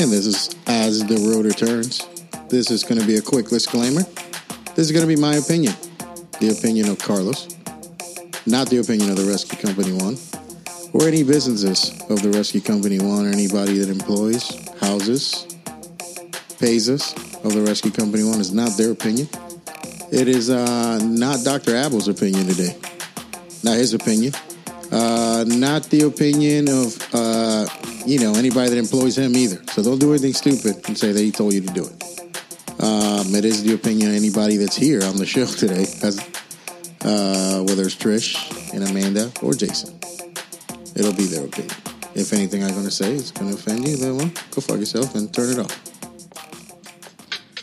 And this is As the Road Returns. This is going to be a quick disclaimer. This is going to be my opinion, the opinion of Carlos, not the opinion of the Rescue Company One, or any businesses of the Rescue Company One, or anybody that employs, houses, pays us of the Rescue Company One. It's not their opinion. It is uh, not Dr. Abel's opinion today, not his opinion, uh, not the opinion of uh, you know anybody that employs him either. So don't do anything stupid and say that he told you to do it. Um, it is the opinion of anybody that's here on the show today, as, uh, whether it's Trish and Amanda or Jason. It'll be their opinion. If anything I'm going to say is going to offend you, then well, go fuck yourself and turn it off.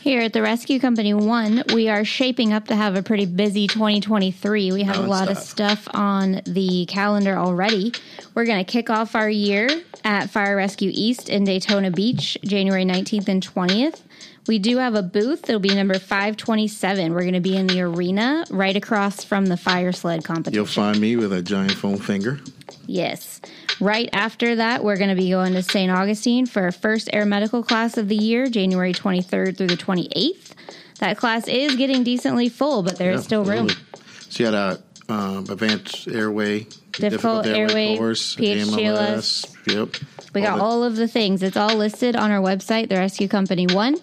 Here at the Rescue Company One, we are shaping up to have a pretty busy 2023. We have a lot of Nonstop. stuff on the calendar already. We're going to kick off our year at Fire Rescue East in Daytona Beach, January 19th and 20th. We do have a booth. It'll be number 527. We're going to be in the arena right across from the fire sled competition. You'll find me with a giant foam finger. Yes. Right after that, we're going to be going to St. Augustine for our first air medical class of the year, January 23rd through the 28th. That class is getting decently full, but there is Yeah, still room. absolutely. She had a um, advanced airway, Difficult airway, course, PHGLS. AMLS. Yep. We got the- all of the things. It's all listed on our website, The Rescue Company One.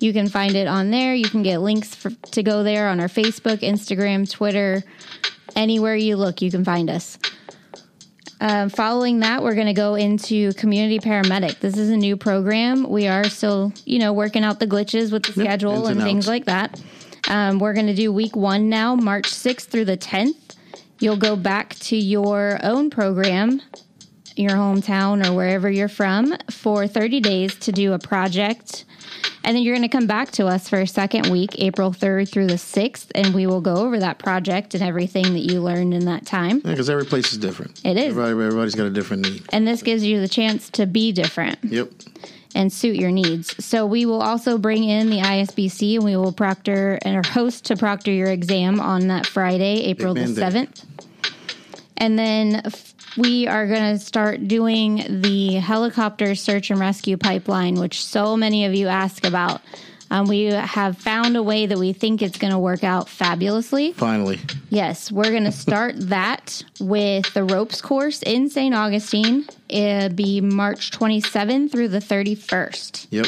You can find it on there. You can get links for, to go there on our Facebook, Instagram, Twitter, anywhere you look, you can find us. Um, following that, we're going to go into community paramedic. This is a new program. We are still, you know, working out the glitches with the Yep, schedule ins and and things outs. like that. Um, we're going to do week one now, March 6th through the 10th. You'll go back to your own program, your hometown or wherever you're from, for 30 days to do a project. And then you're going to come back to us for a second week, April 3rd through the 6th, and we will go over that project and everything that you learned in that time. Yeah, because every place is different. It is. Everybody, everybody's got a different need. And this gives you the chance to be different Yep. and suit your needs. So we will also bring in the ISBC and we will proctor and our host to proctor your exam on that Friday, April the man day. 7th. And then f- we are going to start doing the helicopter search and rescue pipeline, which so many of you ask about. Um, we have found a way that we think it's going to work out fabulously. Finally. Yes, we're going to start that with the ropes course in St. Augustine. It'll be March 27th through the 31st. Yep.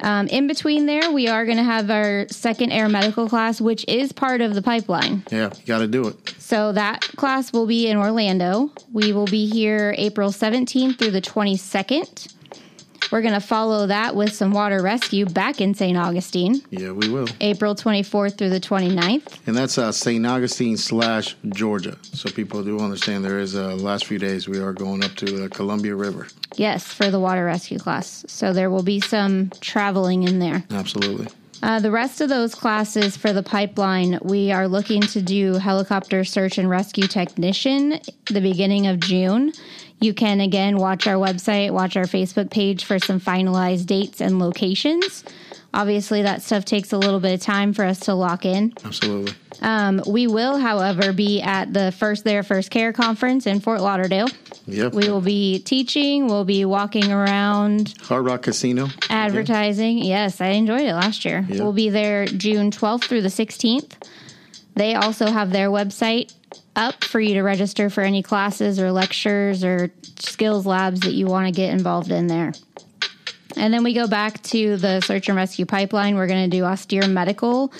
Um, in between there, we are going to have our second air medical class, which is part of the pipeline. Yeah. You got to do it. So that class will be in Orlando. We will be here April 17th through the 22nd. We're going to follow that with some water rescue back in St. Augustine, Yeah, we will. April 24th through the 29th. And that's uh, St. Augustine slash Georgia. So people do understand there is uh, last few days we are going up to the Columbia River. Yes, for the water rescue class. So there will be some traveling in there. Absolutely. Uh, the rest of those classes for the pipeline, we are looking to do helicopter search and rescue technician the beginning of June. You can again watch our website, watch our Facebook page for some finalized dates and locations. Obviously, that stuff takes a little bit of time for us to lock in. Absolutely. Um, we will, however, be at the First There, First Care conference in Fort Lauderdale. Yep. We will be teaching, we'll be walking around, Hard Rock Casino. advertising. Yes, I enjoyed it last year. Yeah. We'll be there June 12th through the 16th. They also have their website up for you to register for any classes or lectures or skills labs that you want to get involved in there. And then we go back to the search and rescue pipeline. We're going to do austere medical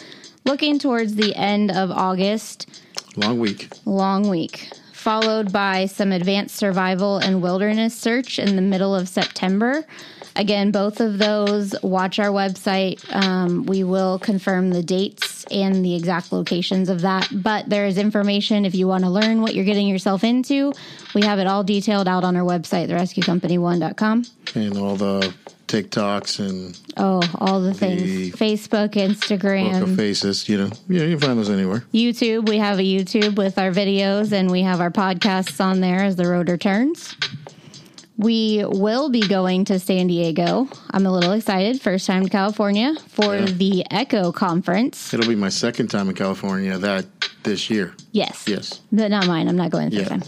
looking towards the end of August Long week. long week, followed by some advanced survival and wilderness search in the middle of September. Again, both of those, watch our website. Um, we will confirm the dates and the exact locations of that. But there is information if you want to learn what you're getting yourself into. We have it all detailed out on our website, therescuecompany1.com. And all the TikToks and Oh, all the things The- Facebook, Boca Instagram, Faces, you know. Yeah, you can find those anywhere. YouTube. We have a YouTube with our videos and we have our podcasts on there as the road returns. We will be going to San Diego. I'm a little excited. First time to California for Yeah. the Echo conference. It'll be my second time in California. That this year. Yes. Yes. But not mine. I'm not going the third Yeah. time.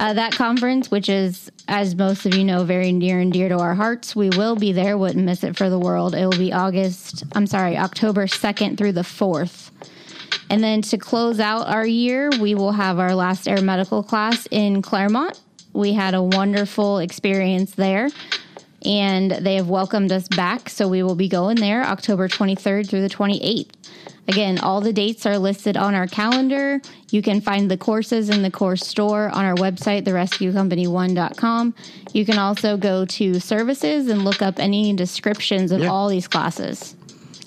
Uh, that conference, which is, as most of you know, very near and dear to our hearts, we will be there. Wouldn't miss it for the world. It will be August, I'm sorry, October 2nd through the 4th. And then to close out our year, we will have our last air medical class in Claremont. We had a wonderful experience there. And they have welcomed us back. So we will be going there October 23rd through the 28th. Again, all the dates are listed on our calendar. You can find the courses in the course store on our website, therescuecompany1.com. You can also go to services and look up any descriptions of Yeah. all these classes.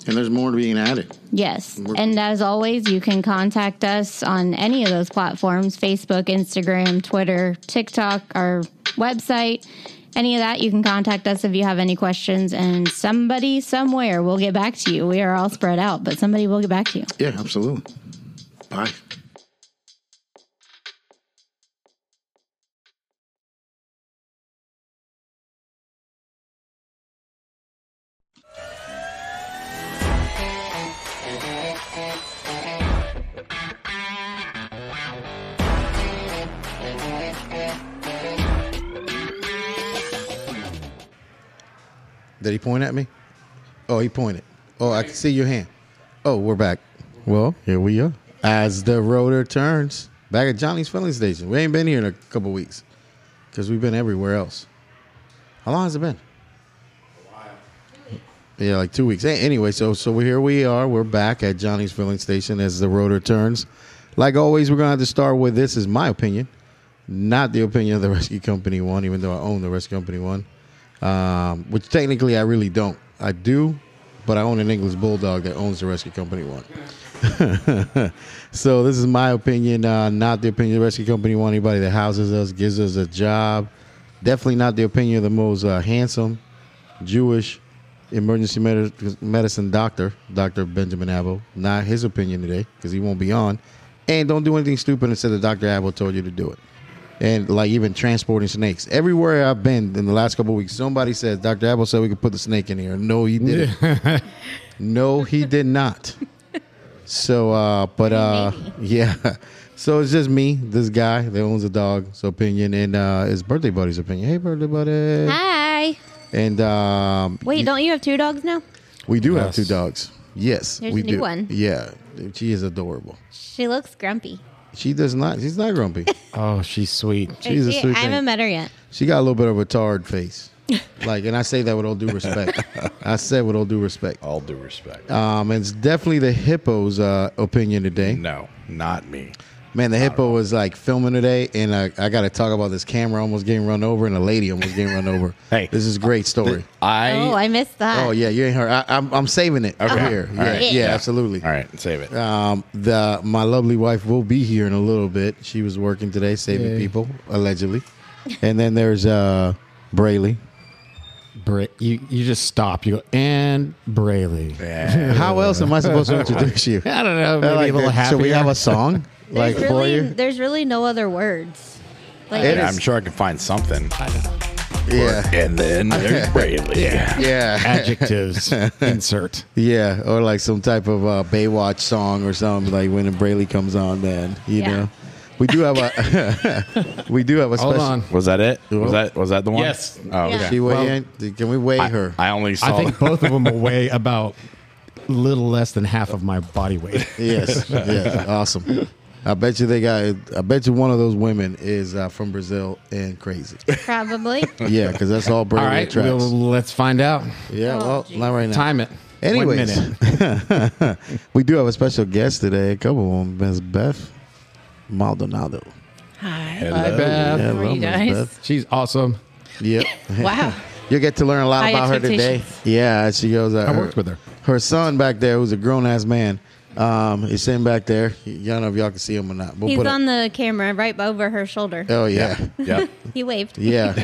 And there's more being added. Yes. And as always, you can contact us on any of those platforms Facebook, Instagram, Twitter, TikTok, our website. Any of that, you can contact us if you have any questions, and somebody somewhere will get back to you. We are all spread out, but somebody will get back to you. Yeah, absolutely. Bye. Did he point at me? Oh, he pointed. Oh, I can see your hand. Oh, we're back. Well, here we are. As the rotor turns, back at Johnny's filling station. We ain't been here in a couple weeks because we've been everywhere else. How long has it been? Yeah, like two weeks. A- Anyway, so so here we are. We're back at Johnny's filling station as the rotor turns. Like always, we're gonna have to start with this is my opinion, not the opinion of the rescue company one. Even though I own the rescue company one, um, which technically I really don't. I do, but I own an English bulldog that owns the rescue company one. so this is my opinion, uh, not the opinion of the rescue company one. Anybody that houses us, gives us a job, definitely not the opinion of the most uh, handsome Jewish emergency med- medicine doctor, Dr. Benjamin Abel. Not his opinion today because he won't be on. And don't do anything stupid and say that Dr. Abel told you to do it. And like even transporting snakes. Everywhere I've been in the last couple of weeks, somebody says, Dr. Abel said we could put the snake in here. No, he didn't. no, he did not. So, uh, but uh, yeah. So it's just me, this guy that owns a dog's opinion, and uh, his birthday buddy's opinion. Hey, birthday buddy. Hi. And um, Wait, you- don't you have two dogs now? we do have Yes. two dogs. Yes, There's we a new do. one. Yeah, she is adorable. She looks grumpy. She does not. She's not grumpy. Oh, she's sweet. She's a She- sweet I thing. haven't met her yet. she got a little bit of a tarred face, like, and I say that with all due respect. I said with all due respect. All due respect. Um, and it's definitely the hippo's uh, opinion today. no, not me. Man, the hippo was like filming today, and I, I got to talk about this camera almost getting run over and a lady almost getting run over. Hey. this is a great story. I. oh, I missed that. oh yeah, you ain't heard. I, I'm, I'm saving it Okay. here. All Yeah, right. yeah, Yeah. absolutely. All right, save it. Um, the my lovely wife will be here in a little bit. She was working today, saving people allegedly. And then there's uh, Brayley. Bra- you you just stop. You go and Braley. Yeah. How else am I supposed to introduce you? I don't know. Maybe Like, uh, a little happier. should we have a song like there's for really, you? there's really no other words. Like It Yeah, is- I'm sure I can find something. Yeah, And then there's Braley. Yeah. yeah, Adjectives. Insert. yeah, or like some type of uh, Baywatch song or something like when Brayley comes on. Then you Yeah. know, we do have a we do have a Hold special. on. Was that it? Was that was that the one? Yes. Oh, Yeah. okay. She weigh Well- in? Can we weigh her? I only saw. I think both of them will weigh about little less than half of my body weight. Yes, yes, awesome. I bet you they got. I bet you one of those women is uh, from Brazil and crazy. probably. Yeah, because that's all All Brady right, tracks. well, let's find out. yeah, Oh, well, geez. not right now. Time it. Anyways, One minute. we do have a special guest today. A couple of them, Miss Beth Maldonado. Hi. Hi, Hello. Beth. Oh, Yeah, are you guys? She's awesome. Yep. Wow. You'll get to learn a lot High about her today. expectations. Yeah, she goes. Uh, I worked with her. Her son back there, who's a grown ass man, um, is sitting back there. Y'all know if y'all can see him or not. We'll He's put on the camera right over her shoulder. A, oh yeah. Yep. He waved. Yeah.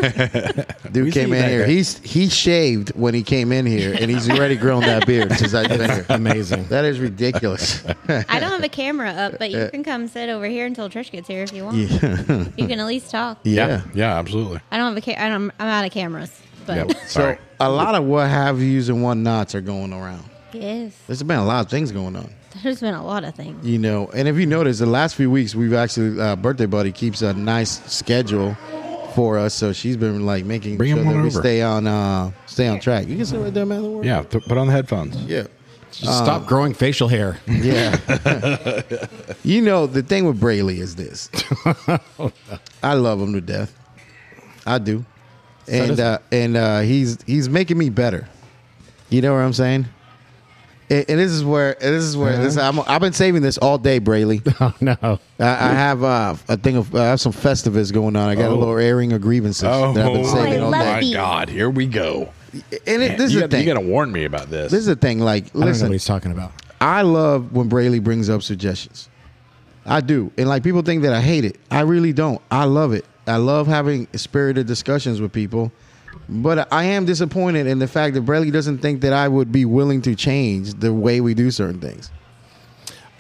Dude We came see in that here. guy. He's he shaved when he came in here and he's already grown that beard since I've been here. Amazing. That is ridiculous. I don't have a camera up, but you can come sit over here until Trish gets here if you want. You can at least talk. yeah. Yeah. Absolutely. I don't have a ca- I don't, I'm out of cameras. But Yep. So Sorry. a lot of what have yous and what nots are going around. Yes. There's been a lot of things going on, There's been a lot of things. you know. And if you notice, the last few weeks we've actually uh, birthday buddy keeps a nice schedule for us, so she's been like making Bring sure him that on we over. stay on uh, stay on track. You can sit right there, man. Don't worry. Yeah, th- put on the headphones. yeah. Just Uh, stop growing facial hair. Yeah. you know, the thing with Braley is this. I love him to death. I do. And does- uh, and uh, he's he's making me better. You know what I'm saying? And, and this is where and this is where this Uh-huh. I'm, I've been saving this all day, Braley. oh no. I, I have uh, a thing of I have some festivus going on. I got a Oh. little airing of grievances that I've been saving I all love day. my these. God. Here we go. And it, this is you, the gotta, you thing. gotta warn me about this. this is the thing. Like, I don't know listen, what he's talking about. I love when Braley brings up suggestions. I do. And like people think that I hate it. I really don't. I love it. I love having spirited discussions with people. But I am disappointed in the fact that Braley doesn't think that I would be willing to change the way we do certain things.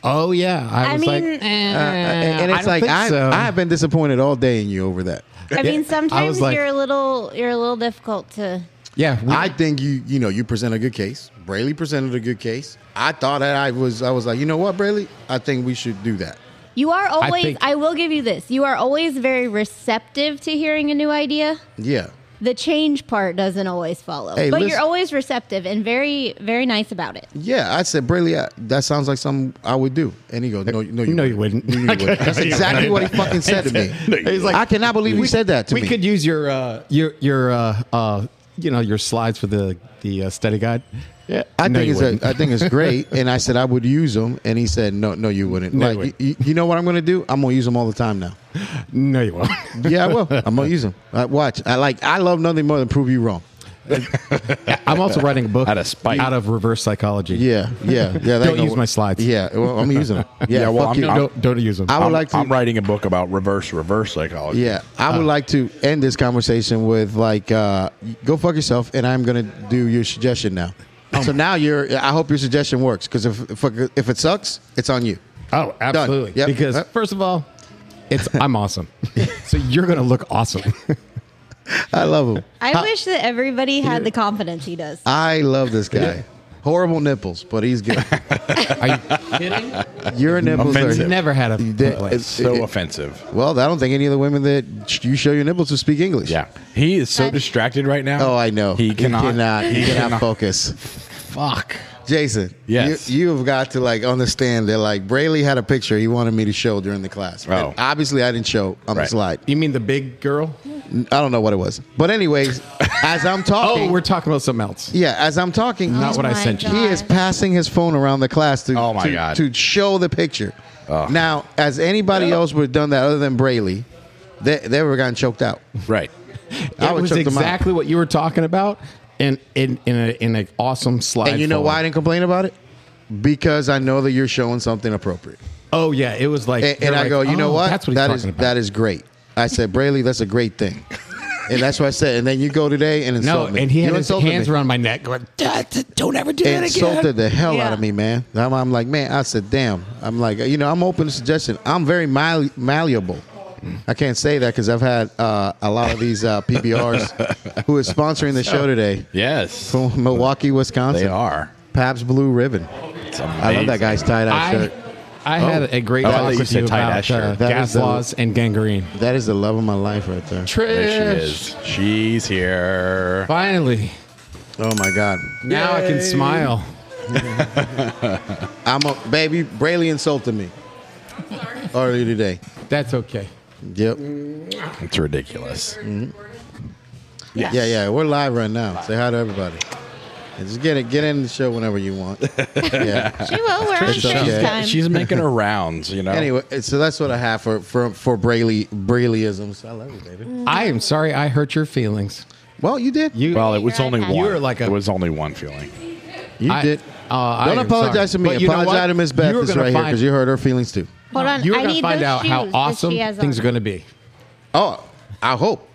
Oh yeah. I, I was like, mean- eh, and Uh, and I it's don't like think I, so. I have been disappointed all day in you over that. I mean, sometimes like- you're a little you're a little difficult to. yeah. we- I think you you know you present a good case. Braley presented a good case. I thought that I was I was like you know what Braley I think we should do that. You are always. I, think- will give you this. You are always very receptive to hearing a new idea. Yeah. The change part doesn't always follow, Hey, but listen- you're always receptive and very very nice about it. Yeah, I said, Braley, I, that sounds like something I would do. And he goes, No, no, you, No, you wouldn't. You wouldn't. That's exactly what he fucking said to me. He's like, I cannot believe he said that to we me. could use your uh, your your uh, uh, you know your slides for the the uh, study guide. Yeah, I No, think you it's a, wouldn't. I think it's great, and I said I would use them, and he said, "No, no, you wouldn't." No, you like, wouldn't. You, you know what I'm going to do? I'm going to use them all the time now. no, you won't. Yeah, I will. I'm going to use them. watch, I like, I love nothing more than prove you wrong. I'm also writing a book Out of spite. out of reverse psychology. Yeah, yeah, yeah. that Don't go- use my slides. Yeah, well, I'm using them. Yeah, Yeah, well, fuck I'm you. not- don't don't use them. I would I'm, like to. I'm writing a book about reverse reverse psychology. Yeah, I would like to end this conversation with like, uh, go fuck yourself, and I'm gonna do your suggestion now. so now you're. I hope your suggestion works because if if, if it sucks, it's on you. oh, absolutely. Yep. Because Yep. first of all, it's I'm awesome. so you're gonna look awesome. I love him. I wish that everybody had the confidence he does. I love this guy. Horrible nipples, but he's good. Are you kidding? Your nipples I've Offensive. are. never had a You did- complaint. It's so It- it- offensive. Well, I don't think any of the women that sh- you show your nipples to speak English. Yeah, he is so distracted right now. Oh, I know. He cannot. He cannot, he cannot focus. Fuck. Jason, Yes. you, you have got to like understand that like Braley had a picture he wanted me to show during the class. Oh. And obviously I didn't show on the Right. slide. You mean the big girl? I don't know what it was, but anyways, as I'm talking, Oh, we're talking about something else. yeah, as I'm talking, Not what I my sent you. he is passing his phone around the class to Oh, my to, God. to show the picture. Ugh. Now, as anybody else would have done that other than Braley, they they would have gotten choked out. Right. I It would was choke them out. exactly what you were talking about, and in in a, in an awesome slide. And you know form. why I didn't complain about it? Because I know that you're showing something appropriate. Oh yeah, it was like, and, you're and I like, go, you know oh, what? That's what he's That talking is- about. that is great. I said, Braley, that's a great thing. And that's what I said. And then you go today and no, insult me. and he had you his insulted hands me. around my neck, going, "Dad, d- "Don't ever do that again." Insulted the hell out of Yeah. me, man. I'm, I'm like, man. I said, damn. I'm like, you know, I'm open to suggestion. I'm very mall- malleable. I can't say that because I've had uh, a lot of these uh, PBRs who is sponsoring the show today Yes. from Milwaukee, Wisconsin. They are. Pabst Blue Ribbon. It's I love that amazing. guy's tie dye I, shirt. I had a great Oh, I thought talk you with said you tie-dye about shirt. uh, That is gas the- laws and gangrene. That is the love of my life right there. There she Trish, is. She's here. finally, Oh my God. now I can smile. I'm a baby. Braley insulted me earlier today. That's okay. Yep. It's ridiculous. Yeah, yeah. We're live right now. Say hi to everybody. And just get it. Get in the show whenever you want. yeah. She will. We're on It's okay. Trish's time. She's making her rounds, you know. Anyway, so that's what I have for for for Braley Braleyisms. I love you, baby. I am sorry I hurt your feelings. Well, you did. You, Well, it was You're only okay. one. You're like a- it was only one feeling. You I- did. uh, Don't I am apologize to sorry. me. But you know apologize what? to Miss Beth. You're That's gonna right here find- because you hurt her feelings too. Hold on. You're I gonna need find those out shoes how that she awesome has things on. are going to be. Oh, I hope.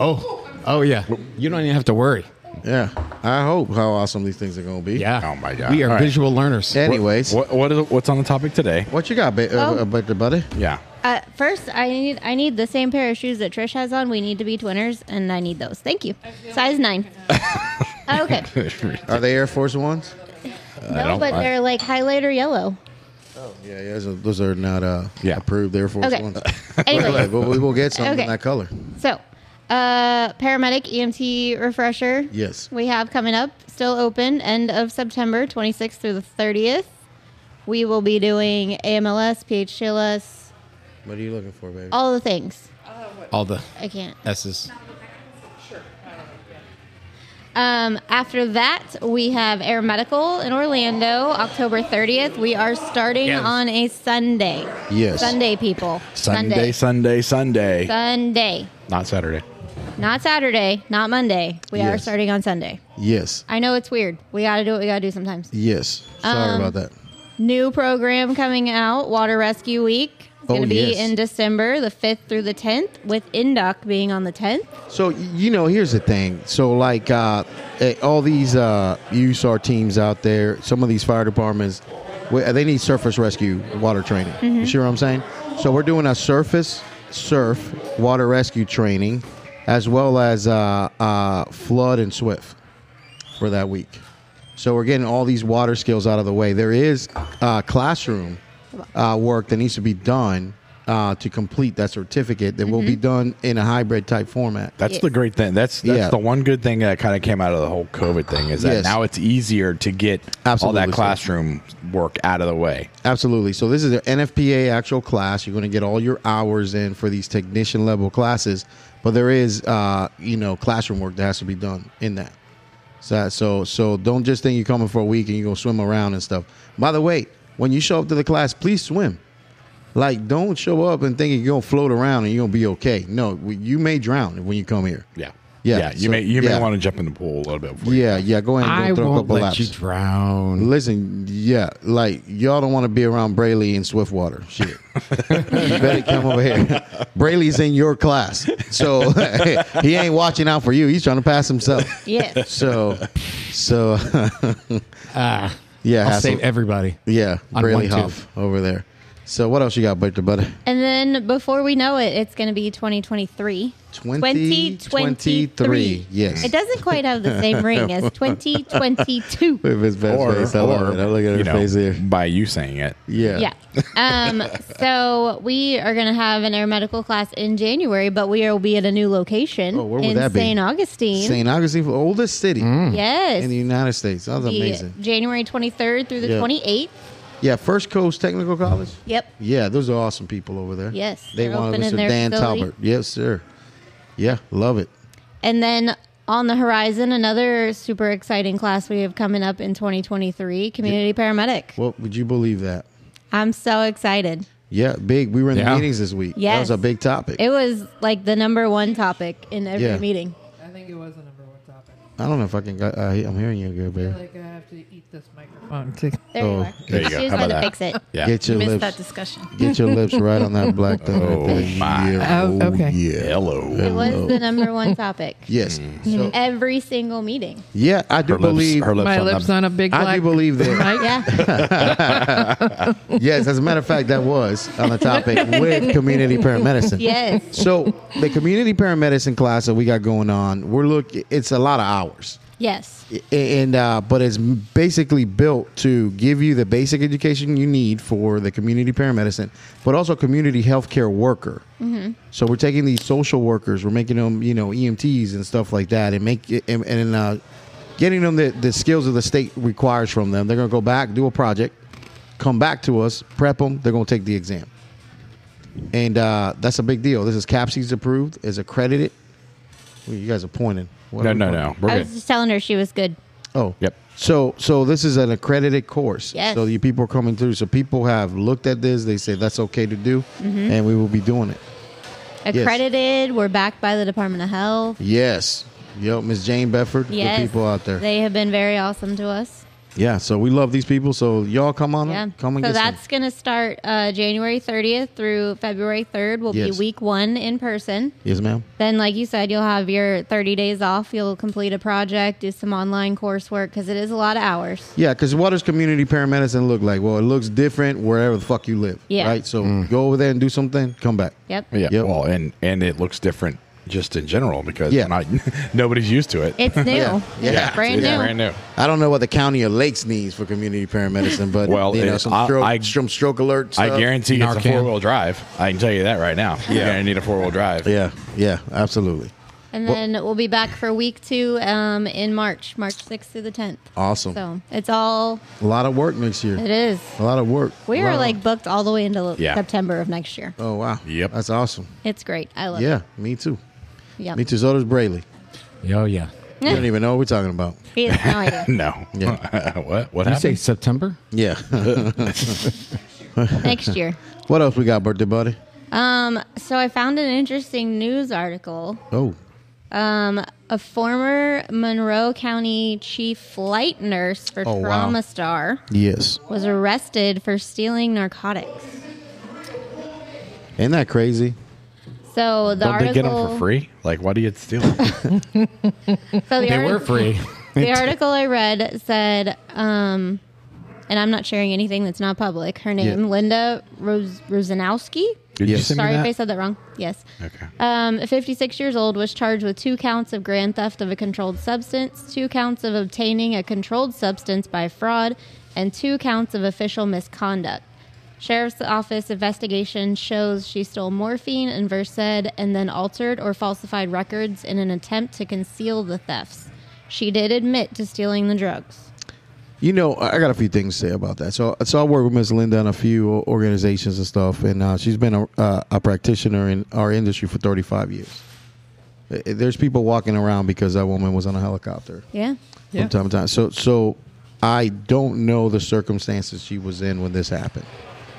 Oh, oh yeah. You don't even have to worry. Yeah, I hope how awesome these things are gonna be. Yeah. Oh, my God. We are All right. visual learners. Anyways, what, What, what is, what's on the topic today? you got, ba- uh, Oh. uh, buddy- buddy? Yeah. Uh, first, I need I need the same pair of shoes that Trish has on. We need to be twinners, and I need those. Thank you. Size nine. okay. Are they Air Force Ones? don't- No, but I- they're like highlighter yellow. Yeah, yeah, those are, those are not uh, Yeah. approved. Therefore, Okay. One. Anyway, but we will get something Okay. that color. so uh, paramedic EMT refresher. Yes. We have coming up, still open, end of September 26th through the 30th. We will be doing AMLS, PHLS, What are you looking for, baby? all the things. All the I can't. S's. Um, after that, we have Air Medical in Orlando, October 30th. We are starting Yes. on a Sunday. Yes. Sunday, people. Sunday, Sunday, Sunday. Sunday. Not Saturday. Not Saturday, not Monday. We are Yes. starting on Sunday. Yes. I know it's weird. We got to do what we got to do sometimes. Yes. Sorry Um, about that. New program coming out, Water Rescue Week. It's Oh, going to yes. be in December, the 5th through the 10th, with Induc being on the 10th. So y- you know, here's the thing. So like uh, eh, all these uh, USAR teams out there, some of these fire departments, we- uh, they need surface rescue water training. You see what I'm saying? So we're doing a surface surf water rescue training, as well as uh, uh, flood and swift for that week. So we're getting all these water skills out of the way. There is uh, classroom uh, work that needs to be done. Uh, to complete that certificate that will be done in a hybrid type format. That's the great thing. That's that's Yeah. the one good thing that kind of came out of the whole COVID thing is that Yes. now it's easier to get all Absolutely, that sir. classroom work out of the way. Absolutely. So this is an NFPA actual class. You're going to get all your hours in for these technician level classes, but there is, uh, you know, classroom work that has to be done in that. So so so don't just think you're coming for a week and you go swim around and stuff. By the way, when you show up to the class, please swim. Like, don't show up and think you're gonna float around and you're gonna be okay. No, you may drown when you come here. Yeah. Yeah, Yeah. You so- may you yeah. may want to jump in the pool a little bit. Before Yeah, yeah. Go ahead. and I go throw a won't couple let laps. you drown. Listen, yeah, like y'all don't want to be around Brayley and Swiftwater. Shit, you better come over here. Brayley's in your class, so he ain't watching out for you. He's trying to pass himself. Yes. So, so Ah, yeah, I'll hassle- save everybody. yeah, on Brayley one, too. Huff over there. So what else you got, Butter Butter? and then before we know it, it's going to be 2023. 2023. Yes. It doesn't quite have the same ring as 2022. With his best face, I love it. I look at her you know, face here. By you saying it. Yeah, Yeah. Um, so we are going to have an air medical class in January, but we will be at a new location Oh, where would in that be? St. Augustine. St. Augustine, oldest city Mm. yes. in the United States. That was The amazing. January 23rd through the Yeah. 28th. Yeah, First Coast Technical College. Yep. Yeah, those are awesome people over there. Yes, they they're want to opening listen to their Dan facility. Talbert. Yes, sir. Yeah, love it. And then on the horizon, another super exciting class we have coming up in 2023 community paramedic. What would you believe that? I'm so excited. Yeah, big. We were in Yeah. the meetings this week. that was Yes. a big topic. It was like the number one topic in every Yeah. meeting. I think it was the number one topic. I don't know if I can. Got, uh, I'm hearing you, good I feel baby. like I have to eat this microphone to There Oh, you are. There you go. She's How going about to that? fix it. Yeah. Get your missed that lips. discussion. Get your lips right on that black thumb. right Oh, there. my. Yeah. Oh, okay. Yeah. It Hello. was the number one topic Yes. So, every single meeting. yeah, I do Mm. Her believe. lips, her lips My on lips the- on a big I black do believe that. mic. Yeah. yes, as a matter of fact, that was on the topic with community paramedicine. yes. So the community paramedicine class that we got going on, we're look. It's a lot of hours, Yes. A- and uh, but it's basically built to give you the basic education you need for the community paramedicine, but also community healthcare worker. So we're taking these social workers, we're making them, you know, EMTs and stuff like that, and make it- and, and uh, getting them the, the skills of the state requires from them. They're gonna go back, do a project, come back to us, prep them. They're gonna take the exam and uh, that's a big deal. This is CAPSI's approved, is accredited. Well, you guys are pointing. What No, are we no, pointing? no. We're I good. was just telling her she was good. Oh, Yep. So, so this is an accredited course. Yes. So you people are coming through. So people have looked at this. They say that's okay to do, Mm-hmm. and we will be doing it. Accredited. We're backed by the Department of Health. Yes. Yo, Miss Jane Bedford. good Yes. people out there. They have been very awesome to us. yeah. So we love these people. So y'all come on. Yeah. Come and so get some. that's going to start uh, January 30th through February 3rd. Will Yes. be week one in person. Yes, ma'am. Then, like you said, you'll have your 30 days off. You'll complete a project, do some online coursework because it is a lot of hours. Yeah, because what does community paramedicine look like? Well, it looks different wherever the fuck you live. Yeah. Mm. Right. So go over there and do something. Come back. Yep. Yeah. Yep. Well, and and it looks different just in general because Yeah. not, nobody's used to it. It's new. Yeah. It's brand it's new. Brand new. I don't know what the county of Lakes needs for community paramedicine, but Well, you know, it- some I- stroke, I- some stroke alerts. I guarantee it's a Narcan. four wheel drive. I can tell you that right now. You're gonna need a four wheel drive. Yeah, yeah, absolutely. And then we'll be back for week two um, in March, March 6th through the 10th. Awesome. So it's all, A lot of work next year. it is. A lot of work. We A are lot of- like booked all the way into Yeah. September of next year. oh wow, Yep. that's awesome. It's great. I love Yeah, it. me too. Yeah. Me too. So does Brayley. Oh yeah. You don't even know what we're talking about. He has no idea. No. Yeah. what? What Did you say happened? September? Yeah. next year. what else we got, birthday buddy? Um, so I found an interesting news article. Oh, Um, a former Monroe County chief flight nurse for Oh, wow. Trauma Star yes. was arrested for stealing narcotics. Ain't that crazy? So the Don't article they get them for free? Like, why do you steal? them? So the They artic- were free. the article I read said, um, and I'm not sharing anything that's not public. Her name, Yeah. Linda Ros- Rosanowski. Did you Yes. send me Sorry if that? I said that wrong. Yes. Okay. Uh, Um, 56 years old was charged with two counts of grand theft of a controlled substance, two counts of obtaining a controlled substance by fraud, and two counts of official misconduct. Sheriff's office investigation shows she stole morphine and Versed and then altered or falsified records in an attempt to conceal the thefts. She did admit to stealing the drugs. You know, I I got a few things to say about that. So, so I work with Miss Linda in a few o- organizations and stuff, and uh, she's been a, uh, a practitioner in our industry for 35 years. Uh, There's people walking around because that woman was on a helicopter Yeah. Yeah. from time to time. So, so I don't know the circumstances she was in when this happened.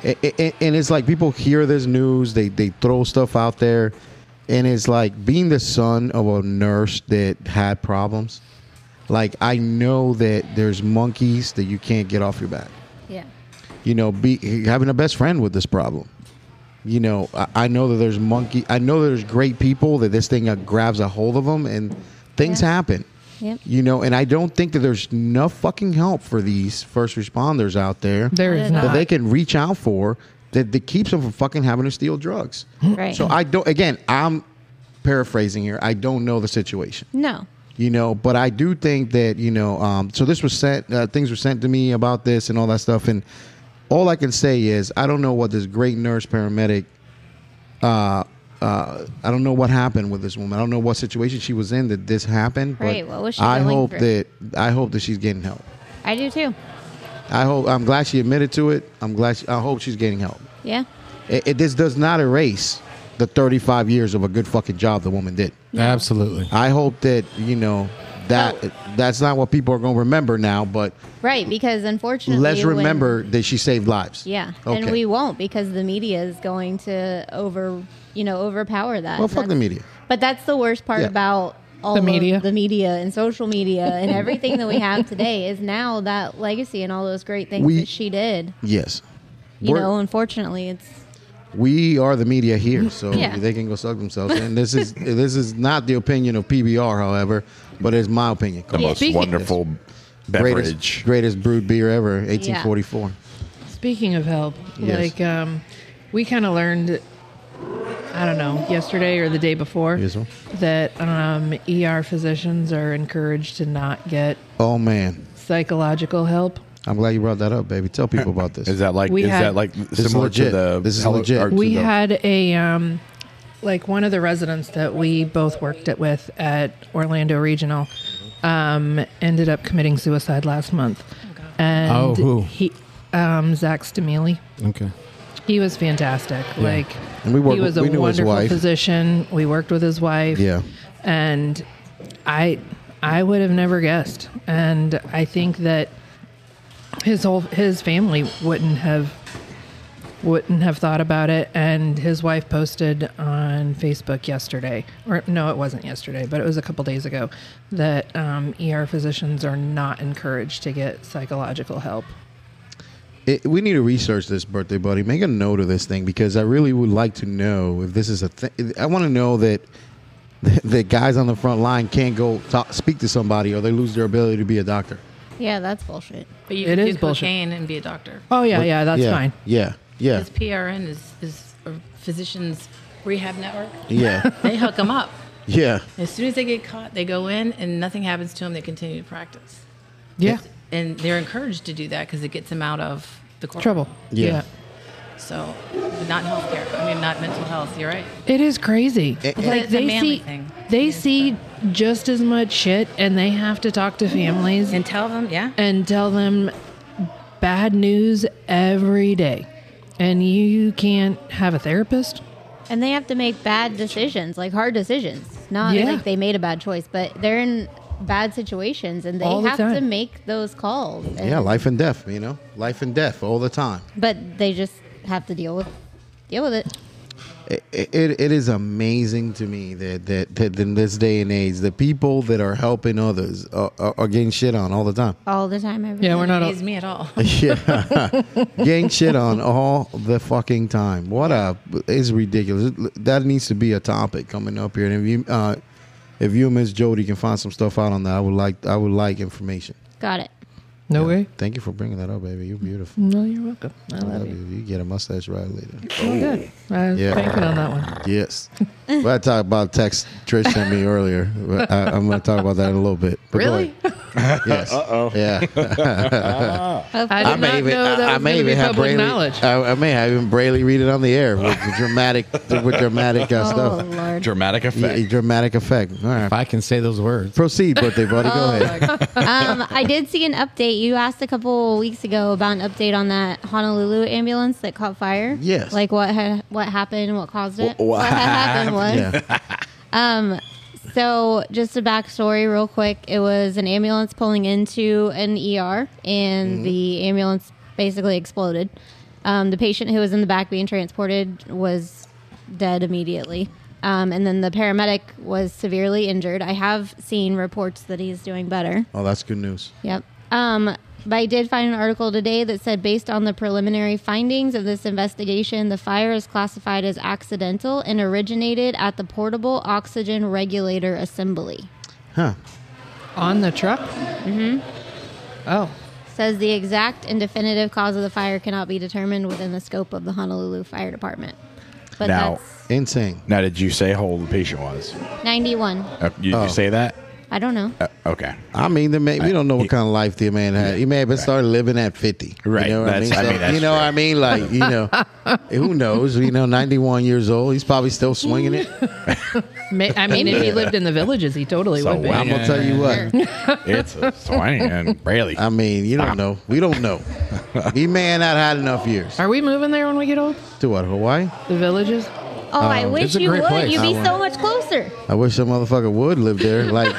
A- a- a- And it's like people hear this news, they they throw stuff out there, and it's like being the son of a nurse that had problems. Like I know that there's monkeys that you can't get off your back. Yeah. You know, be having a best friend with this problem. You know, I, I know that there's monkey. I know that there's great people that this thing uh, grabs a hold of them and things Yeah. happen. Yep. You know, and I don't think that there's enough fucking help for these first responders out there There is That not. that they can reach out for that, that keeps them from fucking having to steal drugs. Right. So I don't, again, I'm paraphrasing here. I don't know the situation, no. you know, but I do think that, you know, um, so this was sent, uh, things were sent to me about this and all that stuff. And all I can say is, I don't know what this great nurse paramedic uh, I don't know what happened with this woman. I don't know what situation she was in that this happened. But Right, what was she I going hope through? that I hope that she's getting help. I do too. I hope I'm glad she admitted to it. I'm glad. She, I hope she's getting help. Yeah. It, it, this does not erase the 35 years of a good fucking job the woman did. Absolutely. I hope that you know that Oh. that's not what people are going to remember now. But Right. Because unfortunately, let's when- remember that she saved lives. Yeah, Okay. and we won't because the media is going to over, you know, overpower that. well, And fuck the that's- media. But that's the worst part Yeah. about all The of media. the media, and social media, and everything that we have today is now that legacy and all those great things We- that she did. Yes. You We're- know, unfortunately, it's we are the media here, so Yeah. they can go suck themselves. And this is this is not the opinion of PBR, however, but it's my opinion. The most Speaking- wonderful greatest beverage. greatest brewed beer ever, 1844. Speaking of help, Yes. like um, we kind of learned, I don't know, yesterday or the day before, Yes, ma'am. that um, ER physicians are encouraged to not get Oh man, psychological help. I'm glad you brought that up, baby. Tell people about this. Is that like? We is had- that like is similar legit. to the? This is heli- legit. or to we the- had a um, like one of the residents that we both worked at with at Orlando Regional um, ended up committing suicide last month, and Oh, who? he um, Zach Stamili. Okay. He was fantastic. Like And we worked- he was a we knew his wonderful wife. physician. We worked with his wife. Yeah. And I I would have never guessed. And I think that his whole his family wouldn't have wouldn't have thought about it and his wife posted on facebook yesterday or no it wasn't yesterday but it was a couple days ago that um, er physicians are not encouraged to get psychological help It- we need to research this birthday buddy. Make a note of this thing because I really would like to know if this is a thing. I want to know that the guys on the front line can't go talk, speak to somebody or they lose their ability to be a doctor. yeah, that's bullshit. But you It can is do bullshit. cocaine and be a doctor. oh yeah yeah that's yeah, fine Yeah. Yeah. This PRN is is a physicians rehab network. Yeah. They hook them up. Yeah. As soon as they get caught, they go in and nothing happens to them. They continue to practice. Yeah. And they're encouraged to do that because it gets them out of the court. Trouble. Yeah. So, but not healthcare. I mean, not mental health. You're right. It is crazy. It's like a they manly see, thing. they Yeah. see just as much shit, and they have to talk to families And tell them, yeah. and tell them bad news every day. And you can't have a therapist. And they have to make bad decisions, like hard decisions. Not Yeah. like they made a bad choice, but they're in bad situations and they All the have to time. make those calls. And- Yeah, life and death, you know? Life and death all the time. But they just have to deal with deal with it. It, it, it is amazing to me that, that, that in this day and age, the people that are helping others are, are, are getting shit on all the time. all the time. Every Yeah, we're not. Amaze me at all. Yeah. getting shit on all the fucking time. What a. It's ridiculous. That needs to be a topic coming up here. And if you. Uh, if you and Miss Jody can find some stuff out on that, I would like I would like information. Got it. No way. Thank you for bringing that up, baby. You're beautiful. No, you're welcome. I I love love you. you. You get a mustache right later. Oh, good. I was Yeah. banking on that one. Yes. well, I talked about text Trish sent me earlier. but I, I'm going to talk about that in a little bit. But go Really? ahead. yes. Uh oh. Yeah. I did not know that was gonna be public Braley. knowledge. I, I may have even Braley read it on the air with the dramatic with dramatic uh, Oh stuff. Lord. Dramatic effect. Yeah, dramatic effect. All right. If I can say those words. Proceed, birthday buddy. Go Oh, ahead. Um, I did see an update. You asked a couple weeks ago about an update on that Honolulu ambulance that caught fire. Yes. Like what had what happened, what caused it. Wh- what had happened was Yeah. So, just a backstory, real quick. It was an ambulance pulling into an ER, and the ambulance basically exploded. Um, the patient who was in the back being transported was dead immediately. Um, and then the paramedic was severely injured. I have seen reports that he's doing better. Oh, that's good news. Yep. Um, but I did find an article today that said based on the preliminary findings of this investigation, the fire is classified as accidental and originated at the portable oxygen regulator assembly. Huh. On the truck? Mm-hmm. Oh. Says the exact and definitive cause of the fire cannot be determined within the scope of the Honolulu Fire Department. But Now- Insane. Now, did you say how old the patient was? that's 91. Uh, you, Oh. you say that? I don't know. Uh, okay. I mean, the man, we don't know what kind of life the man had. He may have been started living at fifty. Right. You know what That's- I I mean? So, mean, that's you know what I mean? Like, you know, who knows? You know, ninety-one years old. He's probably still swinging it. Ma- I mean, if he lived in the villages, he totally So would be. wow. I'm gonna tell you what. It's a swing and Braley. I mean, you don't know. We don't know. He may have not had enough years. Are we moving there when we get old? To what? Hawaii? The villages? Oh, I wish it's a you great would. place. You'd be I so much closer. I wish that motherfucker would live there. Like,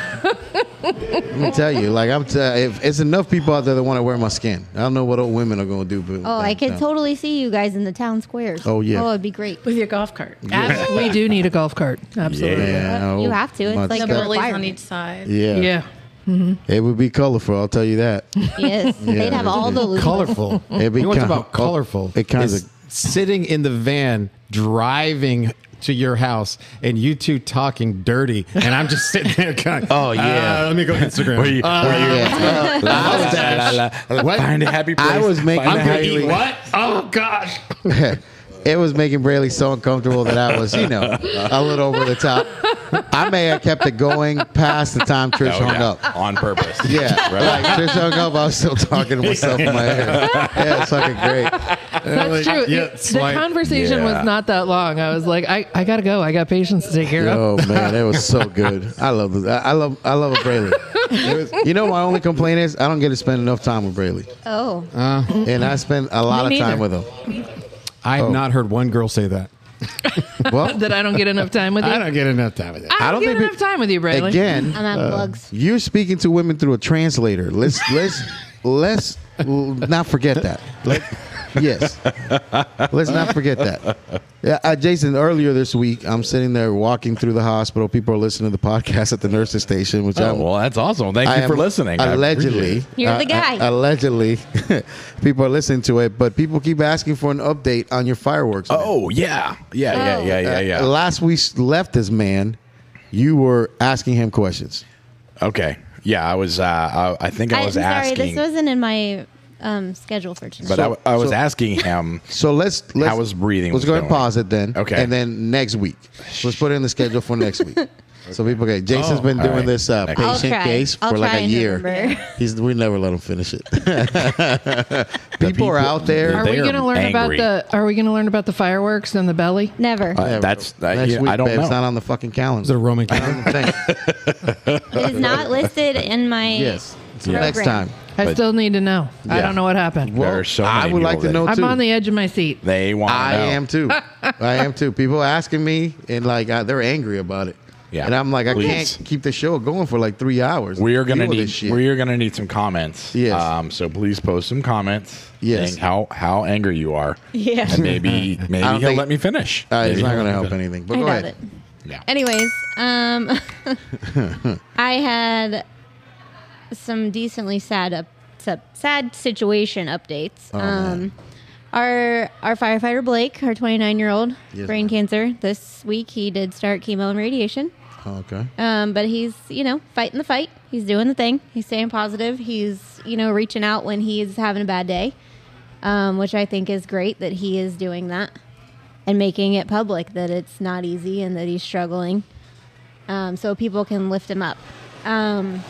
let me tell you. Like, I'm. T- if it's enough people out there that want to wear my skin, I don't know what old women are gonna do. But Oh, I could no. totally see you guys in the town squares. Oh, yeah. Oh, it'd be great. With your golf cart. we do need a golf cart. Absolutely. Yeah, You old have to. It's mud like The a- scat- bullies on Requirement. each side. yeah. Yeah. It would be colorful. I'll tell you that. Yes. They'd have all the loot. colorful. It'd be you know what's kind- about colorful? it kind is of- sitting in the van driving to your house and you two talking dirty, and I'm just sitting there going, Oh, yeah. Oh, uh, let me go Instagram." Were you- were you- Yeah. La, la, la, la, la. What? Find a happy place. I was making- Find a I'm gonna happy eat place. what? Oh gosh! it was making Braley so uncomfortable that I was, you know, a little over the top. I may have kept it going past the time Trish Oh, hung yeah. up. on purpose. Yeah, Right. like Trish hung up. I was still talking to myself in my head. Yeah, it's fucking great. That's true. yeah, It- the swipe. conversation Yeah. was not that long. I was like, I, I gotta go. I got patients to take care of. Oh man, it was so good. I love this. I I love. I love a Braley. It was- you know, my only complaint is I don't get to spend enough time with Braley, Oh. and I spend a lot of Me time with neither. him. I Oh. have not heard one girl say that. Well, That I don't get enough time with you. I don't get enough time with it. I don't think get enough we- time with you, Bradley. again. I'm out of plugs. You're speaking to women through a translator. Let's let's let's l- not forget that. Let- yes, let's not forget that. Yeah, uh, Jason. Earlier this week, I'm sitting there walking through the hospital. People are listening to the podcast at the nurses station, which Oh, I'm well, that's awesome. Thank um, I you for am listening. I appreciate Allegedly, uh, it. You're the guy. allegedly, people are listening to it, but people keep asking for an update on your fireworks. man. Oh yeah, yeah, yeah, yeah, yeah, yeah. Uh, last we s- left this man, you were asking him questions. okay, yeah. I was. Uh, I, I think I I'm was sorry, asking, this wasn't in my um, schedule for tonight. but I w I I, was so- asking him. So let's let's How his breathing Let's was go ahead and going. pause it then. Okay. and then next week, let's put it in the schedule for next week. So people, okay, Jason's Oh, been all doing right. this uh, I'll patient try. case for I'll like try a and year. remember. He's we never let him finish it. people, are out there. Are we They are going to learn angry. about the? Are we going to learn about the fireworks and the belly? Never. Uh, that's I, Next yeah, week, I don't babe, know. It's not on the fucking Is it a calendar. Roman calendar? Thank- it is not listed in my. yes. So Yeah. next time. I But- still need to know. I Yeah. don't know what happened. There are so many I would like to people know that- I'm too. on the edge of my seat. they want. I to know. am too. I am too. People asking me and like I, they're angry about it. Yeah. And I'm like, I Please. can't keep the show going for like three hours. We are gonna Deal with need. this shit. We are gonna need some comments. Yes. Um. So please post some comments. Yes. Saying how how angry you are. Yeah. And maybe maybe don't he'll think- let me finish. Uh, Maybe it's not he'll going to let me help finish. anything. But I go doubt ahead. it. Yeah. Anyways, um, I had some decently sad up, sad- sad situation updates. Oh, um, our our firefighter Blake, our 29 year old, Yes, brain ma'am. cancer. This week he did start chemo and radiation. Okay. Um, but he's, you know, fighting the fight. He's doing the thing. He's staying positive. He's, you know, reaching out when he's having a bad day, um, which I think is great that he is doing that and making it public that it's not easy and that he's struggling um, so people can lift him up. Um,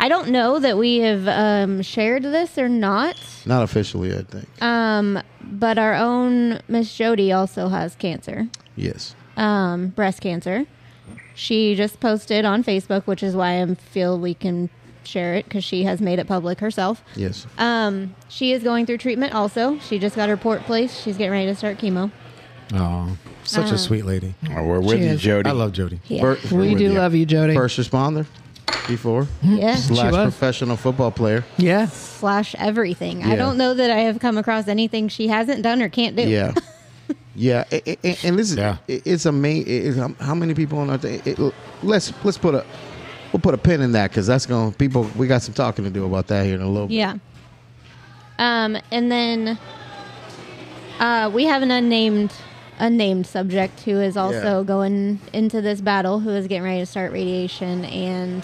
I don't know that we have um, shared this or not, Not officially, I think. um, but our own Miss Jody also has cancer yes. um, breast cancer. She just posted on Facebook, which is why I feel we can share it because she has made it public herself. Yes. Um, she is going through treatment also. She just got her port placed. She's getting ready to start chemo. Oh, Uh-huh. such a sweet lady. Well, we're with you, Cheers. Jody. I love Jody. Yeah. Fir- We with do love you, Jody. First responder before yeah. slash was. professional football player. Yeah. Slash everything. I Yeah. don't know that I have come across anything she hasn't done or can't do. Yeah. Yeah, a- a- a- and this is Yeah. it- it's amazing. um, How many people on our thing? It, let's let's put a we'll put a pin in that because that's going to people. We got some talking to do about that here in a little. bit. Yeah. Um, and then uh, we have an unnamed unnamed subject who is also Yeah. going into this battle, who is getting ready to start radiation and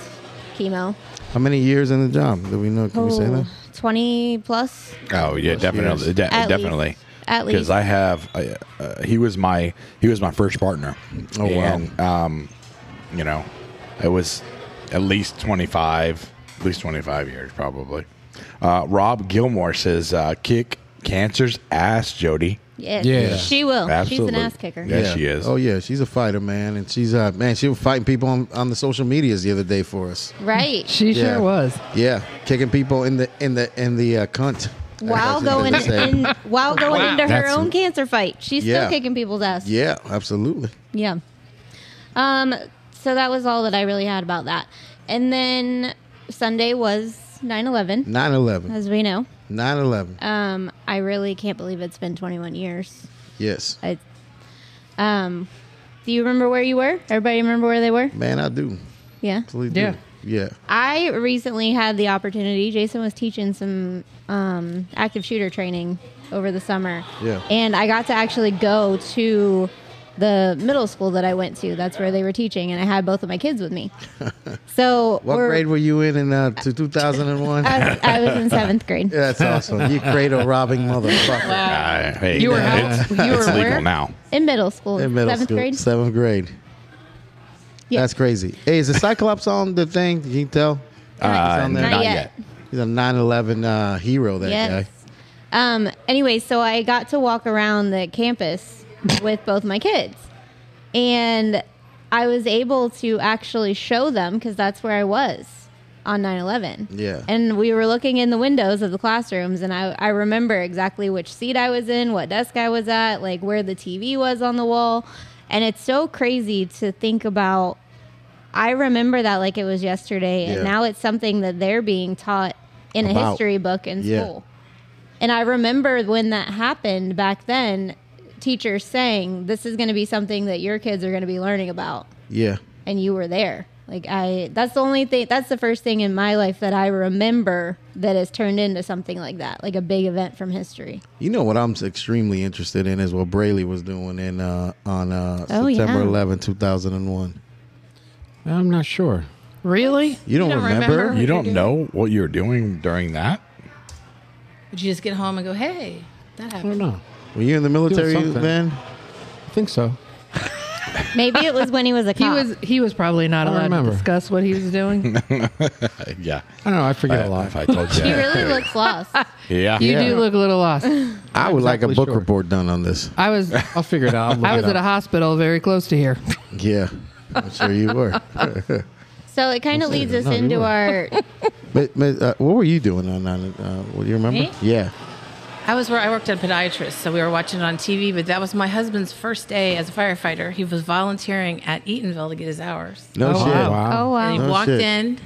chemo. How many years in the job? Do we know? Can we say Oh, that? 20 plus Oh yeah, definitely, de- At definitely. least. At least. because I have. I, uh, he was my he was my first partner. Oh, wow. And, um, you know, it was at least twenty five, at least twenty five years probably. Uh, Rob Gilmore says, uh, "Kick cancer's ass, Jody." Yes, Yeah. she will. She's Absolutely. an ass kicker. Yeah. Yes, she is. Oh yeah, she's a fighter, man, and she's uh man. She was fighting people on, on the social medias the other day for us. Right. She Yeah. sure was. Yeah, kicking people in the in the in the uh, cunt. While That's what going they say. in, while going into her That's- own cancer fight, she's Yeah. still kicking people's ass. Yeah, absolutely. Yeah. Um, so that was all that I really had about that. And then Sunday was 9 11, 9-11. as we know. 9-11. Um, I really can't believe it's been 21 years. yes, I, um, do you remember where you were? Everybody remember where they were? man, I do. Yeah. Absolutely do. Yeah. yeah. I recently had the opportunity. Jason was teaching some um, active shooter training over the summer. Yeah. And I got to actually go to the middle school that I went to. That's where they were teaching, and I had both of my kids with me. So What we're- grade were you in in uh, two thousand and one? I, was- I was in seventh grade. That's awesome. You cradle robbing motherfucker. Uh, hey, You were it's, out. You it's were legal where? now. In middle school. In middle seventh school, grade. seventh grade. Yeah. That's crazy. Hey, is the Cyclops on the thing? Can you tell? He's on there. Not Not yet. yet. He's a 9/11 uh, hero. That guy. Yes. Um, anyway, so I got to walk around the campus with both my kids. And I was able to actually show them because that's where I was on 9 11. Yeah. And we were looking in the windows of the classrooms, and I, I remember exactly which seat I was in, what desk I was at, like where the TV was on the wall. And it's so crazy to think about. I remember that like it was yesterday, and Yeah. now it's something that they're being taught in a About. history book in Yeah. school. And I remember when that happened back then, teachers saying, This is going to be something that your kids are going to be learning about. Yeah. And you were there. Like, I, that's the only thing, that's the first thing in my life that I remember that has turned into something like that, like a big event from history. You know what I'm extremely interested in is what Braley was doing in uh, on uh, Oh, yeah. September 11, 2001. I'm not sure. Really? You don't, don't remember? remember? You don't know what you were doing during that. Would you just get home and go, hey, that I happened? don't know. Were you in the military something. then? I think so. Maybe it was when he was a He cop. was he was probably not I allowed remember. to discuss what he was doing. yeah. I don't know. I forget a I- lot. If I told you, He that, really period. looks lost. Yeah. You do look a little lost. I would like a exactly book sure. report done on this. I was I'll figure it out. I'll look I it was at a up. hospital very close to here. Yeah, I'm sure you were. So it kind of leads us No, you into were. our. but but uh, what were you doing on on? Uh, well, you remember? Me? Yeah. I was where I worked at a podiatrist, so we were watching it on TV. But that was my husband's first day as a firefighter. He was volunteering at Eatonville to get his hours. No Oh, shit. wow. oh wow. And he Oh, walked shit. in.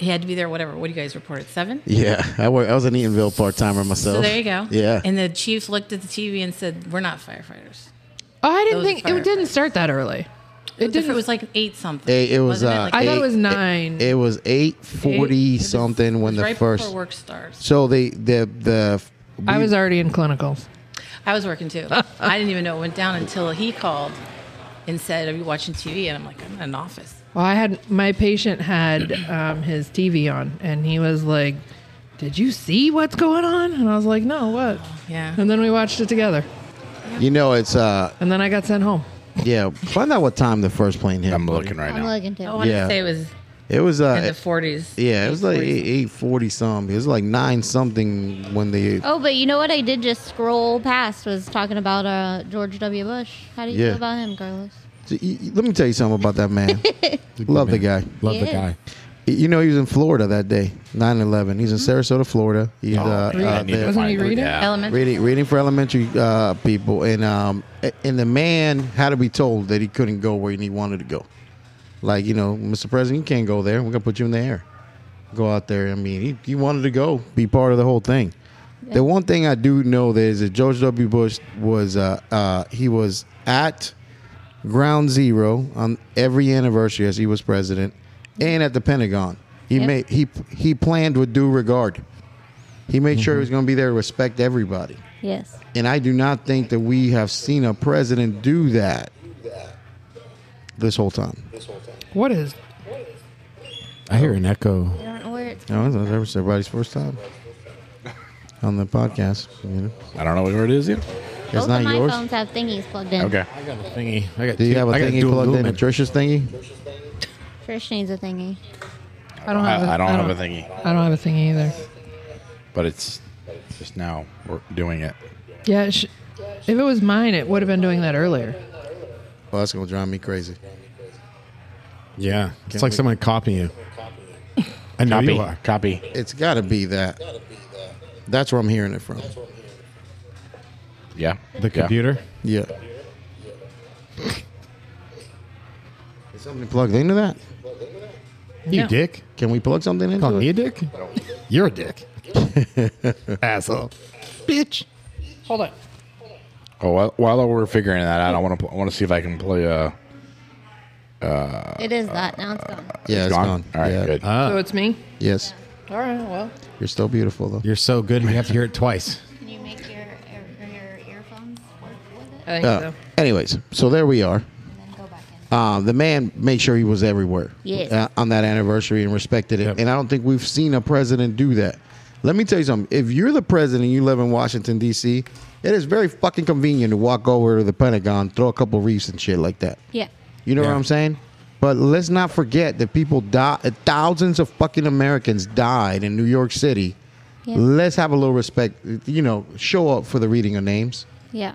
He had to be there. Whatever. What do you guys report at seven? Yeah, I work. I was an Eatonville part timer myself. So there you go. Yeah. And the chief looked at the TV and said, "We're not firefighters." Oh, I didn't Those think it didn't firefighters. start that early. It It, didn't. was like eight something. Hey, it was. wasn't Uh, Like I thought it eight- was nine. It, was eight forty was- something it when was the right first. before work starts. So they the the. I we- was already in clinicals. I was working too. I didn't even know it went down until he called and said, "Are you watching TV?" And I'm like, "I'm in an office." Well, I had my patient had um, his TV on, and he was like, "Did you see what's going on?" And I was like, "No, what?" Yeah. And then we watched it together, You know it's uh and then I got sent home. yeah. Find out what time the first plane hit. I'm looking right I'm now. looking I to. want Yeah. to say it was It was in uh the 40s. yeah. It was like 40s. eight forty something. It was like nine something when they. Oh, but you know what? I did just scroll past was talking about uh, George W. Bush. How do you Yeah. feel about him, Carlos? So, y- y- let me tell you something about that man. Love the guy. Love the Yeah. guy. Y- You know he was in Florida that day, 9-11. He's in Sarasota, Florida. He's Mm-hmm. Oh, uh, man, I uh, need to there- Wasn't find he it. reading? Yeah. Element. reading reading for elementary uh, people, and um, a- and the man had to be told that he couldn't go where he wanted to go. Like you know, Mr. President, you can't go there. We're gonna put you in the air. Go out there. I mean, he, he wanted to go, be part of the whole thing. The one thing I do know that is that George W. Bush was uh, uh, he was at ground zero on every anniversary as he was president, and at the Pentagon. He Yep. made he he planned with due regard. He made sure he was going to be there to respect everybody. Yes. And I do not think that we have seen a president do that this whole time. What is? I hear an echo. I don't know where it's. No, that was everybody's first time on the podcast. You know, I don't know where it is yet. it's Both not of my yours. phones have thingies plugged in. Okay. I got a thingy. I got Do you two- have a I got thingy dual plugged in? A movement. Trish's thingy? Trish needs a thingy. I don't have. I, a- I don't have a thingy, I don't have a thing either. but it's just now we're doing it. Yeah. It sh- if it was mine, it would have been doing that earlier. Well, that's gonna drive me crazy. Yeah. It's like someone copying you. I know Copy. you are. Copy. It's got to be that. That's where I'm hearing it from. Yeah. The computer. Yeah. Is something plugged into that? You dick. Can we plug something into Call it? me a dick. You're a dick. Asshole. Bitch. Hold on. Oh, while, while we're figuring that out, I want to. I want to see if I can play. Uh, It is that. Now it's gone. Yeah, it's gone. All right, Yeah. good. So it's me. Yes. All right. Well. You're still beautiful though. You're so good. We have to hear it twice. Can you make your er, your earphones work with I it think Uh, so. Anyways, so there we are. and then go back in? Uh, the man made sure he was everywhere Yes. uh, on that anniversary and respected it. Yep. And I don't think we've seen a president do that. Let me tell you something. If you're the president and you live in Washington, D.C., it is very fucking convenient to walk over to the Pentagon, throw a couple reefs and shit like that. Yeah. You know Yeah. what I'm saying? But let's not forget that people died, thousands of fucking Americans died in New York City. Yeah. Let's have a little respect, you know, show up for the reading of names. Yeah.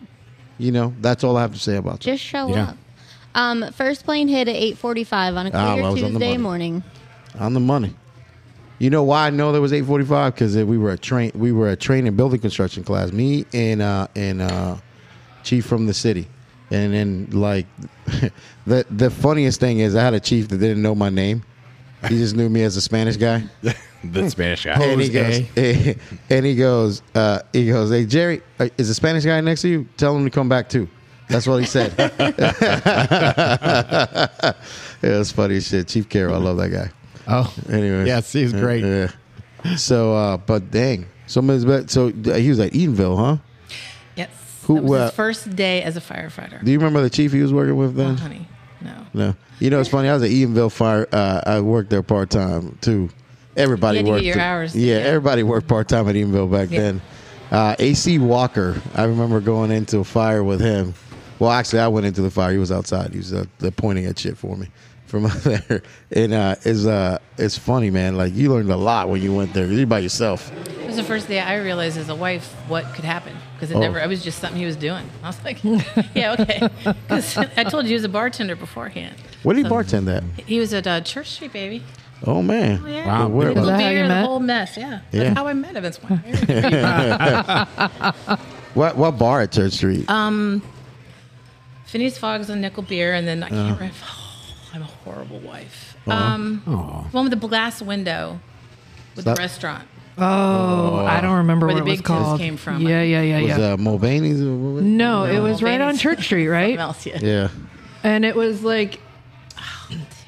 You know, that's all I have to say about that. Just show Yeah. up. Um, first plane hit at 8:45 on a Ah, clear I was on the Tuesday money. morning. on the money. You know why I know there was 845 because we were a train we were a train and building construction class. Me and uh and uh chief from the city. And then like the the funniest thing is I had a chief that didn't know my name. He just knew me as a Spanish guy. The Spanish And guy. he goes, and he goes, uh, he goes, hey Jerry, uh, is the Spanish guy next to you? Tell him to come back too. That's what he said. it was funny as shit. Chief Carroll, I love that guy. Oh. Anyway, Yes, he's great. Yeah. So, uh, but dang, somebody's bet. So uh, he was at Edenville, huh? Yes. Who- That was well- his first day as a firefighter. Do you remember the chief he was working with then? Honey, no. No. You know, it's funny. I was at Edenville Fire. Uh, I worked there part time too. Everybody You had to get worked. your hours, Yeah, yeah. everybody worked part time at Edenville back Yeah. then. Uh, AC Walker, I remember going into a fire with him. Well, actually, I went into the fire. He was outside. He was uh, the pointing at shit for me from out there. And uh, it's uh, it's funny, man. Like you learned a lot when you went there. You're by yourself. It was the first day I realized as a wife what could happen because it Oh. never. It was just something he was doing. I was like, yeah, okay. 'Cause I told you he was a bartender beforehand. What did he bartend at? He was at uh, Church Street, baby. Oh man! Yeah. Wow, Where- Blue Is that how you beer, the met? whole mess. Yeah. Yeah. That's how I met him. It's one year. what what bar at Church Street? Phineas Fogg's and Nickel Beer, and then I Uh-huh. can't remember. I'm a horrible wife. Um, the one with the glass window with that- the restaurant. Oh, I don't remember Where the what it was big tits called. came from. Yeah, yeah, yeah, was yeah. uh, Mulvaney's? or what was it? no, it was right on Vegas. Church Street, Something right? else, yeah. Yeah. And it was like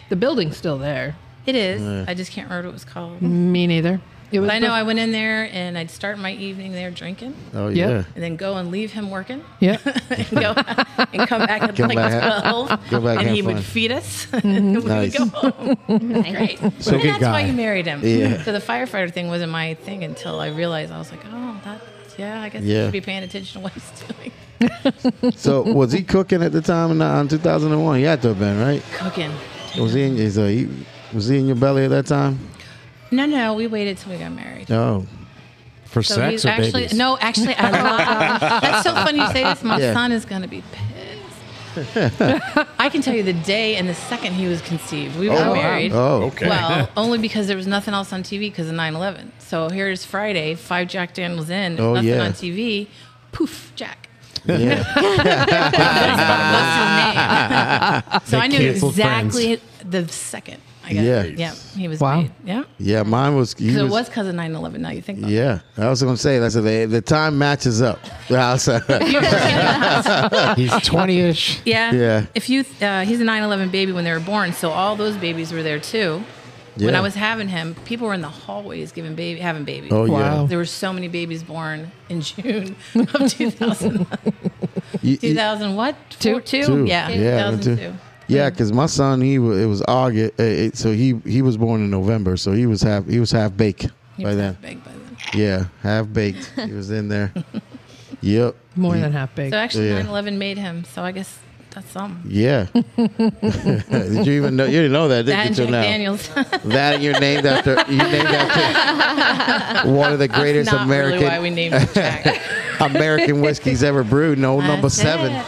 the building's still there. It is. I just can't remember what it was called. Me neither. It was. But I know bef- I went in there and I'd start my evening there drinking Oh Yep. yeah. and then go and leave him working Yeah. and go and come back at Come like back, have- 12 go back, and have he fun. Mm-hmm. would feed us and we Nice. would go home. Great. So and good that's guy. why you married him. Yeah. So the firefighter thing wasn't my thing until I realized I was like, oh, that, yeah, I guess Yeah. I should be paying attention to what he's doing. So was he cooking at the time in, uh, in 2001? He had to have been right. Cooking. Was he in is, uh, he, was he in your belly at that time? No, no, we waited till we got married. Oh, For So sex he's or actually babies? no, actually, I lied. That's so funny you say this. My Yeah. son is going to be pissed. I can tell you the day and the second he was conceived. We were Oh, wow. married. Oh. Okay. Well, only because there was nothing else on TV because of 9/11. So here's Friday. Five Jack Daniels in. there's Oh, nothing yeah. on TV. Poof, Jack. yeah. so I knew canceled exactly the second. I got Yeah. yeah. He was Wow. made. Yeah. yeah, mine was. He 'Cause was, it was because of 9/11. Now you think about it. Yeah, I was gonna say. That's the the time matches up. Yeah, I was- He's 20 ish. Yeah. Yeah. If you, uh, he's a 9/11 baby when they were born, so all those babies were there too. When Yeah. I was having him, people were in the hallways giving baby, having babies. oh Wow. There were so many babies born in June of 2000, yeah. You- you- 2000 what? Two. Four- two? two. Yeah. yeah, me 2002. too. Yeah, because my son, he was, it was August, eh, eh, so he he was born in November, so he was half he was half baked He by was then. half big by then. Yeah, half baked. he was in there. Yep. More than half big. So actually, Yeah. 9/11 made him. So I guess that's something. Yeah. did you even know? You didn't know that, did That you? and till Jack now? Daniels. That and you're named after you named after one of the greatest that's not American really why we named him Jack. American whiskeys ever brewed. No number That's seven. it.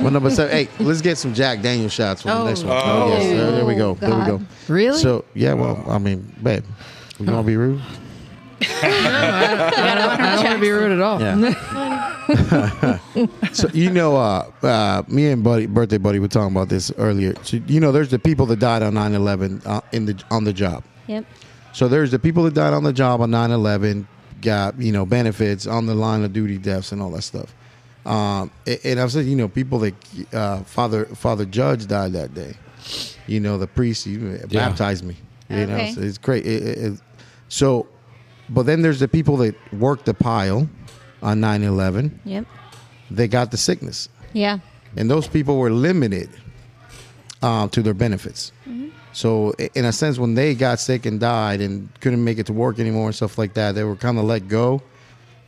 Well, number seven. Hey, let's get some Jack Daniel shots for the Oh. next one. Oh, yes. Oh, there we go. There we go. God. Really? So, yeah, well, I mean, babe, you want to be rude? I don't want to be rude at all. Yeah. so, you know, uh, uh, me and buddy, birthday buddy were talking about this earlier. So, you know, there's the people that died on 9 11 uh, in the, on the job. Yep. So there's the people that died on the job on 9/11, got you know benefits on the line of duty deaths and all that stuff. Um, a- and I've said you know people that uh, father Father Judge died that day. You know the priest he Yeah. baptized me. You know Okay. so it's great. It- it- it- so, but then there's the people that worked the pile on 9/11. Yep. They got the sickness Yeah. and those people were limited uh, to their benefits. So, i- in a sense, when they got sick and died and couldn't make it to work anymore and stuff like that, they were kind of let go.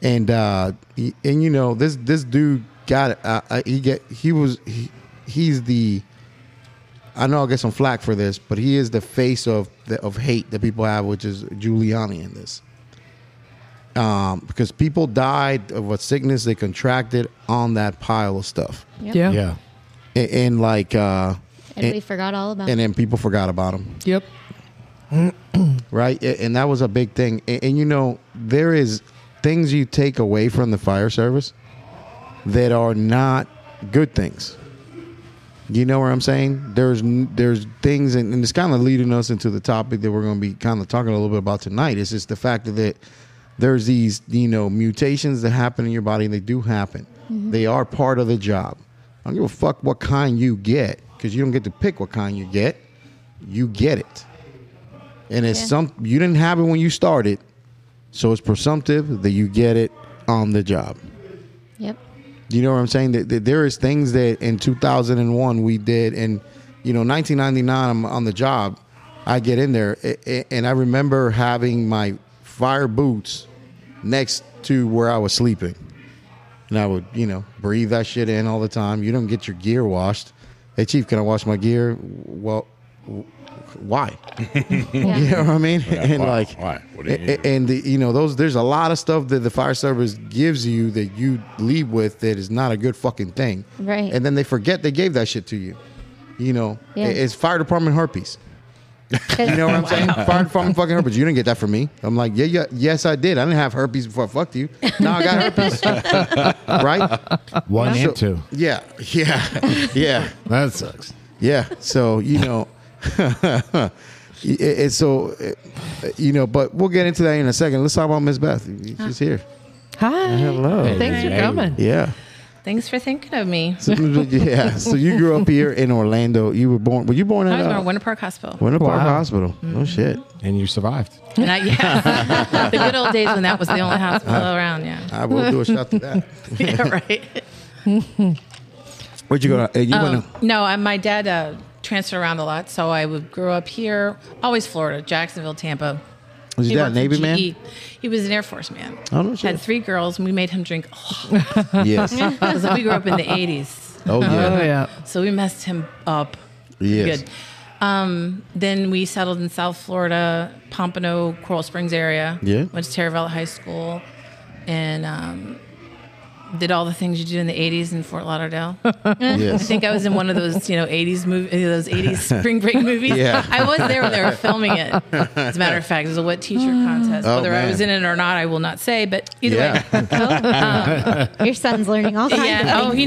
And uh, y- and you know this this dude got uh, uh, he get he was he, he's the I know I'll get some flack for this, but he is the face of the, of hate that people have, which is Giuliani in this. Um, because people died of a sickness they contracted on that pile of stuff Yeah. Yeah. and, and like uh And, we and, forgot all about and it. then people forgot about him Yep. right A- and that was a big thing and, and you know there is things you take away from the fire service that are not good things you know what i'm saying there's n- there's things and, and it's kind of leading us into the topic that we're going to be kind of talking a little bit about tonight it's just the fact that there's these you know mutations that happen in your body and they do happen they are part of the job i don't give a fuck what kind you get because you don't get to pick what kind you get you get it and it's some you didn't have it when you started so it's presumptive that you get it on the job Yep. you know what i'm saying that, that there is things that in 2001 we did and you know 1999 i'm on the job i get in there a- a- and i remember having my fire boots next to where i was sleeping and I would, you know, breathe that shit in all the time. You don't get your gear washed. Hey, chief, can I wash my gear? Well, w- why? You know what I mean? Yeah, and why? like, Why? What do you a- need? a- and the, you know, those there's a lot of stuff that the fire service gives you that you leave with that is not a good fucking thing. Right. And then they forget they gave that shit to you. You know, Yeah. it's fire department herpes. 'Cause- You know what I'm saying? Fire department fucking herpes. You didn't get that from me. I'm like, yeah, yeah, yes, I did. I didn't have herpes before I fucked you. No, I got herpes. right? One So- and two. Yeah, yeah, yeah, That sucks. yeah. So you know, it- it's so it- you know. But we'll get into that in a second. Let's talk about Miss Beth. She's here. Hi. Hello. Thanks for Hey. coming. Yeah. Thanks for thinking of me. So, yeah. So you grew up here in Orlando. You were born. Were you born I at was born uh, at Winter Park Hospital. Winter Park Wow. Hospital? Mm-hmm. No shit. And you survived. And I, yeah, the good old days when that was the only hospital Uh-huh. around. Yeah, I will do a shot to that. yeah, right. Where'd you go? To, uh, you Um, went to no, I, my dad uh, transferred around a lot, so I would grow up here, always Florida, Jacksonville, Tampa. Was your He dad a worked for Navy man? GE. He was an Air Force man. Oh, no shit. Had three girls, and we made him drink. Oh, Yes. we grew up in the '80s, Oh Oh, yeah. yeah. so we messed him up. Yes. Good. Um, then we settled in South Florida, Pompano, Coral Springs area. Yeah. Went to Terravelle High School, and um, did all the things you do in the '80s in Fort Lauderdale. I Yes. think I was in one of those, you know, '80s movie, those '80s spring break movies. Yeah. I was there when they were filming it. As a matter of fact, it was a wet t-shirt contest. Oh, Whether I man. was in it or not, I will not say. But either Yeah. way, Your son's learning all kinds yeah. of Oh, things. he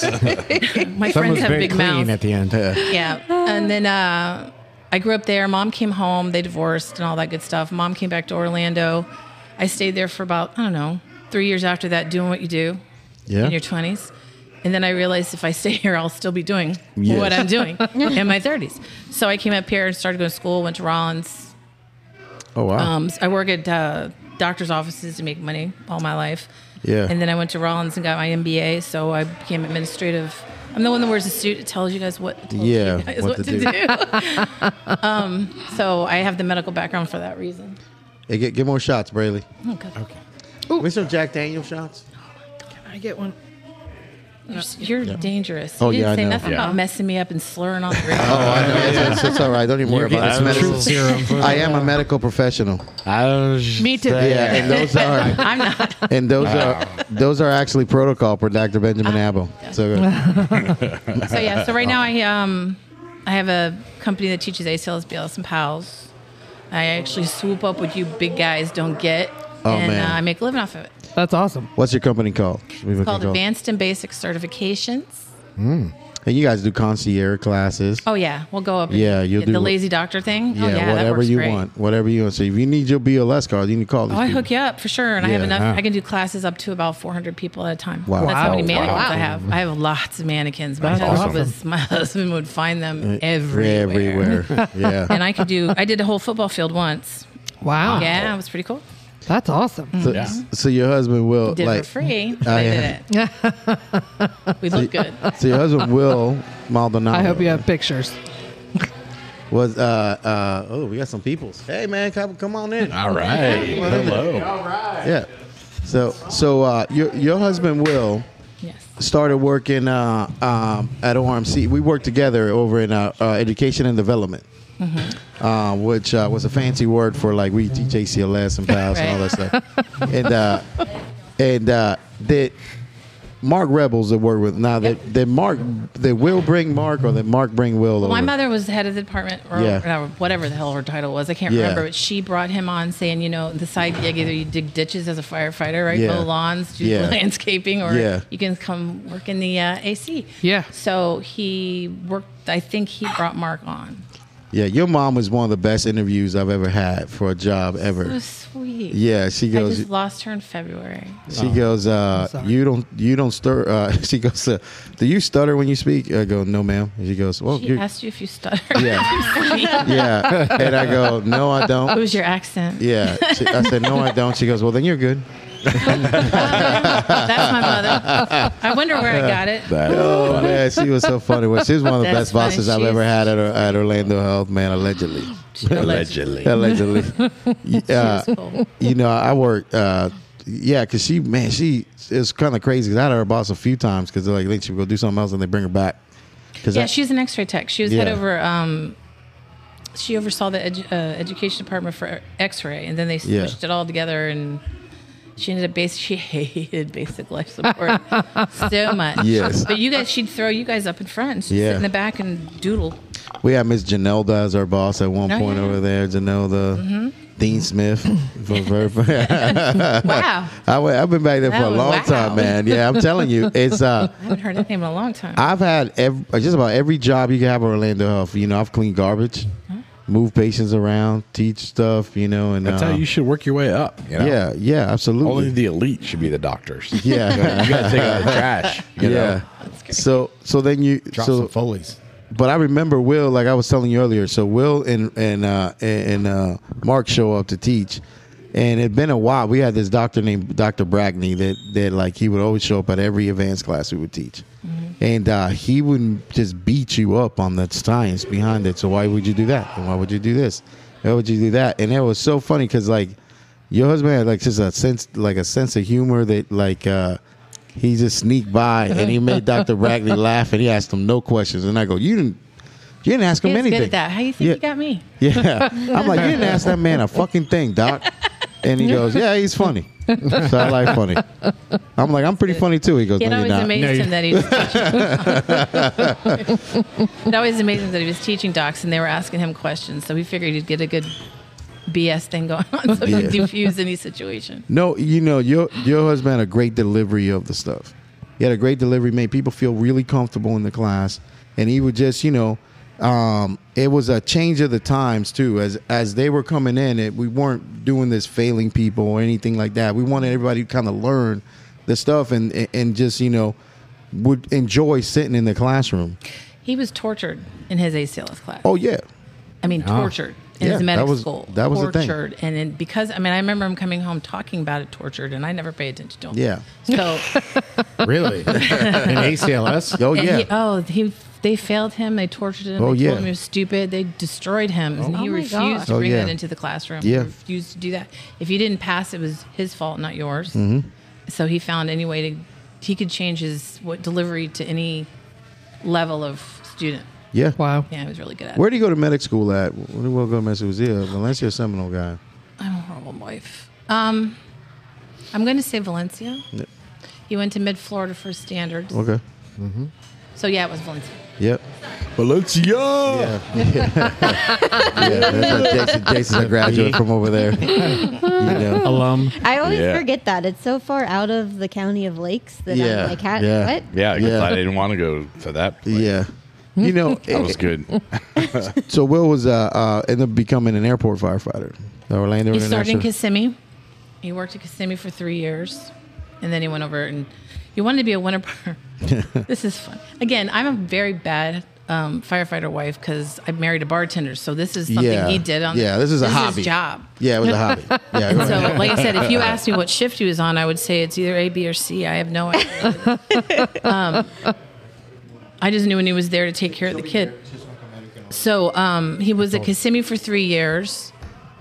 My friends Someone's have very big clean mouths. at the end. yeah. And then uh, I grew up there. Mom came home. They divorced and all that good stuff. Mom came back to Orlando. I stayed there for about I don't know three years after that, doing what you do Yeah. in your twenties. And then I realized if I stay here, I'll still be doing Yes. what I'm doing in my 30s. So I came up here and started going to school. Went to Rollins. Oh wow. Um, I work at uh, doctors' offices to make money all my life. Yeah. And then I went to Rollins and got my MBA. So I became administrative. I'm the one that wears a suit. It tells you guys what. tells you Yeah, guys what what, to to, do. do. um, so I have the medical background for that reason. Hey, get get more shots, Brayley. Okay. We some Jack Daniel shots. I get one. You're, you're dangerous. Oh, you didn't yeah, I say know. nothing Yeah. about messing me up and slurring on the radio. Oh, I know. It's, it's, it's all right. Don't even worry about it. It's medical. I am a medical professional. Me too. uh, Yeah, and those are I'm not. and those are those are actually protocol for Dr. Benjamin Ah, Abel. So uh, So yeah. So right now I um I have a company that teaches ACLS, BLS, and PALS. I actually swoop up what you big guys don't get, Oh, and man. Uh, I make a living off of it. That's awesome. what's your company called? It's called Advanced and Basic Certifications. And you guys do concierge classes. Oh yeah, we'll go up. Yeah, and you'll get do the what- lazy doctor thing. yeah, oh, yeah that whatever works you great. want, whatever you want. So if you need your BLS card, you need to call. Oh, I hook you up for sure, and I have Yeah. enough. Wow. I can do classes up to about 400 people at a time. Wow. that's how many Wow. mannequins Wow. I have. I have lots of mannequins. My That's husband, awesome. was, my husband would find them Uh, everywhere. yeah. and I could do. I did a whole football field once. Wow. Yeah, it was pretty cool. That's awesome. so, Yeah. so your husband will Did it like for free. but I yeah. did it. we look good. so your husband will Maldonado. I hope you have pictures. was uh uh oh we got some peoples. Hey man, come come on in. All right. Hello. Yeah. So so uh your your husband will Yes. started working uh, um, at ORMC. We worked together over in uh, uh, education and development, Mm-hmm. uh, which uh, was a fancy word for like we teach ACLS and PALS and all that stuff. and uh, and uh, that Mark Rebels that work with now that that Mark that will bring Mark or that Mark bring Will over. My mother was the head of the department, or Yeah. or whatever the hell her title was. I can't Yeah. remember, but she brought him on saying, you know, the side gig either you dig ditches as a firefighter, right? Yeah. Mow lawns, do Yeah. landscaping, or Yeah. you can come work in the uh, AC. Yeah. So he worked. I think he brought Mark on. Yeah, your mom was one of the best interviews I've ever had for a job It ever. was sweet. Yeah, she I goes. just lost her in February. She goes, uh, sorry. you don't, you don't stir. Uh, she goes, uh, do you stutter when you speak? I go, no, ma'am. And she goes, well, She you're, asked you if you stuttered. yeah, yeah. And I go, no, I It don't. was your accent. Yeah, she, I said, no, I don't. She goes, well, then you're good. That's my mother. I wonder where I got it. That- Oh man, she was so funny. Well, she was one of the That's best bosses funny. I've ever She's- had at, at Orlando Health, man. Allegedly, Allegedly. allegedly. Yeah. Cool. you know, I worked uh, yeah, because she, man, she is kind of crazy. 'Cause I had her boss a few times because they're like, they should go do something else and they bring her back. Cause Yeah, I- she's an X-ray tech. She was head Yeah. over. Um, she oversaw the edu- uh, education department for X-ray, and then they Yeah. switched it all together, and she ended up basic. She hated basic life support so much. Yes. but you guys, she'd throw you guys up in front, and she'd Yeah. sit in the back and doodle. we had Miss Janelda as our boss at one Oh, point yeah. Mm-hmm. over there. Janelda, Dean Smith. For, for, Wow, I, went- I've been back there for a Oh, long wow. time, man. Yeah, I'm telling you, it's uh, I haven't heard that name in a long time. I've had ev just about every job you can have at Orlando Health. You know, I've cleaned garbage, moved patients around, teach stuff. You know, and That's uh, how you should work your way up. You know? yeah, yeah, Only absolutely. the elite should be the doctors. you yeah, gotta take out the trash. You yeah. know? So, so then you Drop so some Foley's. but I remember Will, like I was telling you earlier. So Will and and uh, and uh, Mark show up to teach, and it'd been a while. We had this doctor named Dr. Brackney that that like he would always show up at every advanced class we would teach, and uh, he would just beat you up on the science behind it. So why would you do that? And why would you do this? Why would you do that? And it was so funny because like your husband had like just a sense like a sense of humor that like uh he just sneaked by and he made Dr. Bragley laugh and he asked him no questions and I go you didn't you didn't ask him He was anything good at that. How you think Yeah. you got me? yeah I'm like you didn't ask that man a fucking thing doc and he goes yeah he's funny so I like funny I'm like I'm pretty funny too he goes It no you're always not amazed No, you- him that he was teaching. it always amazed him that he was teaching docs and they were asking him questions. So we figured he'd get a good BS thing going on so he Yeah. could diffuse any situation. No, you know your your husband had a great delivery of the stuff. He had a great delivery, made people feel really comfortable in the class, and he would just you know, um, it was a change of the times too. As as they were coming in, it, we weren't doing this failing people or anything like that. We wanted everybody to kind of learn the stuff and and- and just you know would enjoy sitting in the classroom. He was tortured in his ACLS class. Oh yeah, I mean, tortured in Yeah, his that medical was- school. that was the thing. tortured, and then because I mean, I remember him coming home talking about it, tortured, and I never pay attention to him. yeah, So, Really? In ACLS? oh and yeah. he, oh, he they failed him. They tortured him. Oh, they yeah. told him he was stupid. They destroyed him, and he Oh, my refused gosh. to Oh, bring yeah. that into the classroom. Yeah. He refused to do that. If he didn't pass, it was his fault, not yours. Mm-hmm. So he found any way to he could change his what delivery to any level of student. yeah, Wow. Yeah, he was really good at. Where did he go to medic school at? Where did Will go to medic school? Was he a Valencia Seminole guy? it. I'm a horrible wife. Um, I'm going to say Valencia. He went to Mid Florida for standards. Okay. So yeah, it was Valencia. Yep. Valencia. Yeah. yeah, that's what Jason, Jason's a graduate from over there. You know. Alum. I always Yeah. forget that. It's so far out of the county of lakes that Yeah, I'm like, "Hat- yeah. what? Yeah, because Yeah. I didn't want to go to that. Place. Yeah. You know, That was good. so Will was uh, uh ended up becoming an airport firefighter. The Orlando He started in International. Kissimmee. He worked at Kissimmee for three years, and then he went over and he wanted to be a winter bar. this is fun. Again, I'm a very bad um, firefighter wife because I married a bartender, so this is something Yeah. he did on. Yeah, this is a his hobby. job. yeah, it was a hobby. Yeah. And right. so, like I said, if you asked me what shift he was on, I would say it's either A, B, or C. I have no idea. um, I just knew when he was there to take care of the kid. So um, he was at Kissimmee for three years,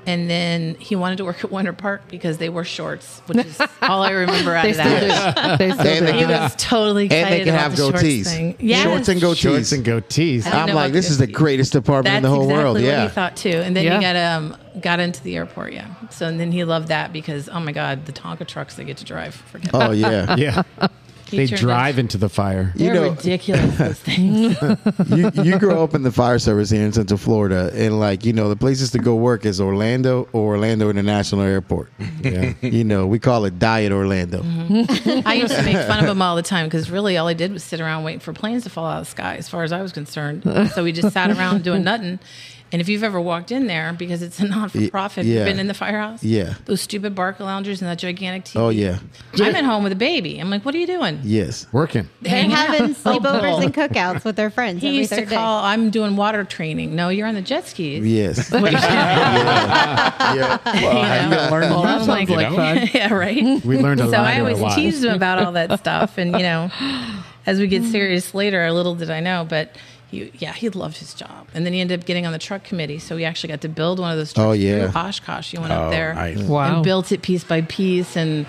and then he wanted to work at Winter Park because they wore shorts, which is all I remember out They of still that. do. They still And do. they He can was have, totally and excited they can about have the shorts goatees. thing. Yes. Shorts and goatees. Shorts and goatees. I I'm know like, about this is the goatees. greatest department That's in the whole exactly world. what yeah. he thought too. And then Yeah. he got um got into the airport, yeah. So and then he loved that because oh my god, the Tonka trucks they get to drive. Forget Oh yeah. Yeah. He They turned drive us- into the fire. You They're know- ridiculous. Those things. you you grow up in the fire service here in Central Florida, and like you know, the places to go work is Orlando or Orlando International Airport. Yeah. You know, we call it Diet Orlando. Mm-hmm. I used to make fun of him all the time because really all he did was sit around waiting for planes to fall out of the sky, as far as I was concerned. So we just sat around doing nothing. And if you've ever walked in there, because it's a non for profit, yeah. you've been in the firehouse. Yeah. Those stupid barca loungers and that gigantic TV. Oh yeah, I'm at home with a baby. I'm like, what are you doing? yes. Working. They're Hanging out. having Oh, bull. sleepovers and cookouts with their friends He every used to third day. call, I'm doing water training. No, you're on the jet skis. Yes. You know? Well, that I'm sounds like, like, know? fun. yeah, right. We learned a so lot. I over always the lives. teased him about all that stuff, and you know, as we get serious later, little did I know, but. He, yeah, he loved his job, and then he ended up getting on the truck committee. So he actually got to build one of those. Trucks Oh, yeah. through Oshkosh. He went Oh, up there nice. Wow. and built it piece by piece, and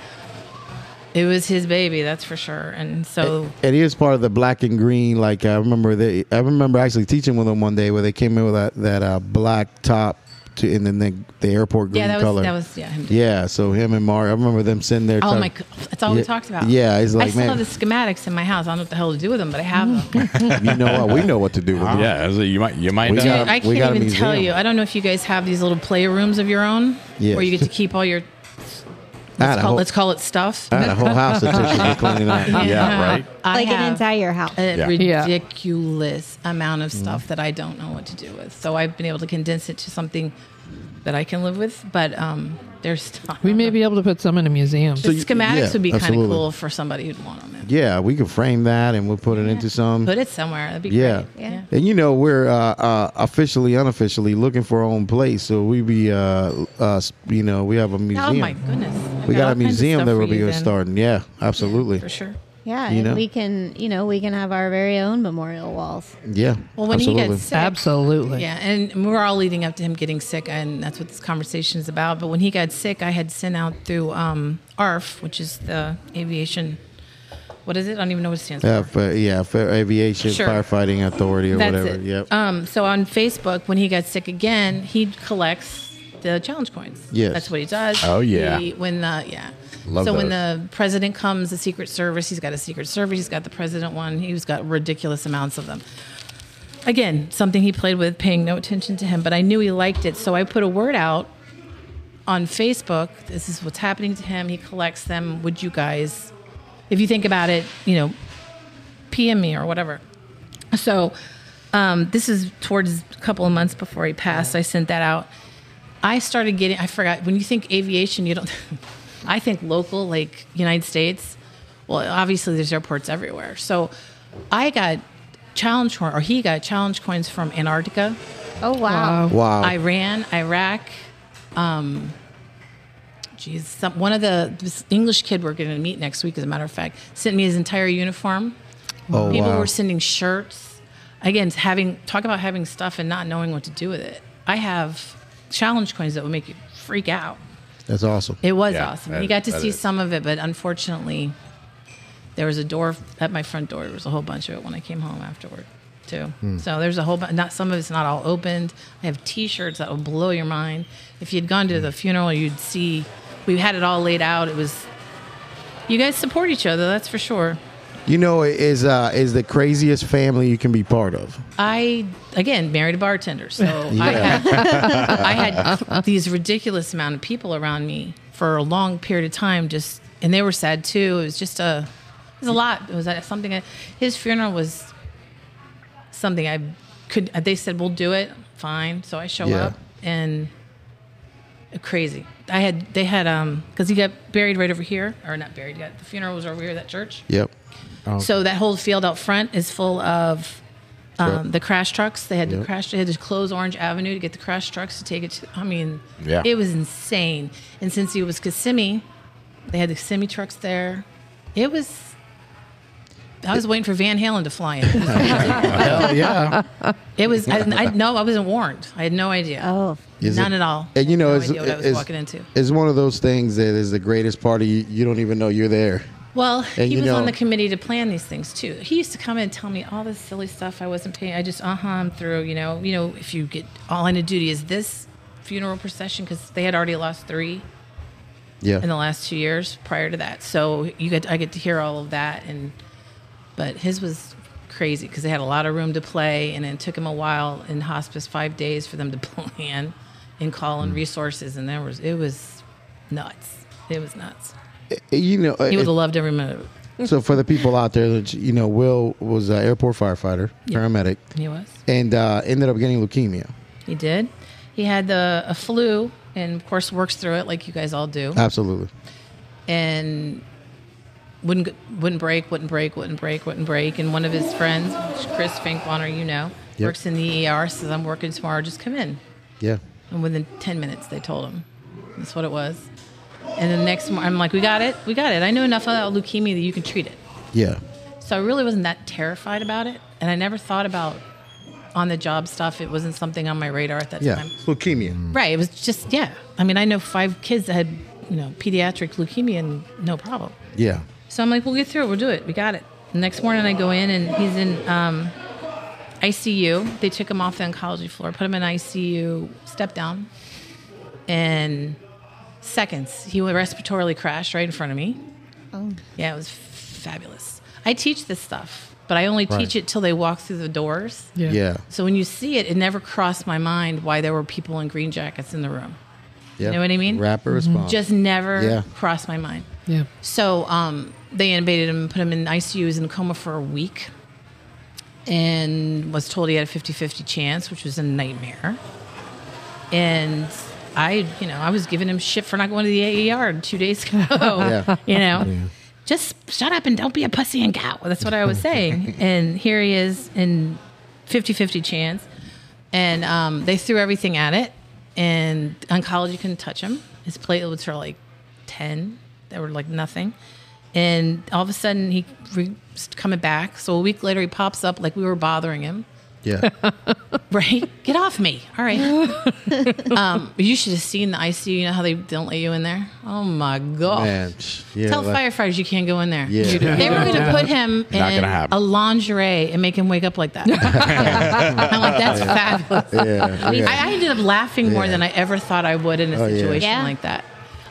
It was his baby, that's for sure. And so And he was part of the black and green. Like I remember, they I remember actually teaching with them one day where they came in with that that uh, black top to and then the, the airport green yeah, that was color. that was yeah. him. yeah, so him and Mark, I remember them sitting there. Oh talking- my! g- That's all Yeah, we talked about. yeah, it's I like, still man. have the schematics in my house. I don't know what the hell to do with them, but I have them. you know what? We know what to do with them. Yeah, so you might you might We got uh, Dude, I we can't got a even tell museum. you. I don't know if you guys have these little playrooms of your own, Yes. where you get to keep all your I had let's a call, whole- let's call it stuff. I had a whole house of tissue to clean up. yeah, right. I like an have entire house. a Yeah. Yeah. ridiculous amount Mm. of stuff that I don't know what to do with. So I've been able to condense it to something that I can live with. But um, there's stuff. We may be able to put some in a museum. the you- schematics yeah, would be kind of absolutely. cool for somebody who'd want them. Yeah, we could frame that and we'll put it into some. Put it somewhere. That'd be Yeah. great. Yeah. And you know, we're uh, uh, officially, unofficially looking for our own place. So we be, uh, uh, you know, we have a museum. Oh my goodness. I've we all got a kinds of museum stuff that for we'll be you gonna then, start. in. Yeah, absolutely. for sure. Yeah, You and know? we can, you know, we can have our very own memorial walls. Yeah. Well, when absolutely. he gets sick, Absolutely. Yeah, and we're all leading up to him getting sick, and that's what this conversation is about. But when he got sick, I had sent out through um, ARF, which is the aviation. What is it? I don't even know what it stands Yeah, for. for, yeah, for aviation Sure. firefighting authority or That's whatever. it. Yep. Um, so on Facebook, when he got sick again, he collects the challenge coins. Yes. That's what he does. Oh, yeah. He- when the yeah. Love so when those. the president comes, the Secret Service, he's got a Secret Service. He's got the president one. He's got ridiculous amounts of them. Again, something he played with, paying no attention to him, but I knew he liked it, so I put a word out on Facebook. This is what's happening to him. He collects them. Would you guys, if you think about it, you know, PM me or whatever. So um, this is towards a couple of months before he passed. I sent that out. I started getting. I forgot when you think aviation, you don't. I think local, like United States. Well, obviously there's airports everywhere. So I got challenge coin, or he got challenge coins from Antarctica, Oh wow! wow. Iran, Iraq. Um, geez, some, one of the this English kid we're going to meet next week, as a matter of fact, sent me his entire uniform. oh, People wow. were sending shirts. Again, having talk about having stuff and not knowing what to do with it. I have challenge coins that would make you freak out. That's awesome. It was Yeah, awesome. that- you got to that see is- some of it, but unfortunately, there was a door at my front door. There was a whole bunch of it when I came home afterward, too. Hmm. So there's a whole bunch. Not some of it's not all opened. I have T-shirts that will blow your mind. If you'd gone Hmm. to the funeral, you'd see. We had it all laid out. It was. You guys support each other. That's for sure. You know, it is uh, is the craziest family you can be part of. I again married a bartender, so I Yeah. had I had these ridiculous amount of people around me for a long period of time. Just and they were sad too. It was just a it was a lot. It was uh, something. I, his funeral was something I could. uh, They said we'll do it. Fine. So I show Yeah. up and crazy. I had they had um because he got buried right over here or not buried. Got the funeral was over here at that church. Yep. Oh, So that whole field out front is full of um, the crash trucks. They had to Yep. crash. They had to close Orange Avenue to get the crash trucks to take it. To, I mean, Yeah. it was insane. And since he was Kissimmee, they had the Kissimmee trucks there. It was. I was waiting for Van Halen to fly in. Hell yeah. It was. I, I no, I wasn't warned. I had no idea. Oh, Is none it- at all. And you know, no it's, idea what I was it's- walking into. it's one of those things that is the greatest party. You, you don't even know you're there. Well, And he you was on know- the committee to plan these things too. He used to come in and tell me all this silly stuff I wasn't paying. I just uh huh, I'm through. You know, you know, if you get all line of duty is this funeral procession because they had already lost three Yeah. in the last two years prior to that. So you get I get to hear all of that and but his was crazy because they had a lot of room to play and it took him a while in hospice five days for them to plan and call Mm. in resources and there was it was nuts. It was nuts. Eh, you know, He it- would have loved every minute. of it. so for the people out there that you know, Will was an airport firefighter, paramedic, He was. and uh, ended up getting leukemia. He did. He had the a flu, and of course works through it like you guys all do, Uh. Absolutely. and wouldn't wouldn't break, wouldn't break, wouldn't break, wouldn't break. And one of his friends, Chris Finkwater, you know, Yep. works in the ER, says I'm working tomorrow, just come in. Yeah. And within ten minutes, they told him that's what it was. And the next, mor- I'm like, we got it, we got it. I know enough about leukemia that you can treat it. Yeah. So I really wasn't that terrified about it, and I never thought about on the job stuff. It wasn't something on my radar at that Yeah. Mm. time. Leukemia. Right. It was just yeah. I mean, I know five kids that had you know, pediatric leukemia and no problem. Yeah. So I'm like, we'll get through it. We'll do it. We got it. The next morning, I go in and he's in um, ICU. They took him off the oncology floor, put him in ICU, step down, and seconds he would respiratorily crash right in front of me. Oh. Yeah, it was fabulous. I teach this stuff, but I only teach it till they walk through the doors. Yeah. Yeah. So when you see it, it never crossed my mind why there were people in green jackets in the room. You know what I mean? Mm-hmm. Rapid response. Just never Yeah. crossed my mind. Yeah. So um, they intubated him, put him in ICU, he was in a coma for a week, and was told he had a 50 50 chance, which was a nightmare. And I, you know, I was giving him shit for not going to the AER two days ago. You know, just shut up and don't be a pussy and go. That's what I was saying. and here he is in 50 50 chance. And um, they threw everything at it, and oncology couldn't touch him. His platelets are like 10 that were like nothing. And all of a sudden, he re- coming back. So a week later, he pops up like we were bothering him. yeah. Right? Get off me. All right. um, you should have seen the ICU. You know how they don't let you in there? Oh my God. Man, psh, yeah. Tell like- firefighters you can't go in there. Yeah. You They were going to put him Not in gonna happen. a lingerie and make him wake up like that. I'm like, that's fabulous. Yeah. yeah. I, I ended up laughing more Yeah. Oh, than I ever thought I would in a yeah. situation Yeah. like that.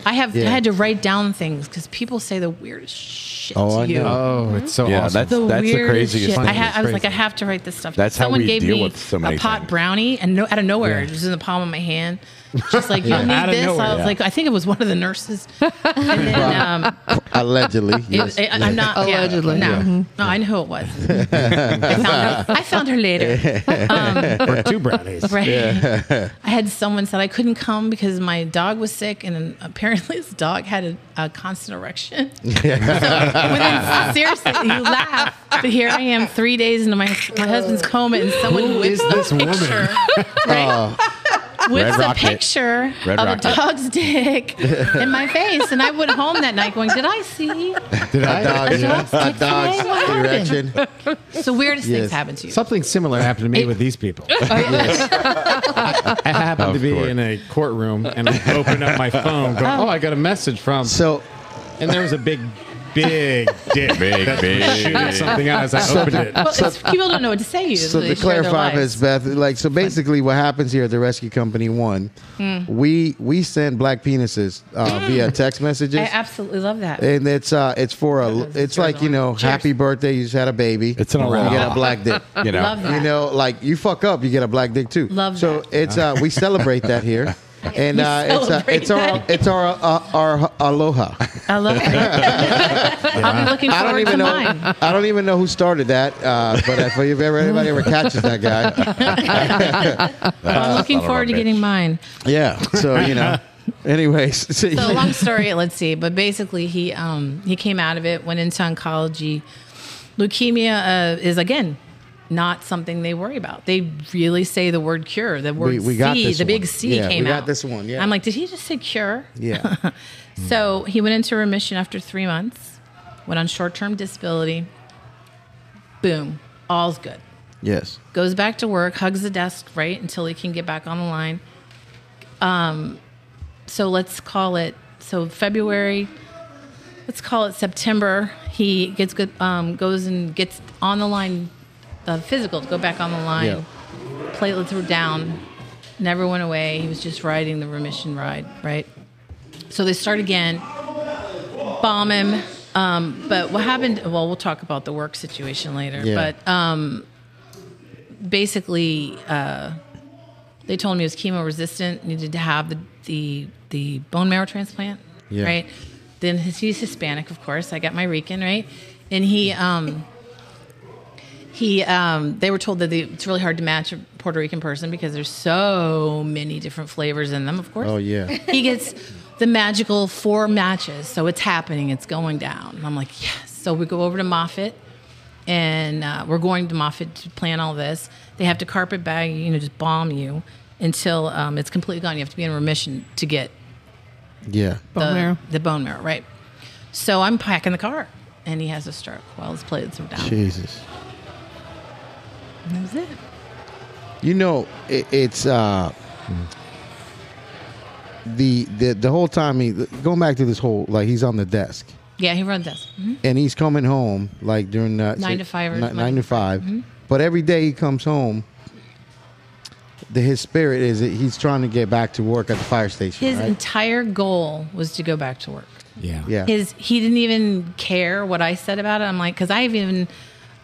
I have Yeah. I had to write down things because people say the weirdest shit Oh, to I you. know. Oh, it's so Yeah, awesome. that's that's the weirdest craziest shit. thing. I, ha- I was like, I crazy. have to write this stuff. down. That's how Someone we gave deal me with so many a pot things. brownie, and no, out of nowhere, Yeah. it was in the palm of my hand. Just like you Out need of this. nowhere. I was Yeah. like, I think it was one of the nurses. And then, um, Allegedly. it- yes. I, I'm not yeah, Allegedly. no, Yeah. no, I knew who it was. I, found her, I found her later. Um, For two brownies. right. I had someone said I couldn't come because my dog was sick, and then apparently his dog had a, a constant erection. so, within, seriously, you laugh, but here I am, three days into my my husband's coma, and someone Who whips is this a woman? picture, right? whips Red a Rocket. picture Red of Rocket. a dog's dick in my face, and I went home that night going, "Did I see?" Did I? dog's, Yeah. a dog's away? What happened? erection. So weirdest Yes. things happen to you. Something similar happened to me with these people. I happened to Of be course. in a courtroom and I opened up my phone. Going, oh, I got a message from. So and there was a big, big dick. Big, that was big. Shooting something out as I opened it. Well, it's, people don't know what to say. Usually, So to They share their clarify, lives. Miss Beth, like so basically, what happens here at the Rescue Company One, Hmm. we we send black penises uh, via text messages, I absolutely love that. and it's uh it's for a Goodness, it's there's like you one. know Cheers. happy birthday you just had a baby It's an you get a allowance. black dick you know, Love that. you know like you fuck up you get a black dick too Love so that. it's uh we celebrate that here and We uh, it's uh, celebrate it's our that. it's our uh, our aloha I love it. I'll be looking I don't forward even to know. mine. I don't even know who started that. Uh, but if you ever anybody ever catches that guy, Uh, I'm looking son of a forward to bitch. getting mine. yeah. So you know. Anyways, so- So long story, let's see. But basically, he um, he came out of it, went into oncology. Leukemia uh, is again not something they worry about. They really say the word cure. The word We- we got C, this the big one. C Yeah, we came got out. this one, yeah. I'm like, did he just say cure? yeah, So he went into remission after three months, went on short term disability. Boom, all's good. yes, Goes back to work, hugs the desk, right, until he can get back on the line. Um, so let's call it, so February, let's call it September, he gets good, um, goes and gets on the line, the physical to go back on the line. Yeah. Platelets were down, never went away. He was just riding the remission ride, right? So they start again, bomb him. Um, but what happened? Well, we'll talk about the work situation later. Yeah. But um, basically, uh, they told him he was chemo resistant, needed to have the the, the bone marrow transplant, Yeah. right? Then his, he's Hispanic, of course. I got my Rican, right? And he um, he um, they were told that they, it's really hard to match a Puerto Rican person because there's so many different flavors in them, of course oh yeah, he gets the magical four matches. So it's happening. It's going down. And I'm like, yes. So we go over to Moffitt, and uh, we're going to Moffitt to plan all this. They have to carpet bag you, you know, just bomb you until um, it's completely gone. You have to be in remission to get yeah. the, Bone marrow. the bone marrow, right? So I'm packing the car, and he has a stroke while his plates are down. Jesus, And that was it. you know it, it's uh, the the the whole time he going back to this whole like he's on the desk Yeah, he runs us. Mhm. and he's coming home like during that Nine to five or Mm-hmm. ni- nine, Monday. to 5 But every day he comes home, the, his spirit is that he's trying to get back to work at the fire station. His right? entire goal was to go back to work. Yeah. yeah, His he didn't even care what I said about it. I'm like, because I've even,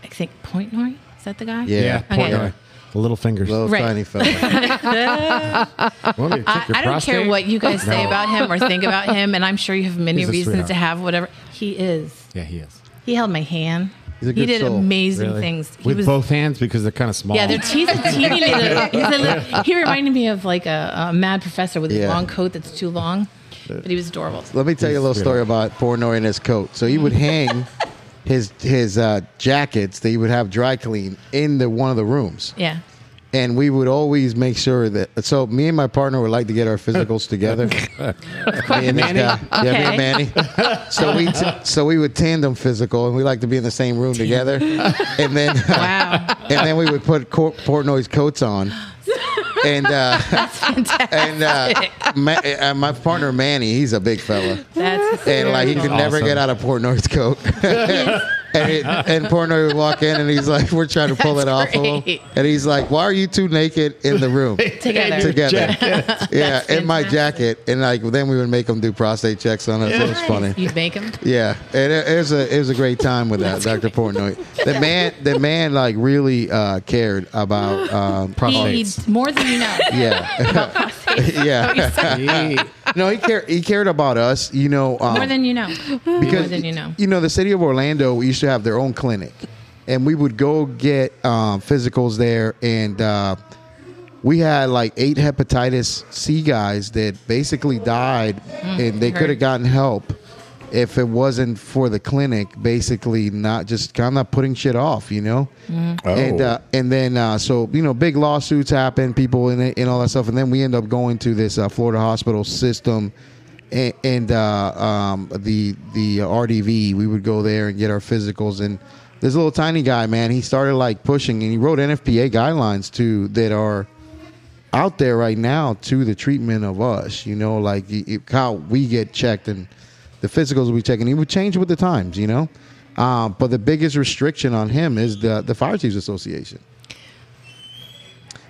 I think Pointnoy is that the guy? Yeah. Yeah. Okay. Point guard. The little fingers. little Right. tiny fella. Want me to check I, your I don't care prostate? what you guys say No. about him or think about him, and I'm sure you have many He's a reasons to sweetheart. have whatever he is. Yeah, he is. He held my hand. He's a he good did soul. amazing Really? things. He With was, both hands because they're kind of small. Yeah, they're he's a teeny little. He's a little he reminded me of like a, a mad professor with Yeah. his long coat that's too long, but he was adorable. Let me tell you a little story about Pornoy and his coat. So he would hang his his uh, jackets that he would have dry clean in the one of the rooms. Yeah. and we would always make sure that. So me and my partner would like to get our physicals together. me and this guy, yeah, me and Okay. Manny. So we t- so we would tandem physical, and we like to be in the same room together. And then Wow. and then we would put Cor- Portnoy's coats on. And uh, and uh, ma- uh, my partner Manny, he's a big fella, That's and like he could never Awesome. get out of Portnoy's coat. and it, and Portnoy would walk in, and he's like, "We're trying to pull it off of him," great. and he's like, "Why are you two naked in the room?" together. together. yeah, in my fantastic. jacket, and like then we would make them do prostate checks on us. It was funny. You'd make him. Yeah, and it, it was a it was a great time with that, Doctor Portnoy. The man, the man, like really uh, cared about um, He, prostate. more than you know. Yeah, yeah. No, he cared. He cared about us. You know, um, More than you know. because more than you know. the city of Orlando used to have their own clinic, and we would go get um, physicals there, and uh, we had like eight hepatitis C guys that basically died, and they heard. could have gotten help if it wasn't for the clinic. Basically, not just kind of not putting shit off, you know. And Oh. uh, and then uh, so you know, big lawsuits happen, people and and all that stuff, and then we end up going to this uh, Florida hospital system, and, and uh, um, the the RDV. We would go there and get our physicals, and this little tiny guy, man, he started like pushing, and he wrote NFPA guidelines too that are out there right now to the treatment of us. You know, like y- y- how we get checked and the physicals we check, and it would change with the times. You know, uh, but the biggest restriction on him is the the fire chiefs association.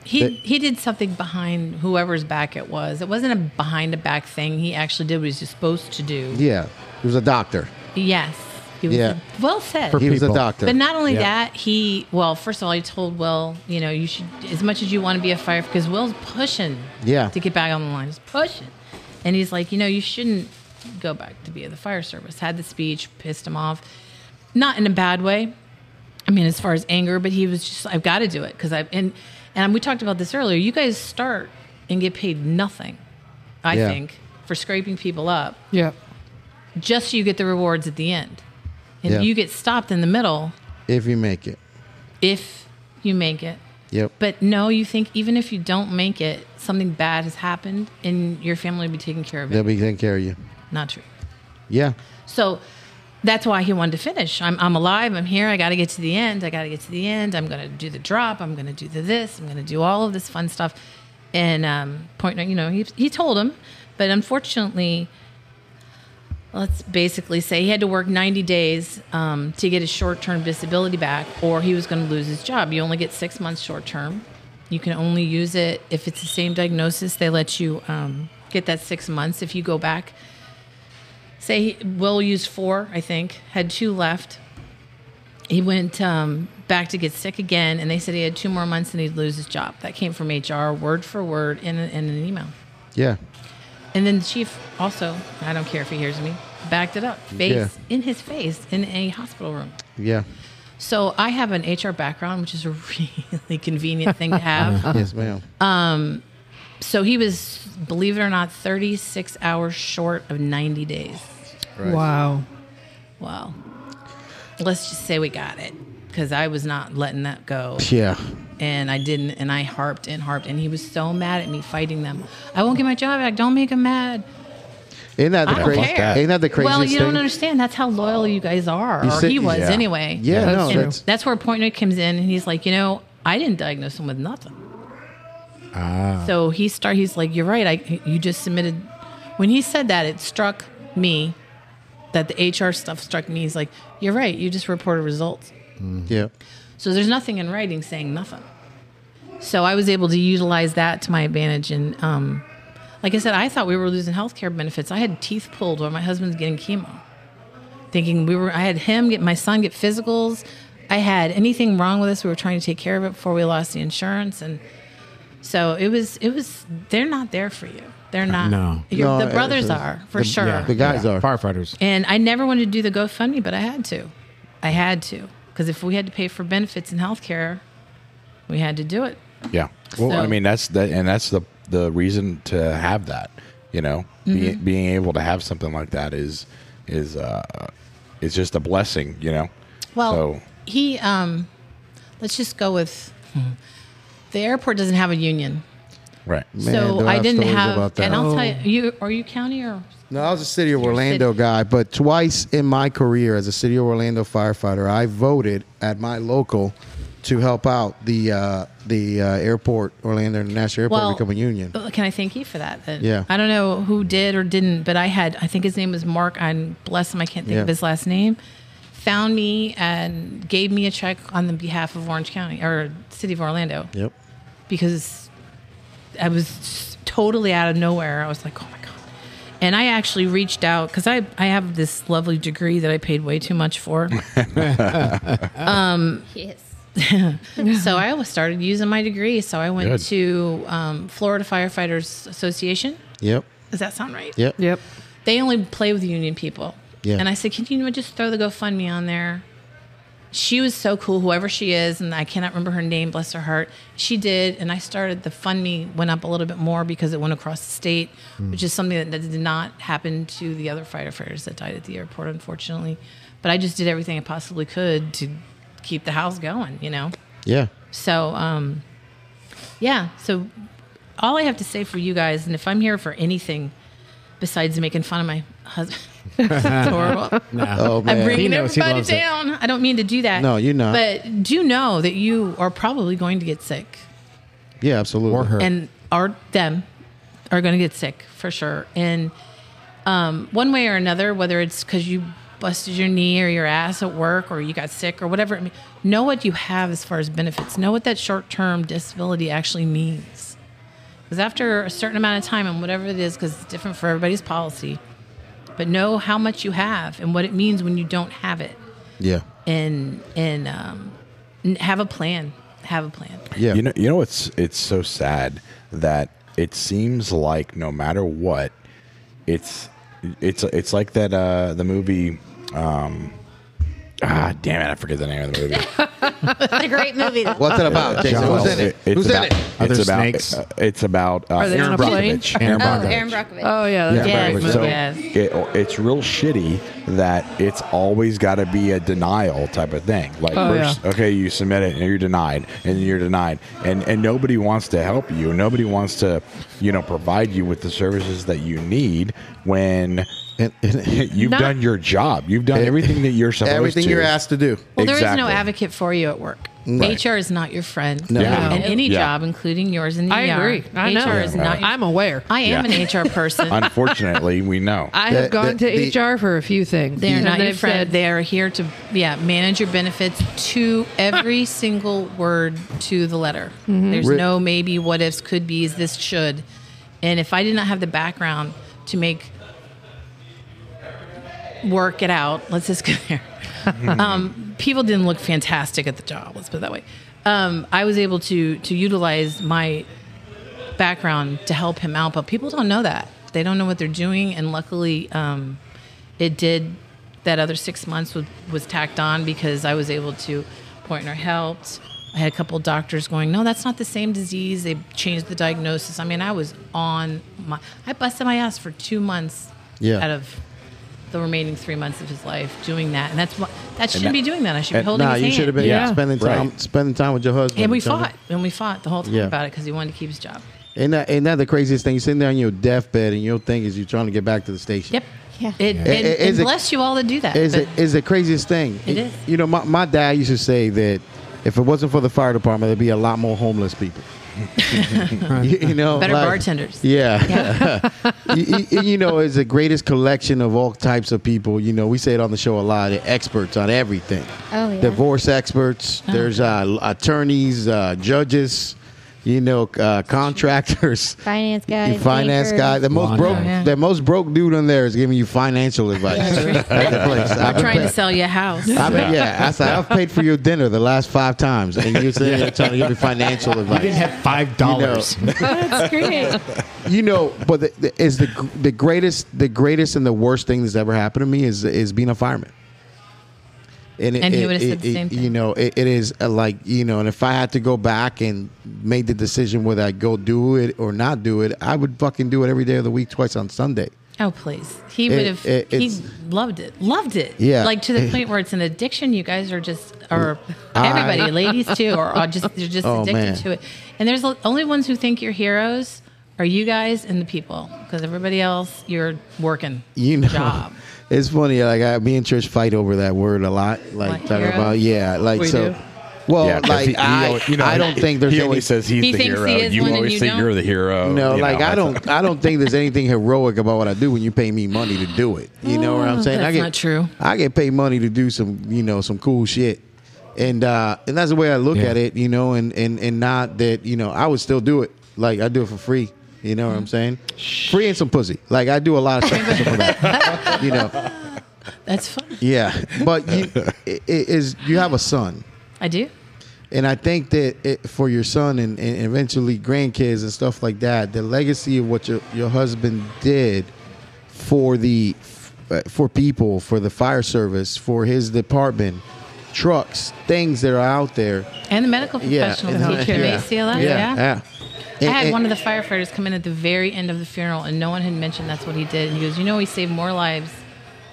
He he did something behind whoever's back it was. It wasn't a behind a back thing. He actually did what he was supposed to do. Yeah, he was a doctor. Yes. He was Yeah. well said. He was a People. doctor. But not only Yeah. that, he well, first of all, he told Will, you know, you should as much as you want to be a fire because Will's pushing, Yeah. to get back on the line, he's pushing, and he's like, you know, you shouldn't go back to be in the fire service. Had the speech, pissed him off, not in a bad way. I mean, as far as anger, but he was just, I've got to do it because I've and and we talked about this earlier. You guys start and get paid nothing, I Yeah. think, for scraping people up Yeah. just so you get the rewards at the end, and Yeah. you get stopped in the middle if you make it. if you make it. Yep. But no, you think even if you don't make it, something bad has happened and your family will be taking care of it. They'll be taking care of you. Not true. Yeah. So that's why he wanted to finish. I'm, I'm alive. I'm here. I got to get to the end. I got to get to the end. I'm going to do the drop. I'm going to do the this. I'm going to do all of this fun stuff. And um, point, you know, he, he told him, but unfortunately, let's basically say he had to work 90 days um, to get his short-term disability back or he was going to lose his job you only get six months short-term you can only use it if it's the same diagnosis they let you um, get that six months if you go back say he, will used four i think had two left he went um, back to get sick again and they said he had two more months and he'd lose his job that came from hr word for word in, a, in an email Yeah. and then the chief also, I don't care if he hears me, backed it up face Yeah. in his face in a hospital room. Yeah. So I have an HR background, which is a really convenient thing to have. Yes, ma'am. so he was, believe it or not, 36 hours short of 90 days. Wow. Well, let's just say we got it because I was not letting that go. Yeah. and I didn't, and I harped and harped, and he was so mad at me fighting them. I won't get my job back. Don't make him mad. Isn't that the I don't crazy? care. Ain't that the craziest Well, you don't thing? understand. That's how loyal you guys are, or said- he was yeah. anyway. Yeah, no, and that's- that's, where Pointner comes in, and he's like, you know, I didn't diagnose him with nothing. So he start. He's like, you're right. I you just submitted When he said that, it struck me that the HR stuff struck me. He's like, "You're right. You just reported results." Yeah. So there's nothing in writing saying nothing. So I was able to utilize that to my advantage. And um, like I said, I thought we were losing health care benefits. I had teeth pulled while my husband's getting chemo, thinking we were. I had him get my son get physicals. I had anything wrong with us. We were trying to take care of it before we lost the insurance. And so it was. It was. They're not there for you. They're not. No. Your, No, the brothers it's- are for the- sure. yeah, The guys are. firefighters. And I never wanted to do the GoFundMe, but I had to. I had to. Because if we had to pay for benefits and healthcare, we had to do it. Yeah. Well, So- I mean that's that, and that's the the reason to have that. You know, Be, being able to have something like that is is uh is just a blessing. You know. Well, So- he, um, let's just go with the airport doesn't have a union. Right. Man, do so I I have didn't stories have, about that. and I'll tell you, you, are you county or? No, I was a city of Orlando guy, but twice in my career as a city of Orlando firefighter, I voted at my local to help out the uh, the uh, airport, Orlando International Airport, Well, become a union. Uh, Can I thank you for that? then? Yeah. I don't know who did or didn't, but I had, I think his name was Mark. I'm bless him. I can't think Yeah. of his last name. Found me and gave me a check on the behalf of Orange County or City of Orlando Yep. because I was just totally out of nowhere. I was like, oh my God. And I actually reached out because I, I have this lovely degree that I paid way too much for. Yes. so I always started using my degree. So I went Good. to um, Florida Firefighters Association. Yep. Does that sound right? Yep. Yep. they only play with union people. Yeah. And I said, can you just throw the GoFundMe on there? She was so cool, whoever she is, and I cannot remember her name, bless her heart. She did, and I started the fund me went up a little bit more because it went across the state, which is something that, that did not happen to the other firefighters that died at the airport, unfortunately. But I just did everything I possibly could to keep the house going, you know. Yeah. So, um, yeah. So, all I have to say for you guys, and if I'm here for anything besides making fun of my husband, it's horrible. Oh I'm man. bringing He knows he everybody loves it. down. I don't mean to do that. No, you're not. But do know that you are probably going to get sick, yeah, absolutely. Or her. and are them are going to get sick for sure. And um, one way or another, whether it's because you busted your knee or your ass at work or you got sick or whatever, I mean, know what you have as far as benefits. Know what that short term disability actually means. Because after a certain amount of time and whatever it is, because it's different for everybody's policy, but know how much you have and what it means when you don't have it, Yeah. and and um, n- have a plan. Have a plan. Yeah. You know, you know, it's it's so sad that it seems like no matter what, it's it's it's like that uh the movie. Um, ah, damn it! I forget the name of the movie. It's a great movie. though. What's it about, Jason? Jaws. Who's in it? It's Who's about, in it? Are there It's about. snakes? uh, It's about. Uh, Are they on Aaron a plane? Brockovich. Aaron Oh, Brockovich. Aaron Brockovich. Oh yeah. That's Yeah. a great Yes. movie. Yes. it, it's real shitty that it's always got to be a denial type of thing. Like, Oh, first, okay, you submit it and you're denied, and you're denied, and and nobody wants to help you. Nobody wants to, you know, provide you with the services that you need when And- and- you've Not- done your job. You've done everything that you're supposed everything to. you're asked to do. Well, there is no Exactly. advocate for you at work. HR is not your friend. No. Yeah. And any Yeah. job, including yours in the I ER, agree. I know. HR is not. Your, I'm aware. I am Yeah. an HR person. Unfortunately, we know. I have The- gone the- the- to HR for a few things. They are and not your they've friend. said, they are here to yeah manage your benefits to every single word to the letter. Mm-hmm. There's Re- no maybe, what ifs, could be's, this should. And if I did not have the background to make work it out, let's just go there. um, people didn't look fantastic at the job. Let's put it that way. Um, I was able to to utilize my background to help him out, but people don't know that. They don't know what they're doing, and luckily, um, it did. That other six months was, was tacked on because I was able to Pointner helped. I had a couple doctors going, no, that's not the same disease. They changed the diagnosis. I mean, I was on my, I busted my ass for two months Yeah. out of the remaining three months of his life doing that, and that's what that shouldn't that- be doing that. I should be and- holding Nah, his you hand. should have been Yeah. spending time Right. spending time with your husband. And we Tell me- fought, and we fought the whole time Yeah. about it because he wanted to keep his job. Ain't that, ain't that the craziest thing? You're sitting there on your deathbed and your thing is you're trying to get back to the station. Yep. Yeah. It, And, It- it- and is it- bless you all that do that. Is but it is the craziest thing. It is. You know, my, my dad used to say that If it wasn't for the fire department, there'd be a lot more homeless people. you, you know, Better like- bartenders. Yeah, you, you- you know, it's the greatest collection of all types of people. You know, we say it on the show a lot. They're experts on everything. Oh, yeah. Divorce experts. There's uh, attorneys, uh, judges. You know, uh, contractors. Finance You guys, finance bankers. guy. The most Lawn broke, guy. Yeah. the most broke dude on there is giving you financial advice. at the place. I've I'm been trying pa- to sell you a house. I mean, yeah. I said I've paid for your dinner the last five times, and you're saying you're trying to give me financial advice. didn't have five dollars. Oh, That's great. you know, but the, the, is the gr- the greatest the greatest and the worst thing that's ever happened to me is is being a fireman. it, And he it- would've said it- the same You thing. know, it, it is uh, like you know, and if I had to go back and make the decision whether I go do it or not do it, I would fucking do it every day of the week, twice on Sunday. Oh please, he It- would have. it- he it's- loved it, loved it. Yeah. like to the point where it's an addiction. You guys are just, or I- everybody, ladies too, or are just they're just Oh, addicted man. to it. And there's the only ones who think you're heroes are you guys and the people, because everybody else you're working. you know job. it's funny like I, me and Trish fight over that word a lot like Like talking hero? about yeah like We so do. well Yeah, 'cause Oh, like he- he I, always- you know, I don't he- think there's he any always says he's He the thinks hero. he is you one and always you think don't? you're the hero. no Oh, you like know, I that's- don't I don't think there's anything heroic about what I do when you pay me money to do it you know what I'm saying I Ah, that's get not true. I get paid money to do some you know some cool shit and uh and that's the way I look Yeah. at it you know and and and not that you know I would still do it like I do it for free you know what I'm saying free and some pussy like I do a lot of stuff for some of that you know That's fun. Yeah, but you it, it is you have a son, I do. and I think that it, for your son and, and eventually grandkids and stuff like that, the legacy of what your your husband did for the uh, for people, for the fire service, for his department, trucks, things that are out there. And the medical Yeah, professionals, and- teacher yeah, at ACLS. yeah. yeah. I And- had and- one of the firefighters come in at the very end of the funeral, and no one had mentioned that's what he did. And he goes, "You know, he saved more lives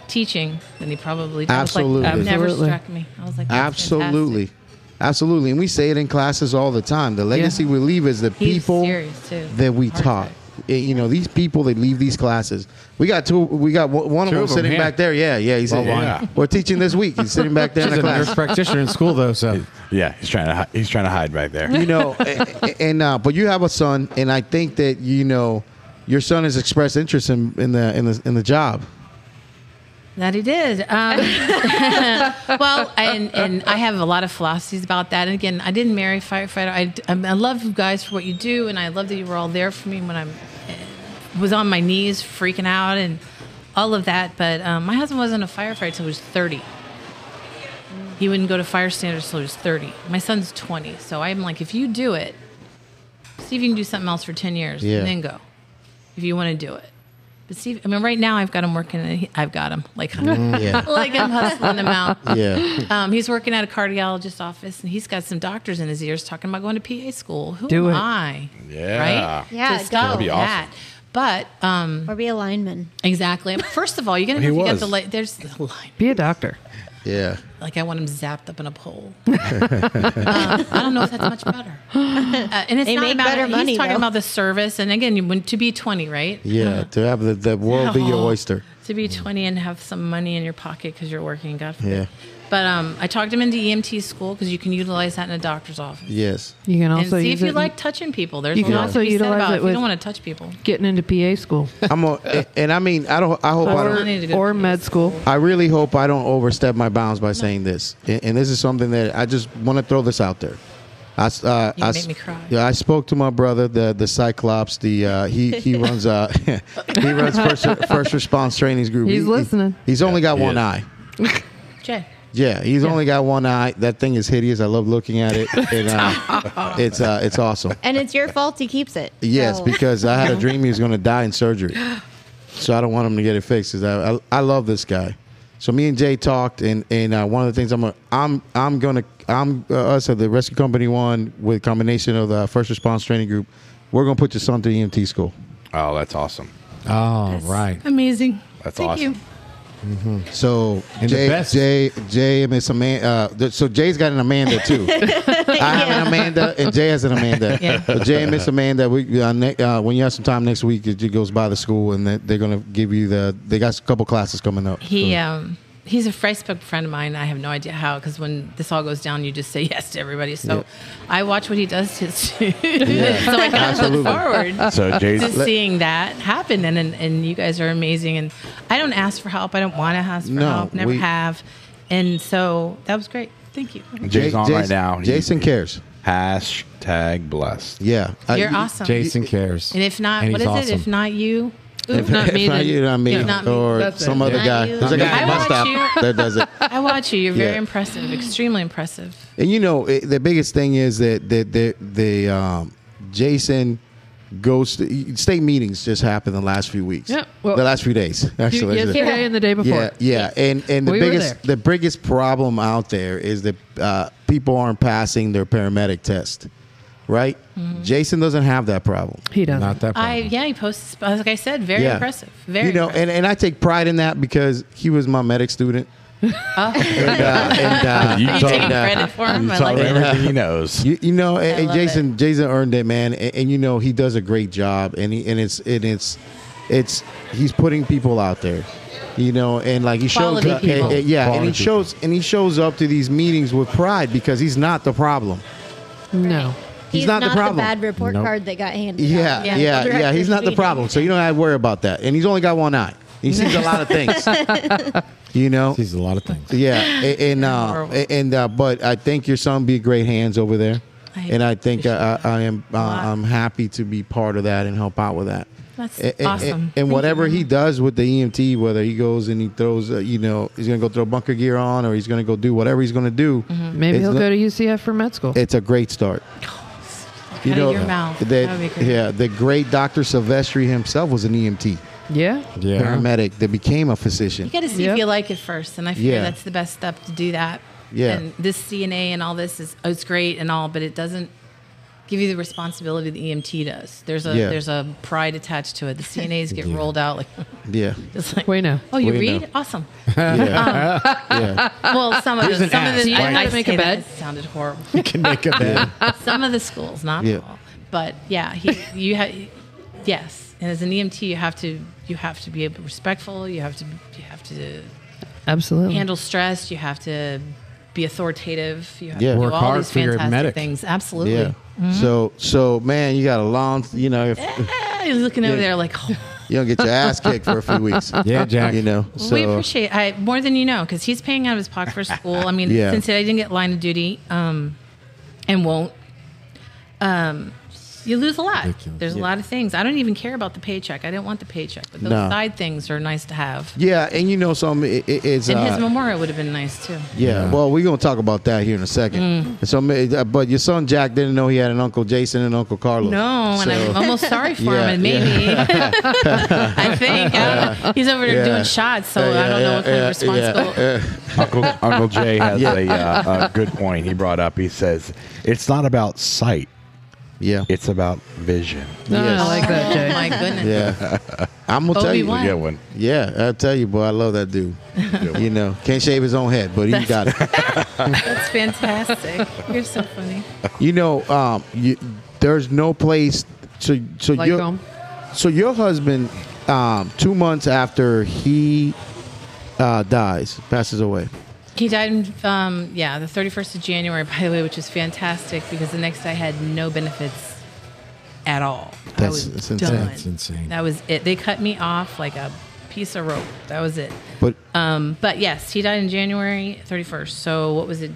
teaching than he probably did." I was like, Absolutely. that never Absolutely. struck me. I was like, that's absolutely. fantastic. Absolutely, and we say it in classes all the time. The legacy we leave is the He's people serious, too. that we Hard taught. fact. Eh, You know, these people that leave these classes. We got two. We got one one of Two them of 'em, sitting yeah. back there. Yeah, yeah. He's Well, sitting- yeah. We're teaching this week. He's sitting back there in She's the a nurse class. practitioner in school though, so Yeah, he's trying to hi- he's trying to hide right there. You know, eh, eh, and uh, but you have a son, and I think that you know your son has expressed interest in, in the in the in the job. That he did. Um, well, and, and I have a lot of philosophies about that. And again, I didn't marry a firefighter. I, um, I love you guys for what you do, and I love that you were all there for me when I was on my knees freaking out and all of that. But um, my husband wasn't a firefighter until he was 30. He wouldn't go to fire standards until he was 30. My son's 20. So I'm like, if you do it, see if you can do something else for 10 years Yeah. and then go if you want to do it. But see, I mean, right now I've got him working. and he- I've got him like, Mm, Yeah. like I'm hustling him out. Yeah, Um, he's working at a cardiologist's office, and he's got some doctors in his ears talking about going to PA school. Who Do am it. I? Yeah. right. Yeah, to stop go. That'd be awesome. that. But um, Or be a lineman. exactly. First of all, you're gonna He know if you got was. the light. There's the line. Be a doctor. yeah. Like I want him zapped up in a pole. um, I don't know if that's much better. Uh, and it's They not make about better he's money, talking though. about the service. And again, you went to be 20, right? Uh, Yeah, to have the, the world be your Oh. oyster. to be 20 and have some money in your pocket because you're working god forbid Yeah. but um, i talked him into emt school because you can utilize that in a doctor's office Yes. You can and also see use if you it in- like touching people there's You a can lot also to be said utilize about it it if you with- don't want to touch people getting into PA school I'm a, and I mean, I don't. I hope I I don't. need to go or to PA med school. I really hope I don't overstep my bounds by saying this, and, and this is something that I just want to throw this out there. I, s- uh, You I make s- me cry. Yeah, I spoke to my brother, the the Cyclops. The uh, he he runs uh he runs first first response trainings group. He- He's he- listening. he's only got he one is. eye. Jay. Yeah, he's only got one eye. That thing is hideous. I love looking at it. And, uh, it's uh, it's awesome. And it's your fault he keeps it. Yes, So- because I had a dream he was going to die in surgery, so I don't want him to get it fixed. 'cause I, I I love this guy. So me and Jay talked, and and uh, one of the things I'm gonna, I'm I'm gonna I'm uh, us at the rescue company one with combination of the first response training group, we're gonna put your son to EMT E school. Oh, that's awesome. oh right. amazing That's thank awesome. you So And the Jay, best- Jay Jay is Amanda. Uh, th- so Jay's got an Amanda too. I have an Amanda, and Jay has an Amanda. Yeah. But Jay and Miss Amanda, we, uh, ne- uh, when you have some time next week, it goes by the school, and they- they're gonna give you the. They got a couple classes coming up. he So- um he's a Facebook friend of mine. I have no idea how because when this all goes down, you just say yes to everybody. So I watch what he does to so I kind of Absolutely. look forward So Jay's to seeing that happen. And, and and you guys are amazing. And I don't ask for help. I don't want to ask for No, help. Never we- have. And so that was great. Thank you. Jay's on right Jason- now. He- Jason cares. Hashtag blessed. Yeah, I- You're awesome. Jason cares. And if not, And what is he's it? awesome. If not you, ooh, If not me, then- you, not me, If not me. or That's it. some other Not guy. you. There's a guy I from my watch staff you. that does it. I watch you. You're very Yeah. impressive. Extremely impressive. And you know, it, the biggest thing is that that the the um, Jason goes to state meetings just happened the last few weeks. Yeah, well- the last few days actually. Yesterday and the day before. Yeah, yeah, and and the We were biggest there. the biggest problem out there is that uh, people aren't passing their paramedic test, right? Jason doesn't have that problem. He doesn't. Not that. I Problem. yeah, he posts like I said, very impressive. Very you know, and, and I take pride in that because he was my medic student. and, uh, and, uh, You you told- taking and, uh, credit for him. You I taught like him that. everything he knows. You, you know, and, and love Jason, Jason earned it, man, and, and you know he does a great job, and he and it's and it's it's he's putting people out there, you know, and like he shows, Quality up- people. and- and- yeah, and Quality he shows and he shows up to these meetings with pride because he's not the problem. No. He's, not, the problem. bad report Nope. card that got handed. yeah, out. yeah, Yeah. yeah, Director's He's not the meeting. problem, so you don't have to worry about that. And he's only got one eye. He sees a lot of things, you know. He's a lot of things. Yeah, a- and uh, Horrible. a- and uh, but I think your son be great hands over there, I and I think appreciate I, I, I am uh, lot. I'm happy to be part of that and help out with that. That's A- a- a- awesome. And, Thank you whatever very he does with the EMT, whether he goes and he throws, uh, you know, he's gonna go throw bunker gear on, or he's gonna go do whatever he's gonna do. Mm-hmm. Maybe It's he'll not- go to UCF for med school. It's a great start. You Out of know, your mouth. the- That would be great. yeah, the great Dr. Silvestri himself was an EMT, yeah. Yeah. paramedic that became a physician. You got to see Yep. if you like it first, and I feel Yeah. that's the best step to do that. Yeah. And this CNA and all this is oh, it's great and all, but it doesn't give you the responsibility the EMT does. There's a Yeah. there's a pride attached to it. The CNAs get rolled out like Yeah, just like We know. oh you We read know. awesome. yeah, yeah. Well, some of the, some of ass, the right? I How to make say a that, bed. it sounded horrible. You can make a bed. some of the schools, not Yeah. all. But yeah, he, you have yes. And as an EMT, you have to you have to be able- respectful. You have to you have to Absolutely. handle stress. You have to be authoritative. You have Yeah. to do Work all hard these for your fantastic medic. things. Absolutely. Yeah. Mm-hmm. So so man, you got a long you know if Ah, he's looking over there like oh, you don't get your ass kicked for a few weeks. Yeah, Jack. You know. So we appreciate I, more than you know because he's paying out of his pocket for school. I mean, Yeah. since I didn't get line of duty, um, and won't, um, you lose a lot. Ridiculous. There's a lot of things. I don't even care about the paycheck. I didn't want the paycheck, but those No. side things are nice to have. yeah, and you know some it, it- it's And his uh, memorial would have been nice too. yeah, Well, we're gonna talk about that here in a second. Mm. So, ma- uh, but your son Jack didn't know he had an uncle Jason and Uncle Carlos. No, and So- I'm almost sorry for Yeah, him. And maybe I think I don't know. he's over there Yeah. doing shots, so Yeah, I don't know what kind yeah, of responsibility. Uncle, Uncle Jay has a, uh, a good point he brought up. He says, it's not about sight, yeah, it's about vision. No, Yes. I like that, Oh Jay. my goodness! yeah. I'm gonna tell you. Obi-Wan. Good one. Yeah, I'll tell you, boy. I love that dude. you know, can't shave his own head, but he got it. That's fantastic. You're so funny. You know, um, you, there's no place. So, so Like um, your, home? so your husband, um, two months after he uh, dies, passes away. He died, in, um, yeah, the 31st of January, by the way, which was fantastic because the next I had no benefits at all. I That's- was that's insane. done. That's insane. That was it. They cut me off like a piece of rope. That was it. But Um, but yes, he died in January 31st. So what was it?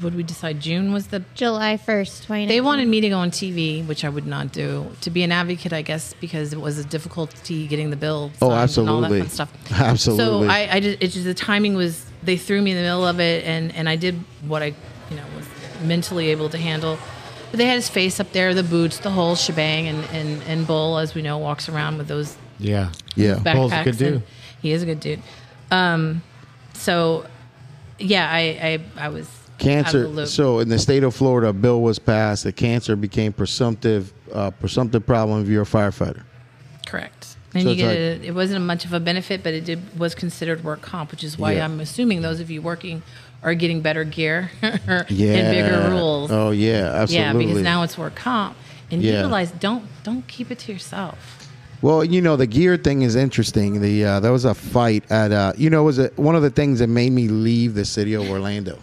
Would we decide June was the July first, twenty. they wanted me to go on TV, which I would not do, to be an advocate, I guess, because it was a difficulty getting the bill. Oh, signed And all that absolutely. fun stuff. Absolutely. So I, I just, it just, the timing was, they threw me in the middle of it, and, and I did what I, you know, was mentally able to handle. But they had his face up there, the boots, the whole shebang, and, and, and Bull, as we know, walks around with those Yeah. yeah, backpacks. Bull's a good and- dude. He is a good dude. Um, so, yeah, I, I, I was out of the cancer. loop. So in the state of Florida, a bill was passed that cancer became presumptive uh, presumptive problem if you're a firefighter. Correct. And So you it's get like- a, it wasn't much of a benefit, but it did, was considered work comp, which is why Yeah. I'm assuming those of you working are getting better gear Yeah, and bigger rules. Oh yeah, absolutely. Yeah, because now it's work comp. And Yeah. utilize don't don't keep it to yourself. Well, you know the gear thing is interesting. The uh, there was a fight at uh, you know it was a, one of the things that made me leave the city of Orlando.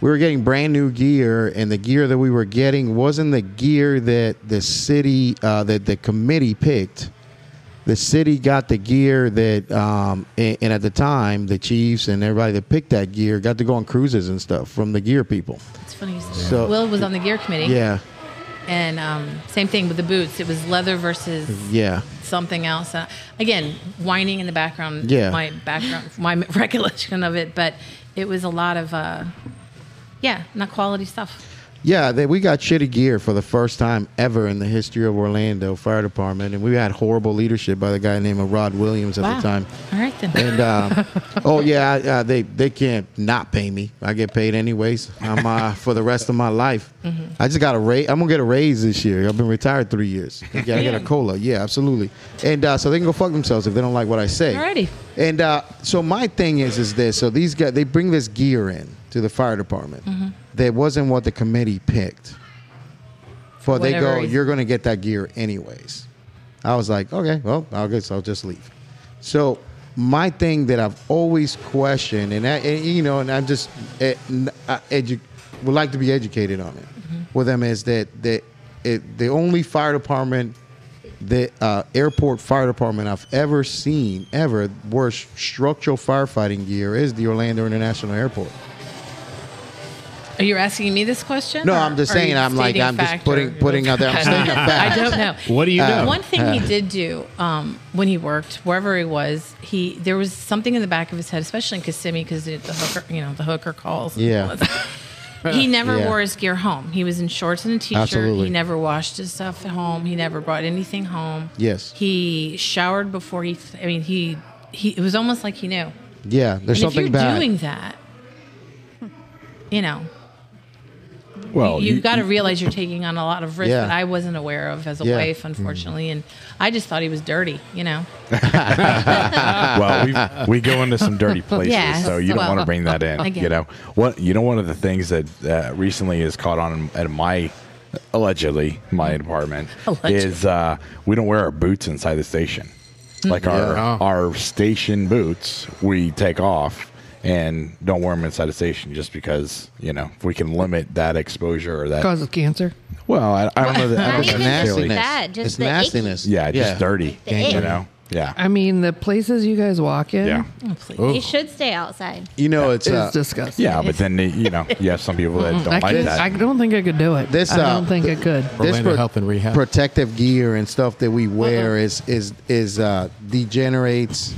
We were getting brand new gear, and the gear that we were getting wasn't the gear that the city uh, that the committee picked. The city got the gear that, um, and, and at the time, the chiefs and everybody that picked that gear got to go on cruises and stuff from the gear people. It's funny. You said that. So- Will was on the gear committee. Yeah, And um, same thing with the boots. It was leather versus yeah. something else. Uh, again, whining in the background. Yeah. My background, my recollection of it, but it was a lot of, uh, yeah, not quality stuff. Yeah, they, we got shitty gear for the first time ever in the history of Orlando Fire Department, and we had horrible leadership by the guy named Rod Williams at the time. All right then. And uh, oh yeah, I, uh, they they can't not pay me. I get paid anyways. I'm uh, for the rest of my life. I just got a raise. I'm gonna get a raise this year. I've been retired three years. Yeah, I get a cola. Yeah, absolutely. And uh, so they can go fuck themselves if they don't like what I say. Alrighty. And uh, so my thing is, is this. So these guys, they bring this gear in to the fire department. That wasn't what the committee picked. For they Whatever go, reason. you're going to get that gear anyways. I was like, okay, well, I guess I'll just leave. So my thing that I've always questioned, and, I, and, you know, and I'm just eh, n- I edu- would like to be educated on it Mm-hmm. with them is that that it, the only fire department, the uh, airport fire department I've ever seen ever wear s- structural firefighting gear is the Orlando International Airport. Are you asking me this question? No, or I'm just are you saying, I'm like, stating I'm just fact putting- or- putting out there- I'm stating Uh, a I fact. don't know. What do you know? One thing he did do um, when he worked, wherever he was, he there was something in the back of his head, especially in Kissimmee, because the hooker, you know, the hooker calls. and all Yeah. that. he never Yeah. wore his gear home. He was in shorts and a t-shirt. Absolutely. He never washed his stuff at home. He never brought anything home. Yes. He showered before he. I mean, he he. It was almost like he knew. Yeah, there's And if something you're bad. doing that, you know, Well, Oh, you, got to realize you're taking on a lot of risk Yeah. that I wasn't aware of as a Yeah. Mm. wife, unfortunately, and I just thought he was dirty. You know, well, we we go into some dirty places, Yes, so you don't want well, to bring that in. again. You know what? You know, one of the things that uh, recently has caught on at my allegedly my department Allegedly. is uh, we don't wear our boots inside the station. Mm-hmm. Like our Yeah. our station boots, we take off and don't wear them inside the station just because you know if we can limit that exposure or that. Causes cancer. Well, I, I don't know that. I Not don't even just know necessarily- that, just it's the nastiness. Yeah, just dirty. The ick. You know. Yeah. Uh-huh. I mean, the places you guys walk in Yeah. Oh, please. You should stay outside. You know, it's is uh, disgusting. Yeah, but then you know you have some people that don't I, like could, that. I don't think I could do it. This, I uh, don't think I could. Orlando Health and Rehab. protective gear and stuff that we wear is is is uh, degenerates.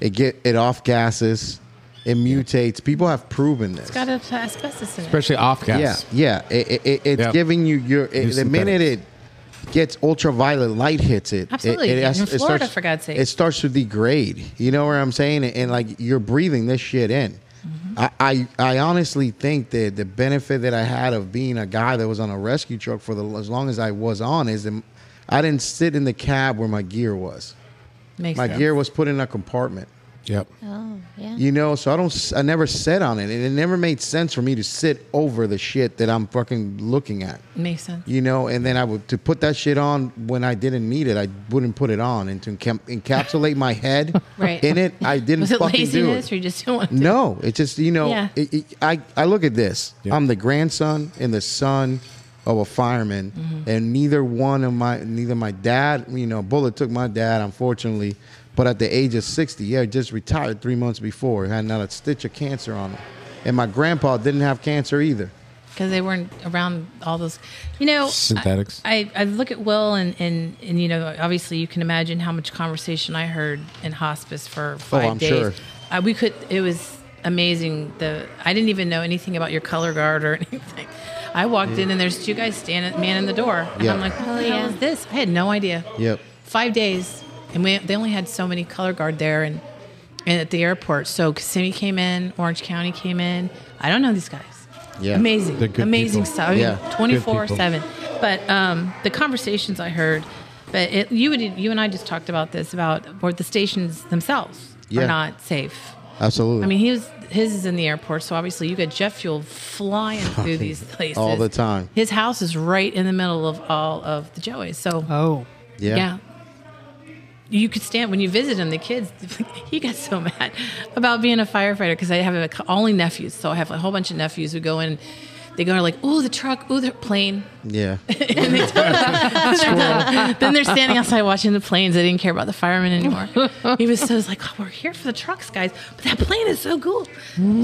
It get it off gases. It mutates. People have proven this. got a- asbestos in it. especially off gas. Yeah, yeah. It, it, it- it's Yeah. giving you your it, the synthetics. minute it gets ultraviolet light hits it. it- Absolutely. It, has- In it Florida, starts, for God's sake. it starts to degrade. You know what I'm saying? And, like you're breathing this shit in. Mm-hmm. I, I I honestly think that the benefit that I had of being a guy that was on a rescue truck for the as long as I was on is that I didn't sit in the cab where my gear was. Makes My sense. gear was put in a compartment. Yep. Oh, yeah. You know, so I don't, s- I never sat on it, and it never made sense for me to sit over the shit that I'm fucking looking at. makes sense. You know, and then I would to put that shit on when I didn't need it. I wouldn't put it on, and to encap- encapsulate my head Right. in it, I didn't Was it fucking do laziness it. or you just don't want to? No, it's just you know, Yeah. it, it- I I look at this. Yeah. I'm the grandson and the son of a fireman, Mm-hmm. and neither one of my neither my dad, you know, Bullet took my dad, unfortunately, but at the age of 60, yeah, just retired three months before, had not a stitch of cancer on him, and my grandpa didn't have cancer either. because they weren't around all those you know I- Synthetics. I, I look at will and, and and you know obviously you can imagine how much conversation i heard in hospice for five Oh, I'm days sure. uh, we could it was amazing the i didn't even know anything about your color guard or anything i walked in and there's two guys standing man in the door and Yeah. i'm like what the Oh, hell yeah. is this i had no idea Yep. five days, and we they only had so many color guard there and and at the airport. So Kissimmee came in, Orange County came in. I don't know these guys. Yeah. amazing, They're good amazing people. stuff. I mean, Yeah, good people. twenty four seven. But um, the conversations I heard, but it, you would, you and I just talked about this about where the stations themselves Yeah. are not safe. Absolutely. I mean, he was his is in the airport, so obviously you got jet fuel flying through these places All the time. His house is right in the middle of all of the Joeys, so Oh, yeah. yeah. you could stand when you visit him. The kids, he got so mad about being a firefighter because I have a, only nephews, so I have a whole bunch of nephews who go in. They go like, "Ooh, the truck! Ooh, the plane!" Yeah. And they talk about- then they're standing outside watching the planes. They didn't care about the firemen anymore. he was so he was like, "Oh, we're here for the trucks, guys!" But that plane is so cool.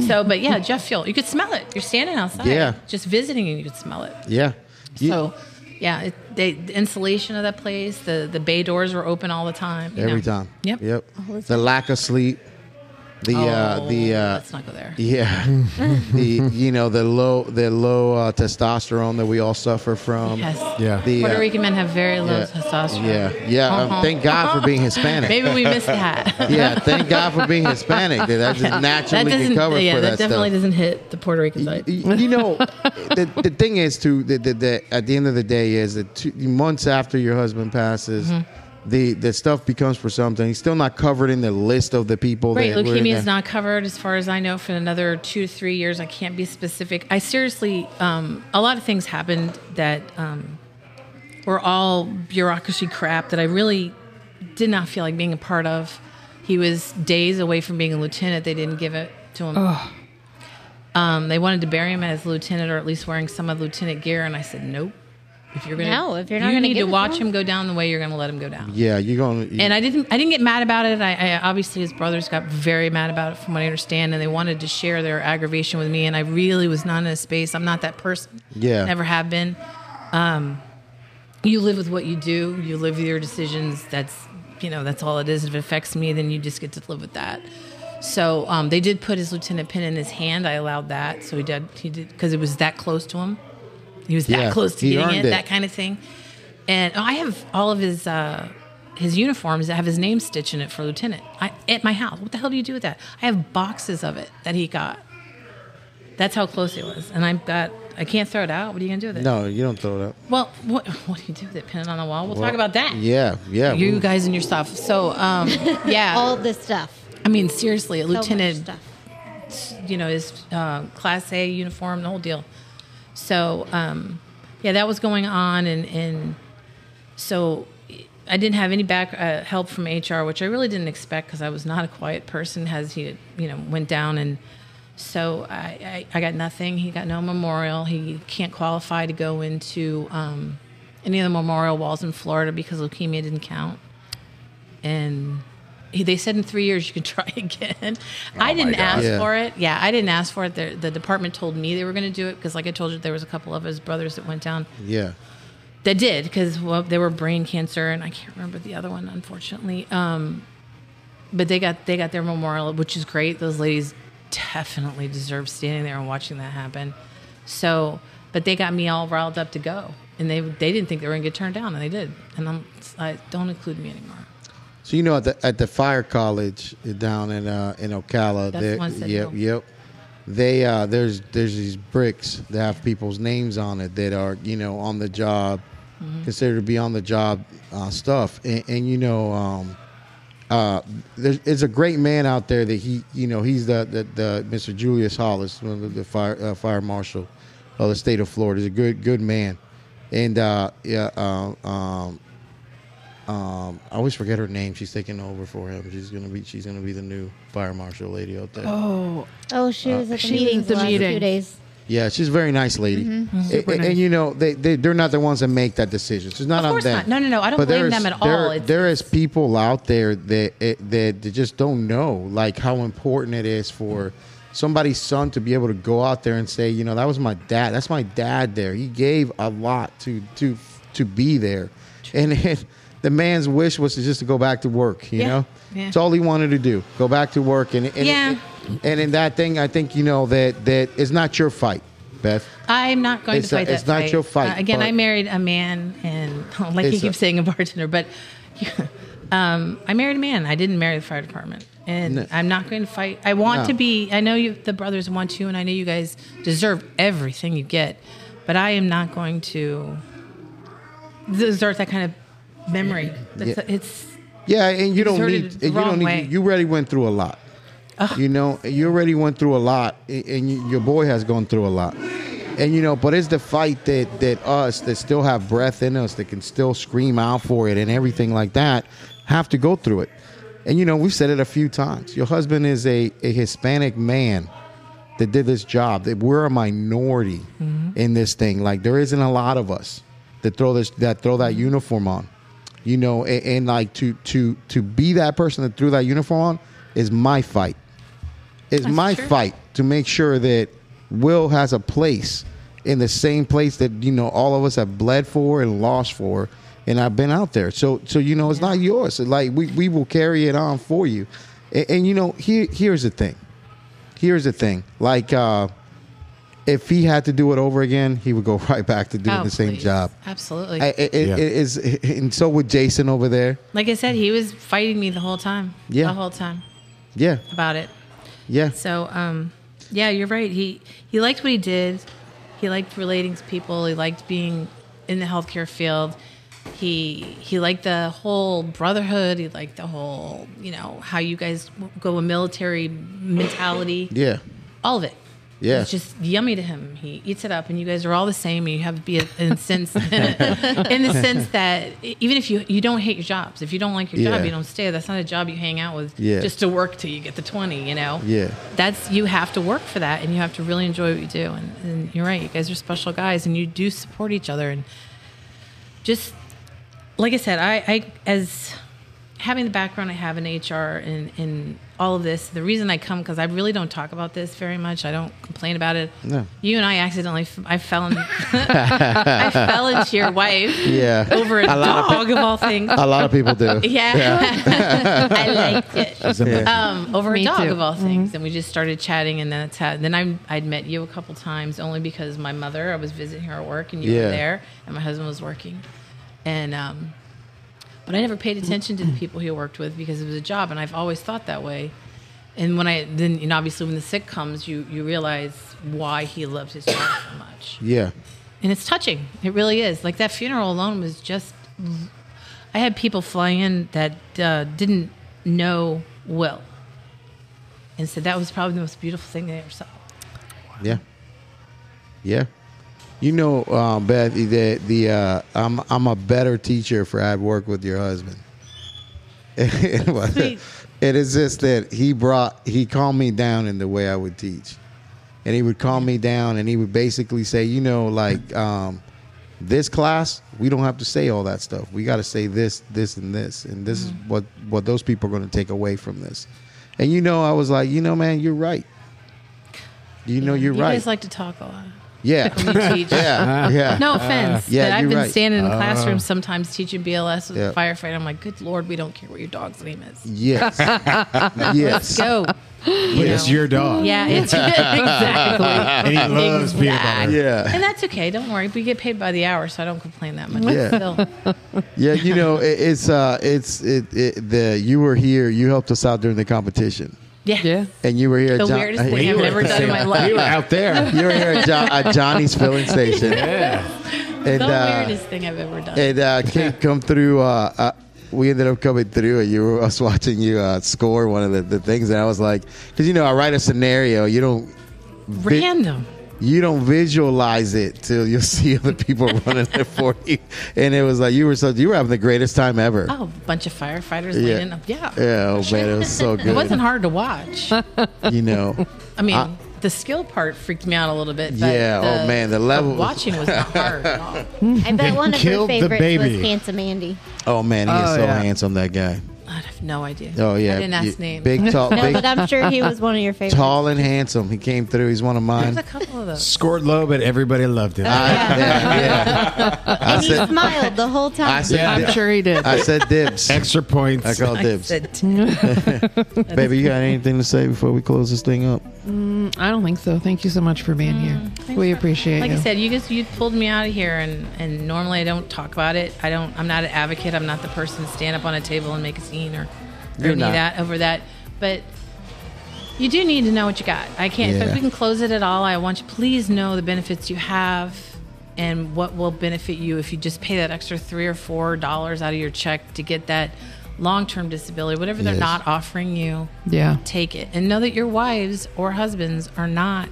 so, but yeah, Jeff Fuel, you could smell it. You're standing outside, Mm. Yeah. just visiting, and you could smell it. Yeah. You- So, yeah, it, they, the insulation of that place, the the bay doors were open all the time. you every know. time. Yep. Yep. The lack of sleep. The uh, the Oh, uh, let's not go there. Yeah, the you know the low the low uh, testosterone that we all suffer from. Yes. Yeah. um, The, Puerto uh, Rican men have very low yeah. testosterone. Yeah, yeah. um, Uh-huh. thank God for being Hispanic. Maybe we missed that. Yeah, thank God for being Hispanic. That that just that naturally doesn't. recovers Yeah, for that, that, definitely stuff. doesn't hit the Puerto Rican Y- side. y- You know, the, the thing is too that, that, that at the end of the day is that two, months after your husband passes, Mm-hmm. the the stuff becomes for something. He's still not covered in the list of the people. Right, that were in leukemia is there. not covered as far as I know for another two to three years. I can't be specific. I seriously, um, a lot of things happened that um, were all bureaucracy crap that I really did not feel like being a part of. He was days away from being a lieutenant. They didn't give it to him. Um, they wanted to bury him as lieutenant or at least wearing some of lieutenant gear, and I said nope. If you're gonna, No, if you're not you gonna need give it to to watch him. him go down the way you're gonna let him go down Yeah, you're gonna. You, and I didn't I didn't get mad about it. I, I obviously his brothers got very mad about it from what I understand, and they wanted to share their aggravation with me. And I really was not in a space. I'm not that person. Yeah. never have been. Um, you live with what you do. You live with your decisions. That's you know that's all it is. If it affects me, then you just get to live with that. So um, they did put his lieutenant pin in his hand. I allowed that. So he did. He did because it was that close to him. He was that Yeah, close to he getting earned it, it. That kind of thing. And oh, I have all of his uh, his uniforms that have his name stitched in it for lieutenant I, at my house. What the hell do you do with that? I have boxes of it that he got. That's how close it was. And I've got. I can't throw it out. What are you gonna do with it? no, you don't throw it up. Well, what what do you do with it? Pin it on the wall. We'll, talk about that. Yeah, yeah. You we- guys and your stuff. So, um, yeah. All this stuff. I mean, seriously, a So much lieutenant stuff. you know his uh, class A uniform, the whole deal. So um, yeah, that was going on, and and so I didn't have any back uh, help from HR, which I really didn't expect because I was not a quiet person. As he you know went down, and so I, I I got nothing. He got no memorial. He can't qualify to go into um, any of the memorial walls in Florida because leukemia didn't count, and. he- They said in three years you can try again. I my didn't God. ask Yeah. for it. Yeah, I didn't ask for it. The, the department told me they were going to do it because, like I told you, there was a couple of his brothers that went down yeah. that did because well, they were brain cancer, and I can't remember the other one, unfortunately. Um, but they got they got their memorial, which is great. Those ladies definitely deserve standing there and watching that happen. So, but they got me all riled up to go, and they they didn't think they were going to get turned down, and they did. And I'm I don't include me anymore. So you know at the at the fire college down in uh, in Ocala, That's there- the one that yep, no. yep. They uh, there's there's these bricks that have people's names on it that are you know on the job, Mm-hmm. considered to be on the job uh, stuff, and, and you know um, uh, there's it's a great man out there that he you know he's the the, the Mr. Julius Hollis, one of the, the fire uh, fire marshal of the state of Florida. He's a good good man, and uh, yeah. Uh, um, um, I always forget her name. She's taking over for him. She's gonna be she's gonna be the new fire marshal lady out there. Oh, Oh, she was at the was meeting at the the last few meeting. days. Yeah, she's a very nice lady. Mm-hmm. And- and, nice. you know they they they're not the ones that make that decision. So it's not Of course on them. not. No, no, no. I don't blame there is- them at there- all. It's- there is people out there that it, that they just don't know like how important it is for somebody's son to be able to go out there and say, you know, that was my dad. That's my dad there. He gave a lot to to to be there, and. It, the man's wish was to just to go back to work, you Yeah. know. Yeah. It's all he wanted to do, go back to work, and, and Yeah. and in that thing, I think you know that that it's not your fight, Beth. I'm not going It's to a- fight that it's not your fight, Uh, again, but- I married a man, and like you It's keep a- saying, a bartender, but um, I married a man. I didn't marry the fire department, and No. I'm not going to fight. I want No. to be. I know you, the brothers want to, and I know you guys deserve everything you get, but I am not going to deserve that kind of memory. That's, Yeah. It's Yeah, and you don't heard need it the and you wrong don't need way. you already went through a lot. You know, you already went through a lot, a- and you, your boy has gone through a lot. And you know, but it's the fight that that us that still have breath in us that can still scream out for it and everything like that have to go through it. And you know, we've said it a few times. Your husband is a, a Hispanic man that did this job. That we're a minority in this thing. Like there isn't a lot of us that throw this that throw that uniform on. You know, and, and like to to to be that person that threw that uniform on is my fight. It's my true. fight to make sure that Will has a place in the same place that you know all of us have bled for and lost for, and I've been out there. So so you know it's not yours. Like we we will carry it on for you, and, and you know here here's the thing, here's the thing. Like uh, if he had to do it over again, he would go right back to doing Oh, the same please. job. Absolutely. I, it, it, Yeah. it is, and so would Jason over there. like I said, he was fighting me the whole time. Yeah. The whole time Yeah, about it. yeah. So, um, yeah, you're right. He he liked what he did. He liked relating to people. He liked being in the healthcare field. He he liked the whole brotherhood. He liked the whole you know how you guys go a military mentality. Yeah. all of it. Yeah. It's just yummy to him. He eats it up, and you guys are all the same. And you have to be in the sense, in the sense that even if you you don't hate your jobs, if you don't like your Yeah. job, you don't stay. That's not a job you hang out with Yeah. just to work till you get the twenty. You know. Yeah. That's you have to work for that, and you have to really enjoy what you do. And, and you're right. You guys are special guys, and you do support each other. And just like I said, I, I as having the background I have in HR and in all of this, the reason I come because I really don't talk about this very much. I don't complain about it. No. You and I accidentally, f- I fell in, I fell into your wife Yeah. over a, dog of, all things. A lot of people do. yeah, I liked it. Um, over a Me dog too. Mm-hmm. of all things, and we just started chatting, and that's how. Then I, I'd met you a couple times only because my mother, I was visiting her at work, and you Yeah. were there, and my husband was working, and um, but I never paid Mm-hmm. attention to the people he worked with because it was a job, and I've always thought that way. And when I then, you know, obviously when the sick comes, you you realize why he loved his job so much Yeah. and it's touching. It really is. Like that funeral alone was just. I had people fly in that uh, didn't know Will, and said that was probably the most beautiful thing they ever saw. Yeah. Yeah. You know, um, Beth, that the uh, I'm I'm a better teacher for at work with your husband. it was- Sweet. it is just that he brought he calmed me down in the way I would teach, and he would calm me down, and he would basically say, you know, like um, this class we don't have to say all that stuff. We got to say this, this, and this, and this Mm-hmm. is what what those people are going to take away from this. And you know, I was like, you know, man, you're right. You know, you're you right. guys like to talk a lot. yeah. You teach. Yeah, yeah. Uh-huh. No offense, yeah, but you're I've been right. standing in the classroom sometimes teaching BLS with Yeah. a firefighter. I'm like, good lord, we don't care what your dog's name is. Yes. yes. Go. But it's your dog. Yeah, it's exactly. And he loves peanut butter. Yeah. And that's okay. Don't worry. We get paid by the hour, so I don't complain that much. Yeah. Still. Yeah. You know, it, it's uh, it's it, it the you were here. You helped us out during the competition, Yeah. Yeah. and you were here. at The weirdest thing You I've were ever at the done in same- my life. You were out there. You were here at, Jo- at Johnny's filling station, Yeah. and the uh, weirdest thing I've ever done. and uh, Kate come through. Uh, uh, we ended up coming through, and you were us watching you uh, score one of the, the things, and I was like, because you know, I write a scenario. You don't vi- Random. you don't visualize it till you see other people running it for you. And it was like you were so you were having the greatest time ever. Oh, a bunch of firefighters Yeah. lining up. Yeah. Yeah, oh man, it was so good. It wasn't hard to watch. I you know. mean, I- the skill part freaked me out a little bit. But Uh, Yeah, the- oh, man, the level was- watching was not hard at all. I bet one of her Killed the favorites was baby. Handsome Andy. Oh man, he is Oh, so yeah. handsome that guy. I have no idea. Oh yeah, I didn't ask You- names. Big tall, No, big, but I'm sure he was one of your favorites. tall and handsome. He came through. He's one of There's mine. a couple of those. Scored low, but everybody loved him. I, yeah, yeah. I and he said, smiled the whole time. I said, Yeah. I'm di- sure he did. I said dibs. Extra points. I called dibs. Said- Baby, you got anything to say before we close this thing up? I don't think so. Thank you so much for being here. We appreciate Mm, Like you. I said, you just you pulled me out of here, and and normally I don't talk about it. I don't. I'm not an advocate. I'm not the person to stand up on a table and make a scene or, or You're any not. of that over that. But you do need to know what you got. I can't. Yeah. If we can close it at all, I want you please know the benefits you have and what will benefit you if you just pay that extra three or four dollars out of your check to get that long-term disability, whatever they're Yes. not offering you. yeah. Take it and know that your wives or husbands are not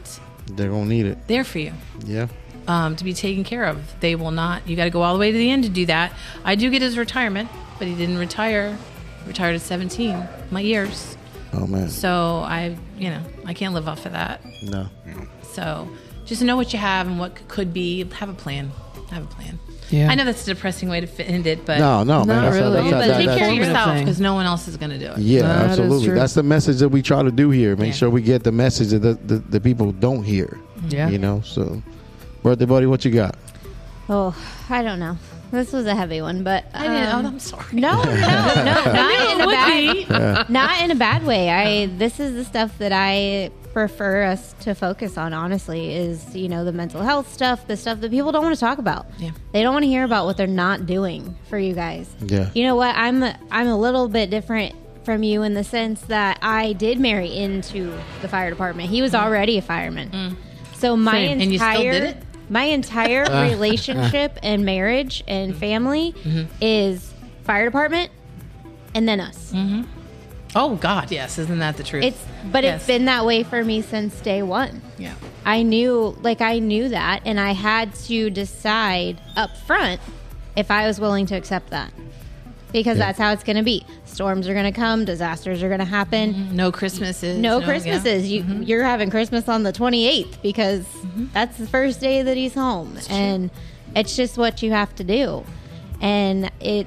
They're gonna need it. there for you Yeah. um, to be taken care of. They will not. You got to go all the way to the end to do that. I do get his retirement, but he didn't retire retired at 17, my years. Oh man, So I, you know, I can't live off of that. no. So just know what you have and what c- could be. Have a plan. Have a plan. Yeah. I know that's a depressing way to fi- end it, but No, no, man. Not That's that's, really. but that- take care of that's- yourself Thing. because no one else is going to do it. Yeah, That is absolutely. true. That's the message that we try to do here. Make Yeah. sure we get the message that the, the, the people don't hear. Yeah. You know, so birthday buddy, what you got? Oh, I don't know. This was a heavy one, but I didn't, um, oh, I'm sorry. no, no, no, not in a bad, Would be. not in a bad way. I this is the stuff that I prefer us to focus on. Honestly, is you know the mental health stuff, the stuff that people don't want to talk about. Yeah. they don't want to hear about what they're not doing for you guys. Yeah. you know what? I'm a, I'm a little bit different from you in the sense that I did marry into the fire department. He was already a fireman, so my Mm. Same. entire And you still did it? my entire relationship and marriage Mm. and family Mm-hmm. is fire department and then us. Oh God, yes, isn't that the truth? It's but Yes. it's been that way for me since day one. yeah. I knew like I knew that and I had to decide up front if I was willing to accept that. Because that's how it's going to be. Storms are going to come, disasters are going to happen. No Christmases. Mm-hmm. No, yeah. Christmases. You you're having Christmas on the 28th because Mm-hmm. that's the first day that he's home and it's just what you have to do. And it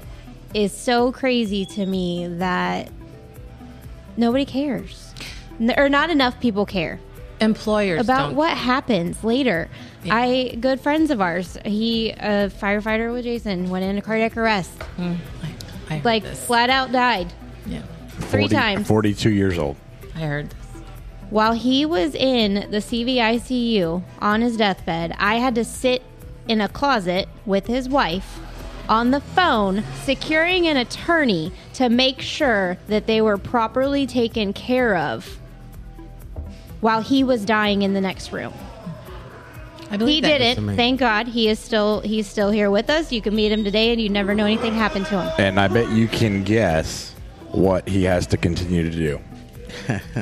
is so crazy to me that nobody cares. N- or not enough people care Employers about don't. what happens later. Yeah. I good friends of ours. He a firefighter with Jason went into cardiac arrest. Mm, I, I heard Like this. flat out died Yeah, three times. 42 years old. I heard this. While he was in the CVICU on his deathbed, I had to sit in a closet with his wife on the phone securing an attorney to make sure that they were properly taken care of while he was dying in the next room. I believe He that. did it. Thank God. He is still he's still here with us. You can meet him today and you never know anything happened to him. And I bet you can guess what he has to continue to do.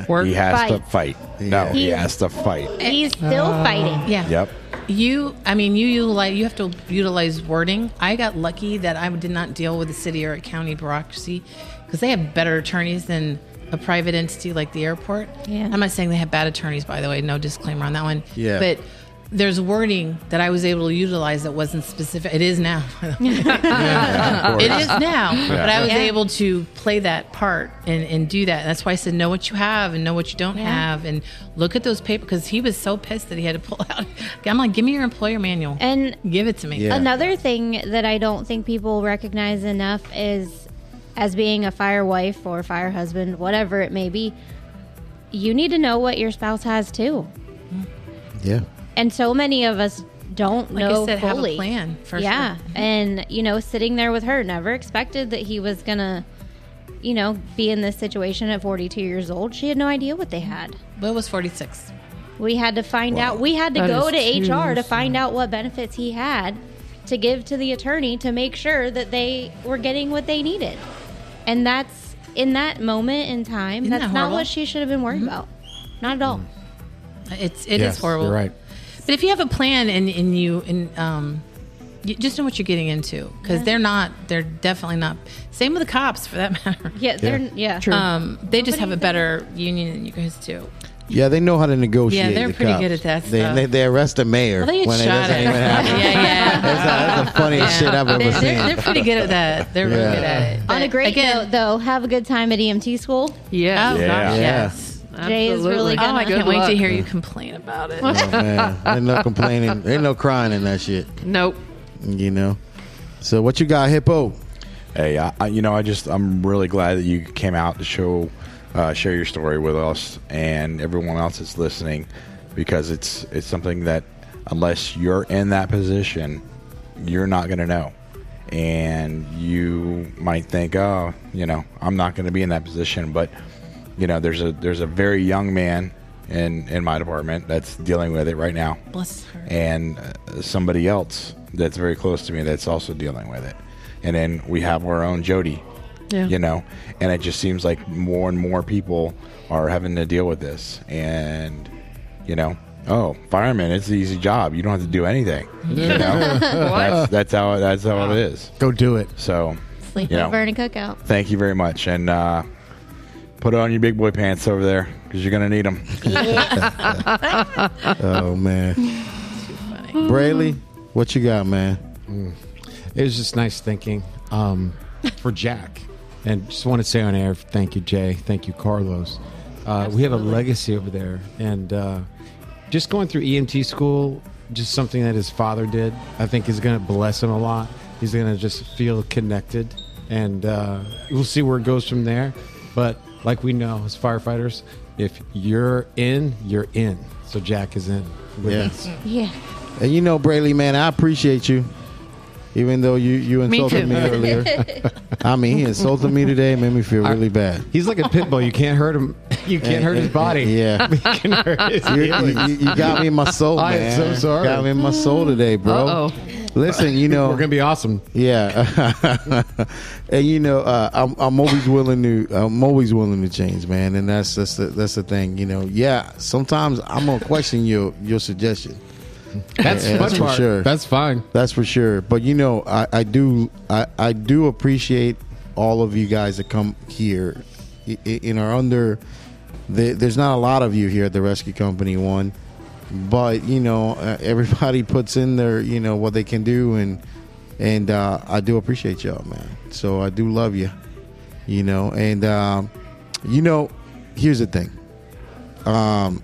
Work. He has to Fight. fight. No, he He- has to fight. He's still Uh, fighting. Yeah. Yep. You, I mean, you utilize. You have to utilize wording. I got lucky that I did not deal with a city or a county bureaucracy because they have better attorneys than a private entity like the airport. Yeah. I'm not saying they have bad attorneys, by the way. No disclaimer on that one. Yeah. But there's wording that I was able to utilize that wasn't specific. It is now. Of It course. is now, but I was Yeah. able to play that part and, and do that. That's why I said know what you have and know what you don't have and look at those papers because he was so pissed that he had to pull out. I'm like, give me your employer manual And give it to me. Yeah. Another thing that I don't think people recognize enough is as being a fire wife or fire husband, whatever it may be, you need to know what your spouse has too. Yeah. And so many of us don't Like know I said, have fully. a plan for yeah. sure. Mm-hmm. And you know, sitting there with her, never expected that he was going to you know, be in this situation at 42 years old. She had no idea what they had. Will was 46. We had to find out. We had to That go is to too HR to soon. find out what benefits he had to give to the attorney to make sure that they were getting what they needed. And that's in that moment in time, Isn't that's that not horrible? Mm-hmm. Mm. what she should have been worried about. Not at all. It's it is Yes, horrible. You're right. But if you have a plan and, and you and um, you just know what you're getting into because they're not. They're definitely not. Same with the cops for that matter. Yeah, they're yeah. True. Um, they just have a better union than you guys do. Yeah, they know how to negotiate. Yeah, they're the pretty cops. good at that They, stuff. they, they arrest the mayor I thought you when it shot doesn't it. even happen. Yeah, yeah. That's, not, that's the funniest shit I've ever They're, seen. they're, they're pretty good at that. They're Yeah. really good at it. On a But great Uh, again, note, though, have a good time at EMT school. yeah. Oh, Yeah. Yeah. gosh, yes. Jay is really Absolutely. good Oh, I Good can't wait to hear you complain about it. Oh, man. Ain't no complaining. Ain't no crying in that shit. Nope. You know. So what you got, hippo? Hey, I, I, you know, I just I'm really glad that you came out to show, uh, share your story with us and everyone else that's listening, because it's it's something that unless you're in that position, you're not going to know, and you might think, oh, you know, I'm not going to be in that position, but you know, there's a there's a very young man in in my department that's dealing with it right now Bless her. and uh, somebody else that's very close to me that's also dealing with it. And then we have our own Jody, Yeah. you know, and it just seems like more and more people are having to deal with this. And, you know, oh, fireman, it's an easy job. You don't have to do anything. You know, that's, that's how, that's how it is. Go do it. So Yeah. Sleepy Vernon Cookout. Thank you very much. And uh, put on your big boy pants over there because you're going to need them. Oh man, Braley, what you got, man? It was just nice thinking um, for Jack. And just want to say on air, thank you, Jay. Thank you, Carlos. Uh, we have a legacy over there. And uh, just going through EMT school, just something that his father did, I think is going to bless him a lot. He's going to just feel connected. And uh, we'll see where it goes from there. But like we know as firefighters, if you're in, you're in. So Jack is in. with Yeah. us. Yeah. And you know, Braley, man, I appreciate you, even though you you insulted too. me, earlier. I mean, he insulted me today, made me feel really bad. He's like a pit bull. You can't hurt him. You can't hurt his body. Yeah. You can hurt his You, you- you- you got me in my soul, I am man. so sorry. Got me in my soul today, bro. Uh-oh. Listen, you know, We're gonna be awesome. Yeah, and you know, uh, I'm, I'm always willing to. I'm always willing to change, man. And that's that's the, that's the thing. You know, yeah. Sometimes I'm gonna question your your suggestion. That's Yeah, fun that's for part. sure. That's fine. That's for sure. But you know, I, I do I, I do appreciate all of you guys that come here i- i- in our under. The, there's not a lot of you here at the Rescue Company one, but you know uh, everybody puts in their you know what they can do and and uh, I do appreciate y'all, man. So I do love you, you know. And um, you know, here's the thing. Um,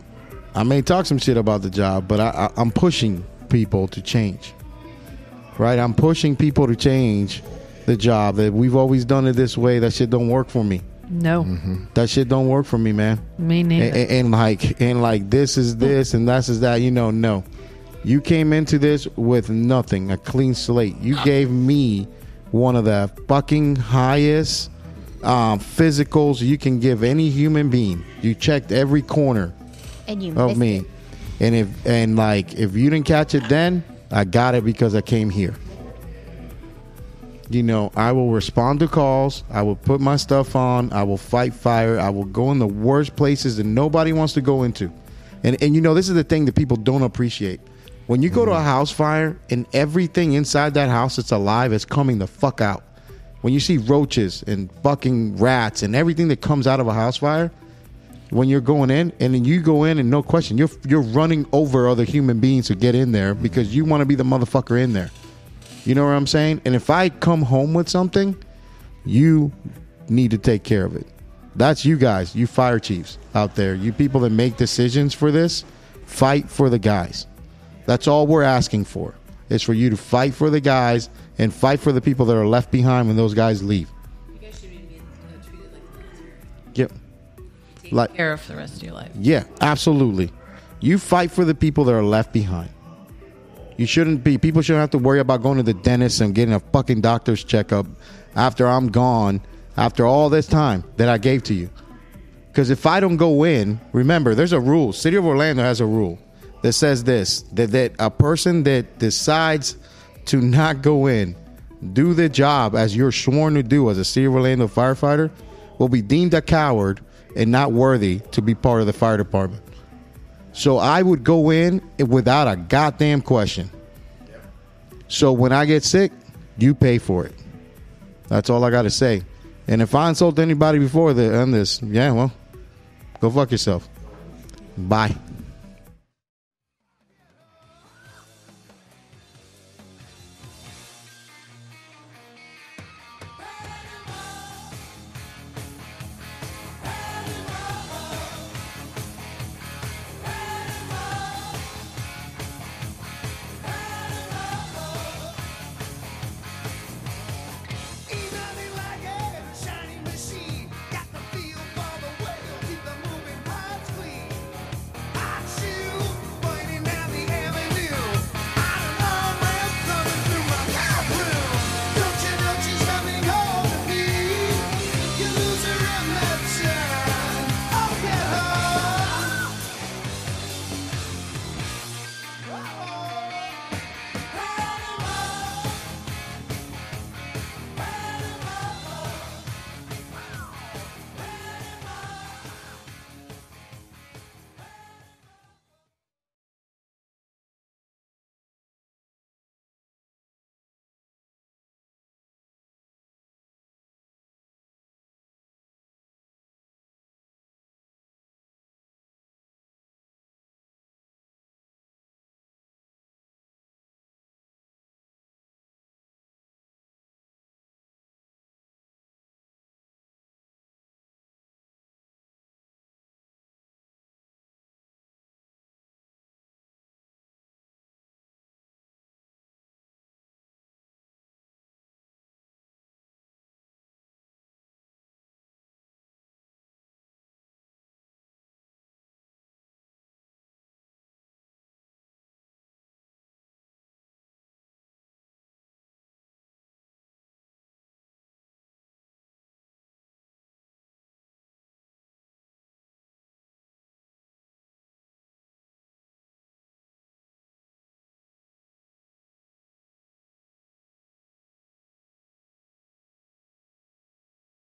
I may talk some shit about the job, but I, I, I'm pushing people to change right? I'm pushing people to change the job that we've always done it this way. That shit don't work for me. No, That shit don't work for me, man. me neither. And, and, and like, and like, this is this, and that's is that. You know, no. You came into this with nothing, a clean slate. You gave me one of the fucking highest um, physicals you can give any human being. You checked every corner And you of Oh, missed me, it. and if and like, if you didn't catch it then, I got it because I came here you know, I will respond to calls. I will put my stuff on. I will fight fire. I will go in the worst places that nobody wants to go into. And and you know, this is the thing that people don't appreciate. When you go to a house fire and everything inside that house that's alive is coming the fuck out. When you see roaches and fucking rats and everything that comes out of a house fire, when you're going in and then you go in and no question, you're you're running over other human beings to get in there because you want to be the motherfucker in there. You know what I'm saying? And if I come home with something, you need to take care of it. That's you guys, you fire chiefs out there, you people that make decisions for this, fight for the guys. That's all we're asking for. Is for you to fight for the guys and fight for the people that are left behind when those guys leave. Yep. Like Care for the rest of your life. yeah, absolutely. You fight for the people that are left behind. You shouldn't be. People shouldn't have to worry about going to the dentist and getting a fucking doctor's checkup after I'm gone, after all this time that I gave to you. Because if I don't go in, remember, there's a rule. City of Orlando has a rule that says this that, that a person that decides to not go in, do the job as you're sworn to do as a City of Orlando firefighter, will be deemed a coward and not worthy to be part of the fire department. So I would go in without a goddamn question. So when I get sick, you pay for it. That's all I got to say. And if I insult anybody before the end this, yeah, well, go fuck yourself. Bye.